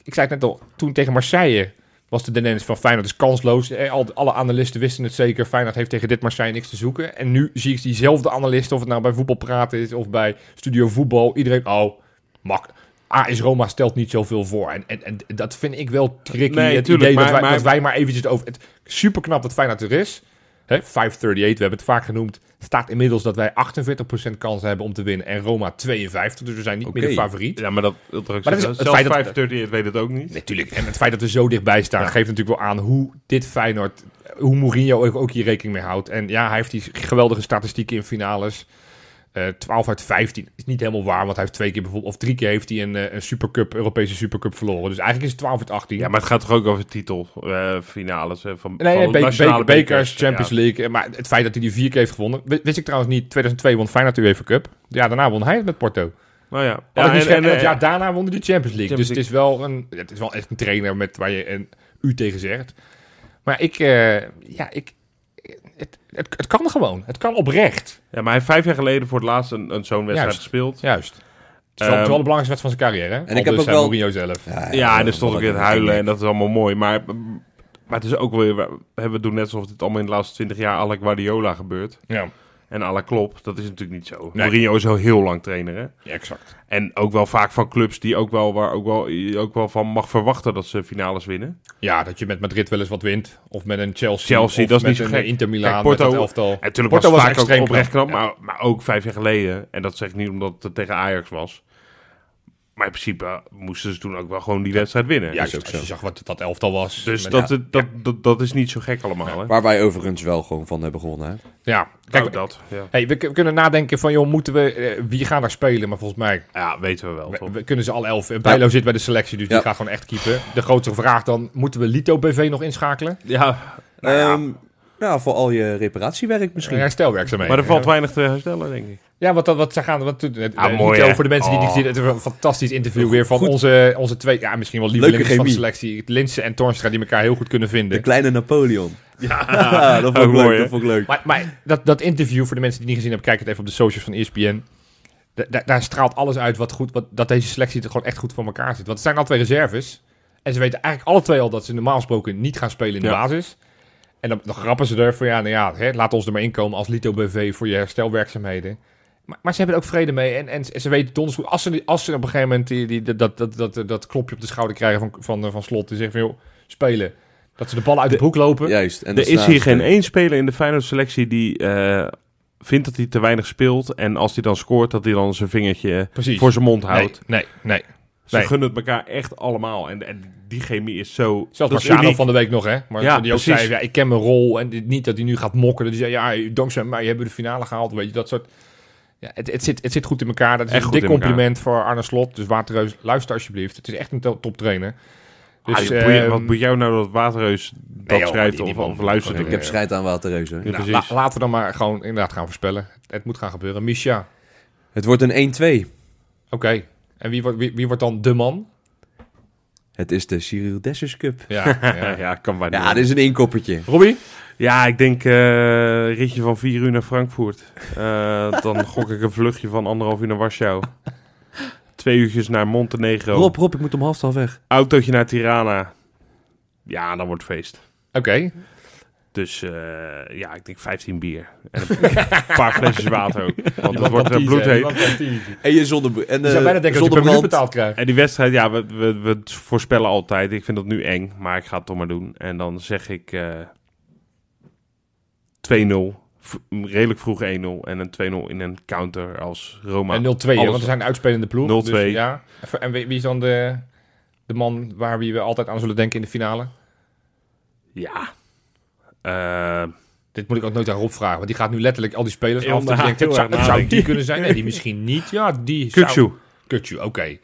Speaker 2: Ik zei het net al, toen tegen Marseille was de tendens van Feyenoord is kansloos. Eh, al- Alle analisten wisten het zeker. Feyenoord heeft tegen dit Marseille niks te zoeken. En nu zie ik diezelfde analisten, of het nou bij Voetbal Praten is of bij Studio Voetbal. Iedereen, oh, mak. AS Roma stelt niet zoveel voor. En, en, en dat vind ik wel tricky.
Speaker 3: Nee,
Speaker 2: het
Speaker 3: tuurlijk,
Speaker 2: idee dat,
Speaker 3: maar-
Speaker 2: wij,
Speaker 3: maar-
Speaker 2: dat wij maar eventjes het over... Het, super knap dat Feyenoord er is. Hè, 538, we hebben het vaak genoemd. Staat inmiddels dat wij 48% kans hebben om te winnen. En Roma 52%. Dus we zijn niet meer de
Speaker 1: Oké.
Speaker 2: favoriet.
Speaker 3: Ja, maar dat, dat druk
Speaker 2: Maar dat is
Speaker 3: zelfs
Speaker 2: het feit dat-
Speaker 3: 538 weet het ook niet.
Speaker 2: Natuurlijk. En het feit dat we zo dichtbij staan geeft natuurlijk wel aan hoe dit Feyenoord, hoe Mourinho ook, ook hier rekening mee houdt. En ja, hij heeft die geweldige statistieken in finales. Eh 12 uit 15 is niet helemaal waar, want hij heeft twee keer bijvoorbeeld, of drie keer heeft hij een, eh, een supercup, Europese supercup verloren. Dus eigenlijk is het 12 uit 18.
Speaker 3: Ja, maar het gaat toch ook over titelfinales finales hè, van,
Speaker 2: Nee, nee,
Speaker 3: van
Speaker 2: be-
Speaker 3: nationale
Speaker 2: be- bekers, Champions
Speaker 3: Ja.
Speaker 2: League. Eh, Maar het feit dat hij die vier keer heeft gewonnen, wi- wist ik trouwens niet. 2002 won Feyenoord de UEFA Cup. Ja, daarna won hij het met Porto.
Speaker 3: Nou ja.
Speaker 2: Ja,
Speaker 3: Ja,
Speaker 2: en,
Speaker 3: en- en-
Speaker 2: het jaar daarna won hij de Champions League.
Speaker 3: Champions
Speaker 2: dus het is wel een, het is wel echt een trainer met waar je een u tegen zegt. Maar ik, eh, ja, ik, het, het, het kan gewoon. Het kan oprecht.
Speaker 3: ja, maar hij heeft vijf jaar geleden voor het laatst een, een zo'n wedstrijd
Speaker 2: Juist.
Speaker 3: gespeeld.
Speaker 2: Juist. Het is wel,
Speaker 3: Ehm,
Speaker 2: het is wel de belangrijkste wedstrijd van zijn carrière. En ik heb ook wel Mourinho zelf.
Speaker 3: Ja, en dan stond ik weer te huilen en dat is allemaal mooi. Maar, maar het is ook weer... We we doen net alsof dit allemaal in de laatste 20 jaar à la Guardiola gebeurt.
Speaker 2: Ja,
Speaker 3: En à la Klopp, dat is natuurlijk niet zo.
Speaker 2: Nee.
Speaker 3: Mourinho is al heel lang trainer, hè?
Speaker 2: ja, exact.
Speaker 3: En ook wel vaak van clubs die ook wel, waar ook wel, je ook wel van mag verwachten dat ze finales winnen.
Speaker 2: Ja, dat je met Madrid wel eens wat wint. Of met een Chelsea.
Speaker 3: Chelsea,
Speaker 2: of
Speaker 3: dat is
Speaker 2: met
Speaker 3: niet zo
Speaker 2: een eh,
Speaker 3: gek.
Speaker 2: Inter Milaan,
Speaker 3: Kijk,
Speaker 2: met
Speaker 3: Porto-
Speaker 2: dat elftal.
Speaker 3: En natuurlijk
Speaker 2: Porto
Speaker 3: was
Speaker 2: was
Speaker 3: het vaak
Speaker 2: extreem
Speaker 3: ook oprecht
Speaker 2: knap,
Speaker 3: knap, maar, maar ook vijf jaar geleden. En dat zeg ik niet omdat het tegen Ajax was. Maar in principe eh, moesten ze toen ook wel gewoon die wedstrijd winnen.
Speaker 2: Ja,
Speaker 3: dus
Speaker 2: als je zag wat dat elftal was.
Speaker 3: dus
Speaker 2: Met-
Speaker 3: dat, het- dat, dat, dat is niet zo gek allemaal, hè?
Speaker 1: Waar wij overigens wel gewoon van hebben gewonnen. Hè?
Speaker 2: Ja,
Speaker 3: Kijk,
Speaker 2: kijk.
Speaker 3: Nou, dat. Ja.
Speaker 2: Hey, we, k- we kunnen nadenken van, joh, moeten we, eh, wie gaan daar spelen? Maar volgens mij
Speaker 3: ja, weten we wel. toch?
Speaker 2: We, we kunnen ze alle elf. En Bijlo zit bij de selectie, dus
Speaker 1: Ja.
Speaker 2: die gaat gewoon echt keepen. De grotere vraag dan, moeten we Lito BV nog inschakelen?
Speaker 3: Ja,
Speaker 1: Ehm, Nou, voor al je reparatiewerk misschien.
Speaker 2: Herstelwerkzaamheden.
Speaker 3: Maar er valt weinig te herstellen, denk ik.
Speaker 2: Ja, want dat, wat ze gaan... Wat, toen- het,
Speaker 3: Ah,
Speaker 2: eh,
Speaker 3: mooi,
Speaker 2: Nico,
Speaker 3: hè?
Speaker 2: voor de mensen die
Speaker 3: Oh.
Speaker 2: niet zien, het is een fantastisch interview weer van
Speaker 1: Goed.
Speaker 2: onze, onze twee... Ja, misschien wel lievelingen van de
Speaker 1: chemie.
Speaker 2: selectie. Linsen en Tornstra, die elkaar heel goed kunnen
Speaker 1: De
Speaker 2: vinden.
Speaker 1: kleine Napoleon. Ja, dat vond ik
Speaker 3: ook
Speaker 1: leuk.
Speaker 3: mooi,
Speaker 1: dat
Speaker 3: hè?
Speaker 1: vond ik leuk.
Speaker 2: Maar, maar dat, dat interview, voor de mensen die het niet gezien hebben, kijk het even op de socials van E ESPN. Da- da- daar straalt alles uit wat goed, wat, dat deze selectie er gewoon echt goed voor elkaar zit. Want het zijn al twee reserves. En ze weten eigenlijk alle twee al dat ze normaal gesproken niet gaan spelen in de
Speaker 3: Ja.
Speaker 2: basis. En dan, dan grappen ze er van, ja, nou ja, hè, laat ons er maar inkomen als Lito BV voor je herstelwerkzaamheden. Maar, maar ze hebben er ook vrede mee. En, en, ze- ze weten donders goed, als ze, als ze op een gegeven moment die, die, dat, dat, dat, dat, dat klopje op de schouder krijgen van, van, van Slot, die zegt van, joh, spelen. Dat ze de ballen uit de, broek lopen.
Speaker 1: Juist. En dat
Speaker 3: Er is
Speaker 1: nou-
Speaker 3: hier geen één speler in de Feyenoord selectie die eh, vindt dat hij te weinig speelt. En als hij dan scoort, dat hij dan zijn vingertje
Speaker 2: Precies.
Speaker 3: voor zijn mond houdt.
Speaker 2: Nee, nee, nee.
Speaker 3: Ze
Speaker 2: Nee.
Speaker 3: gunnen het elkaar echt allemaal. En, en die chemie is zo...
Speaker 2: Zelfs
Speaker 3: dat is
Speaker 2: Marciano
Speaker 3: uniek.
Speaker 2: van de week nog, hè? Maar
Speaker 3: Ja,
Speaker 2: die ook
Speaker 3: precies.
Speaker 2: zei, ja, ik ken mijn rol. En dit- niet dat hij nu gaat mokken. Dat hij zei, ja, dankzij mij hebben we de finale gehaald. Weet je, dat soort... Ja, het, het, zit, het zit goed in elkaar. Dat is
Speaker 3: Echt
Speaker 2: een
Speaker 3: goed
Speaker 2: dik
Speaker 3: in elkaar.
Speaker 2: compliment voor Arne Slot. Dus Waterreus, luister alsjeblieft. Het is echt een to- toptrainer.
Speaker 3: Ah,
Speaker 2: Dus,
Speaker 3: joh, boeien-
Speaker 2: ehm,
Speaker 3: wat moet jou nou dat Waterreus dat
Speaker 2: joh,
Speaker 3: schrijft
Speaker 2: die- die
Speaker 3: of,
Speaker 2: man-
Speaker 3: of luistert?
Speaker 2: Ik
Speaker 1: Ik heb scheid aan Waterreuzen.
Speaker 3: Ja,
Speaker 2: nou,
Speaker 3: precies.
Speaker 2: la- laten we dan maar gewoon inderdaad gaan voorspellen. Het moet gaan gebeuren. Misha, oké.
Speaker 1: Het wordt een 1-2.
Speaker 2: En wie wordt, wie, wie wordt dan de man?
Speaker 1: Het is de Cyril Dessers Cup.
Speaker 2: Ja,
Speaker 3: ja,
Speaker 2: ja.
Speaker 3: ja, kan maar niet.
Speaker 1: Ja, dit is een inkoppertje.
Speaker 2: Robbie?
Speaker 3: Ja, ik denk eh ritje van vier uur naar Frankfurt. Eh, dan gok ik een vluchtje van anderhalf uur naar Warschau. Twee uurtjes naar Montenegro.
Speaker 1: Rob, Rob, ik moet om half twaalf weg.
Speaker 3: Autootje naar Tirana. Ja, dan wordt feest.
Speaker 2: Oké.
Speaker 3: Dus eh, ja, ik denk 15 bier. En een paar flesjes water ook. Want het
Speaker 2: Iemand
Speaker 3: wordt eh,
Speaker 2: kan teasen, hè?
Speaker 3: bloedheet.
Speaker 2: Iemand kan teasen.
Speaker 1: En je zonnebr en,
Speaker 2: Je zou
Speaker 1: eh,
Speaker 2: bijna denken dat je per minuut
Speaker 1: zonnebrand.
Speaker 2: betaald krijgt.
Speaker 3: En die wedstrijd, ja, we, we, we voorspellen altijd. Ik vind dat nu eng, maar ik ga het toch maar doen. En dan zeg ik eh, 2-0. V- Redelijk vroeg 1-0 en een 2-0 in een counter als Roma.
Speaker 2: En 0-2, hè,
Speaker 3: Alles-
Speaker 2: want we zijn een uitspelende ploeg.
Speaker 3: 0-2.
Speaker 2: Dus, ja. Even- En wie, wie is dan de, de man waar we altijd aan zullen denken in de finale?
Speaker 3: Ja. Eh,
Speaker 2: Dit moet ik ook nooit aan Rob vragen, want die gaat nu letterlijk al die spelers
Speaker 3: Ja,
Speaker 2: af. Dat
Speaker 3: ja,
Speaker 2: je denkt, dat
Speaker 3: heel
Speaker 2: zou,
Speaker 3: erg
Speaker 2: dat zou die
Speaker 3: nadenken.
Speaker 2: kunnen zijn. Nee, die misschien niet. Ja, die zou...
Speaker 3: Kukçu.
Speaker 2: Kukçu, oké.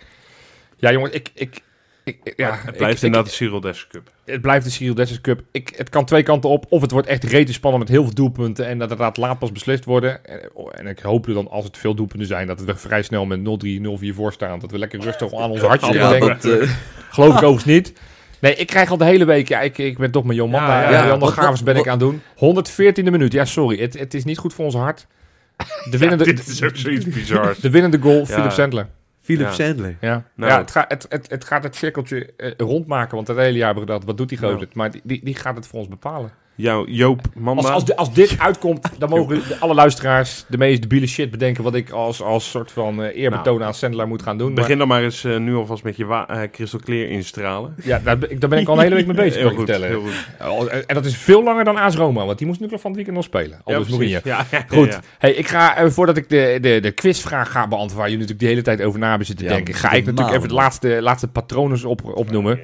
Speaker 2: Ja, jongen, ik... ik, ik- ik- ja,
Speaker 3: het
Speaker 2: ik-
Speaker 3: blijft
Speaker 2: ik-
Speaker 3: inderdaad de Cyril Dessers Cup.
Speaker 2: het blijft de Cyril Dessers Cup. Ik, het kan twee kanten op. Of het wordt echt rete spannend met heel veel doelpunten. En dat het laat, laat pas beslist worden. En, oh, en ik hoop er dan, als het veel doelpunten zijn, dat we vrij snel met 0-3, 0-4 voor staan. Dat we lekker rustig aan ons hartje
Speaker 1: Ja,
Speaker 2: denken.
Speaker 1: dat, eh,
Speaker 2: Geloof
Speaker 3: Ah.
Speaker 2: ik overigens niet. Nee, ik krijg al de hele week. Ja, ik, ik ben toch met Jomanda.
Speaker 3: Ja,
Speaker 2: Ja,
Speaker 3: ja.
Speaker 2: ja,
Speaker 1: Ja, wat-
Speaker 2: Gavers ben
Speaker 1: wat-
Speaker 2: ik aan het doen. 114e minuut. Ja, sorry. Het, het is niet goed voor ons hart. De winnende,
Speaker 3: Dit is ook zoiets bizar.
Speaker 2: de winnende goal, Philip
Speaker 3: Ja.
Speaker 2: Sendler.
Speaker 1: Philip
Speaker 3: Ja.
Speaker 1: Sandler.
Speaker 2: Ja,
Speaker 3: Nou.
Speaker 2: ja het, gaat het, het, het gaat het cirkeltje eh, rondmaken. Want het hele jaar hebben we gedacht, wat doet die gozer?
Speaker 3: Nou.
Speaker 2: Maar die, die, die gaat het voor ons bepalen.
Speaker 3: Jou, Joop
Speaker 2: Als,
Speaker 3: Manda.
Speaker 2: als, di- als dit uitkomt, dan mogen de- alle luisteraars de meest debiele shit bedenken... wat ik als, als soort van eh, eerbetoon
Speaker 3: Nou.
Speaker 2: aan Sendler moet gaan doen. Maar-
Speaker 3: Begin dan maar eens eh, nu alvast met je wa- eh, crystal clear instralen.
Speaker 2: ja, daar, ben ik- daar ben ik al een hele week mee bezig, kan ik vertellen.
Speaker 3: heel goed.
Speaker 2: Oh, En dat is veel langer dan AS Roma, want die moest nu van het weekend nog spelen.
Speaker 3: Ja,
Speaker 2: Anders
Speaker 3: precies.
Speaker 2: Mourinho.
Speaker 3: Ja, ja, ja,
Speaker 2: Goed,
Speaker 3: ja.
Speaker 2: hey, ik ga, eh, voordat ik de, de, de quizvraag ga beantwoorden, waar jullie natuurlijk de hele tijd over na hebben zitten
Speaker 1: Ja,
Speaker 2: denken, ga ik natuurlijk
Speaker 1: normaal,
Speaker 2: even de laatste, laatste patronen op, opnoemen.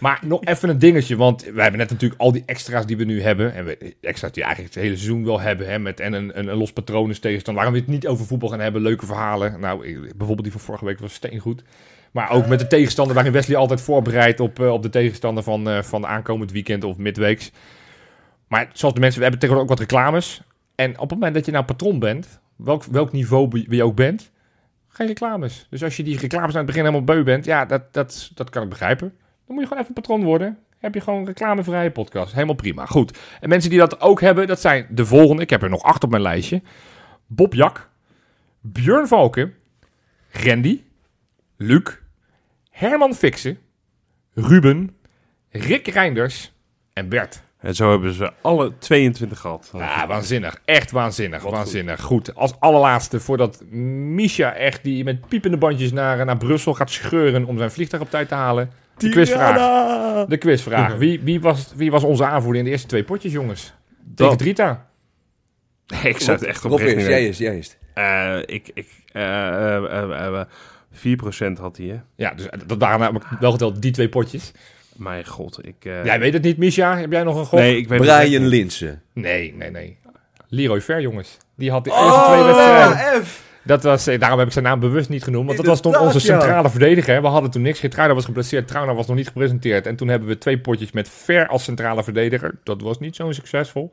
Speaker 2: Maar nog even een dingetje, want we hebben net natuurlijk al die extra's die we nu hebben, en we, extra's die we eigenlijk het hele seizoen wel hebben, hè, met, en een, een, een los patronen tegenstand, waarom we het niet over voetbal gaan hebben, leuke verhalen. Nou, ik- bijvoorbeeld die van vorige week was steengoed. Maar ook met de tegenstander waarin Wesley altijd voorbereidt op, eh, op de tegenstander van, eh van aankomend weekend of midweeks. Maar zoals de mensen, we hebben tegenwoordig ook wat reclames. En op het moment dat je nou patron bent, welk, welk niveau be- je ook bent, geen reclames. Dus als je die reclames aan het begin helemaal beu bent, ja, dat, dat, dat kan ik begrijpen. Dan moet je gewoon even patron worden. Heb je gewoon een reclamevrije podcast. Helemaal prima. Goed. En mensen die dat ook hebben, dat zijn de volgende. Ik heb er nog acht op mijn lijstje. Bob Jak, Björn Valken, Randy, Luc, Herman Fixen, Ruben, Rick Reinders en Bert.
Speaker 3: En zo hebben ze alle 22 gehad.
Speaker 2: Ja, waanzinnig. Echt waanzinnig. waanzinnig. Goed. Als allerlaatste, voordat Misha echt die met piepende bandjes naar, naar Brussel gaat scheuren om zijn vliegtuig op tijd te halen. De quizvraag. De quizvraag. Wie, wie, was, wie was onze aanvoerder in de eerste twee potjes, jongens? Tegen
Speaker 3: Dat-
Speaker 2: Drita.
Speaker 3: ik zou het echt
Speaker 1: Rob
Speaker 3: oprecht niet
Speaker 1: eerst, jij
Speaker 3: weten.
Speaker 1: eerst, jij eerst.
Speaker 3: Eh, ik, ik, eh, eh, eh, eh, 4% had hij, hè?
Speaker 2: Ja, dus dat waren namelijk wel geteld die twee potjes.
Speaker 3: Mijn god, ik... eh,
Speaker 2: Jij weet het niet, Misha. Heb jij nog een gok?
Speaker 3: nee, ik weet het echt
Speaker 1: Brian
Speaker 3: niet.
Speaker 1: Linsen.
Speaker 3: Oh,
Speaker 2: nee, nee. nee. Leroy Ver, jongens. Die had de eerste twee wedstrijden.
Speaker 1: F.
Speaker 2: Dat was, eh, daarom heb ik zijn naam bewust niet genoemd. Want dat was toen
Speaker 1: Inderdaad,
Speaker 2: onze
Speaker 1: ja.
Speaker 2: centrale verdediger. We hadden toen niks. Geertruida was geblesseerd. Trauna was nog niet gepresenteerd. En toen hebben we twee potjes met Ver als centrale verdediger. Dat was niet zo succesvol. Eh,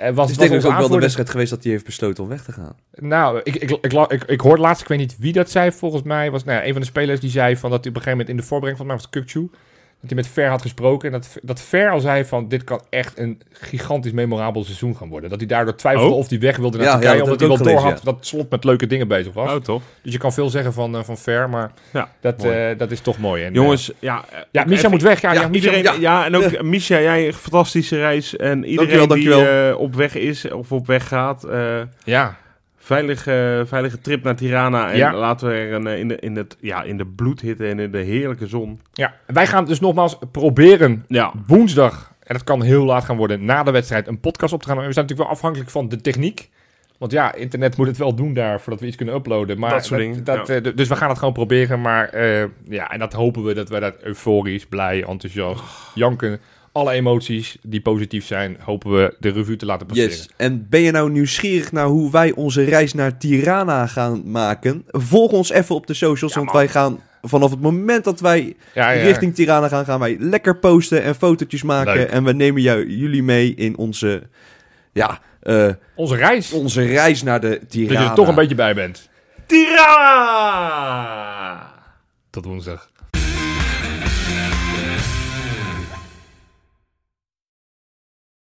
Speaker 2: was,
Speaker 1: Het
Speaker 2: was
Speaker 1: Dus is denk ik
Speaker 2: onze
Speaker 1: ook wel de
Speaker 2: aanvoerder-
Speaker 1: wedstrijd geweest dat hij heeft besloten om weg te gaan.
Speaker 2: Nou, ik, ik, ik, la- ik, ik hoorde laatst, ik weet niet wie dat zei. Volgens mij was nou, ja, een van de spelers die zei van dat hij op een gegeven moment in de voorbereiding van mij was het Kukçu, dat hij met Ver had gesproken. En dat, dat Ver al zei van dit kan echt een gigantisch memorabel seizoen gaan worden. Dat hij daardoor twijfelde
Speaker 3: Oh.
Speaker 2: of hij weg wilde naar
Speaker 1: Ja, ja,
Speaker 2: Turkije.
Speaker 1: dat
Speaker 2: omdat
Speaker 1: heb
Speaker 2: hij
Speaker 1: ik
Speaker 2: wel
Speaker 1: ook
Speaker 2: door had
Speaker 1: gelezen,
Speaker 2: dat slot met leuke dingen bezig was.
Speaker 3: Oh, tof.
Speaker 2: Dus je kan veel zeggen van, eh, van Ver, maar
Speaker 3: Ja,
Speaker 2: dat,
Speaker 3: mooi.
Speaker 2: eh, dat is toch mooi. En,
Speaker 3: Jongens, ja... eh,
Speaker 2: eh, ja,
Speaker 3: ook
Speaker 2: Misha
Speaker 3: even-
Speaker 2: moet weg. Ja, ja,
Speaker 1: Ja,
Speaker 2: Misha
Speaker 3: Iedereen,
Speaker 2: moet-
Speaker 3: ja.
Speaker 1: Ja.
Speaker 3: en ook eh, Misha, jij een fantastische reis. En iedereen
Speaker 1: Dankjewel,
Speaker 3: die
Speaker 1: dankjewel.
Speaker 3: eh, op weg is of op weg gaat... eh,
Speaker 2: ja.
Speaker 3: Veilige, veilige trip naar Tirana. En
Speaker 2: Ja.
Speaker 3: laten we er een, eh, in, de, in, het, ja, in de bloedhitte en in de heerlijke zon.
Speaker 2: ja, wij gaan dus nogmaals proberen
Speaker 3: Ja,
Speaker 2: woensdag, en dat kan heel laat gaan worden, na de wedstrijd een podcast op te gaan. nemen. We zijn natuurlijk wel afhankelijk van de techniek. Want ja, internet moet het wel doen daar voordat we iets kunnen uploaden. Maar
Speaker 3: Dat soort dingen, ja.
Speaker 2: eh, d- dus we gaan het gewoon proberen. Maar eh, ja, en dat hopen we dat wij dat euforisch, blij, enthousiast,
Speaker 3: Oh.
Speaker 2: janken. Alle emoties die positief zijn, hopen we de revue te laten passeren.
Speaker 1: Yes. En ben je nou nieuwsgierig naar hoe wij onze reis naar Tirana gaan maken? Volg ons even op de socials,
Speaker 2: Ja,
Speaker 1: want
Speaker 2: man. Ah,
Speaker 1: wij gaan vanaf het moment dat wij
Speaker 2: Ja, ja.
Speaker 1: richting Tirana gaan, gaan wij lekker posten en fotootjes maken.
Speaker 2: Leuk.
Speaker 1: En we nemen jou, jullie mee in onze, ja, eh,
Speaker 2: Onze reis.
Speaker 1: onze reis naar de Tirana.
Speaker 2: Dat je er toch een beetje bij bent.
Speaker 3: Tirana!
Speaker 2: Tot woensdag.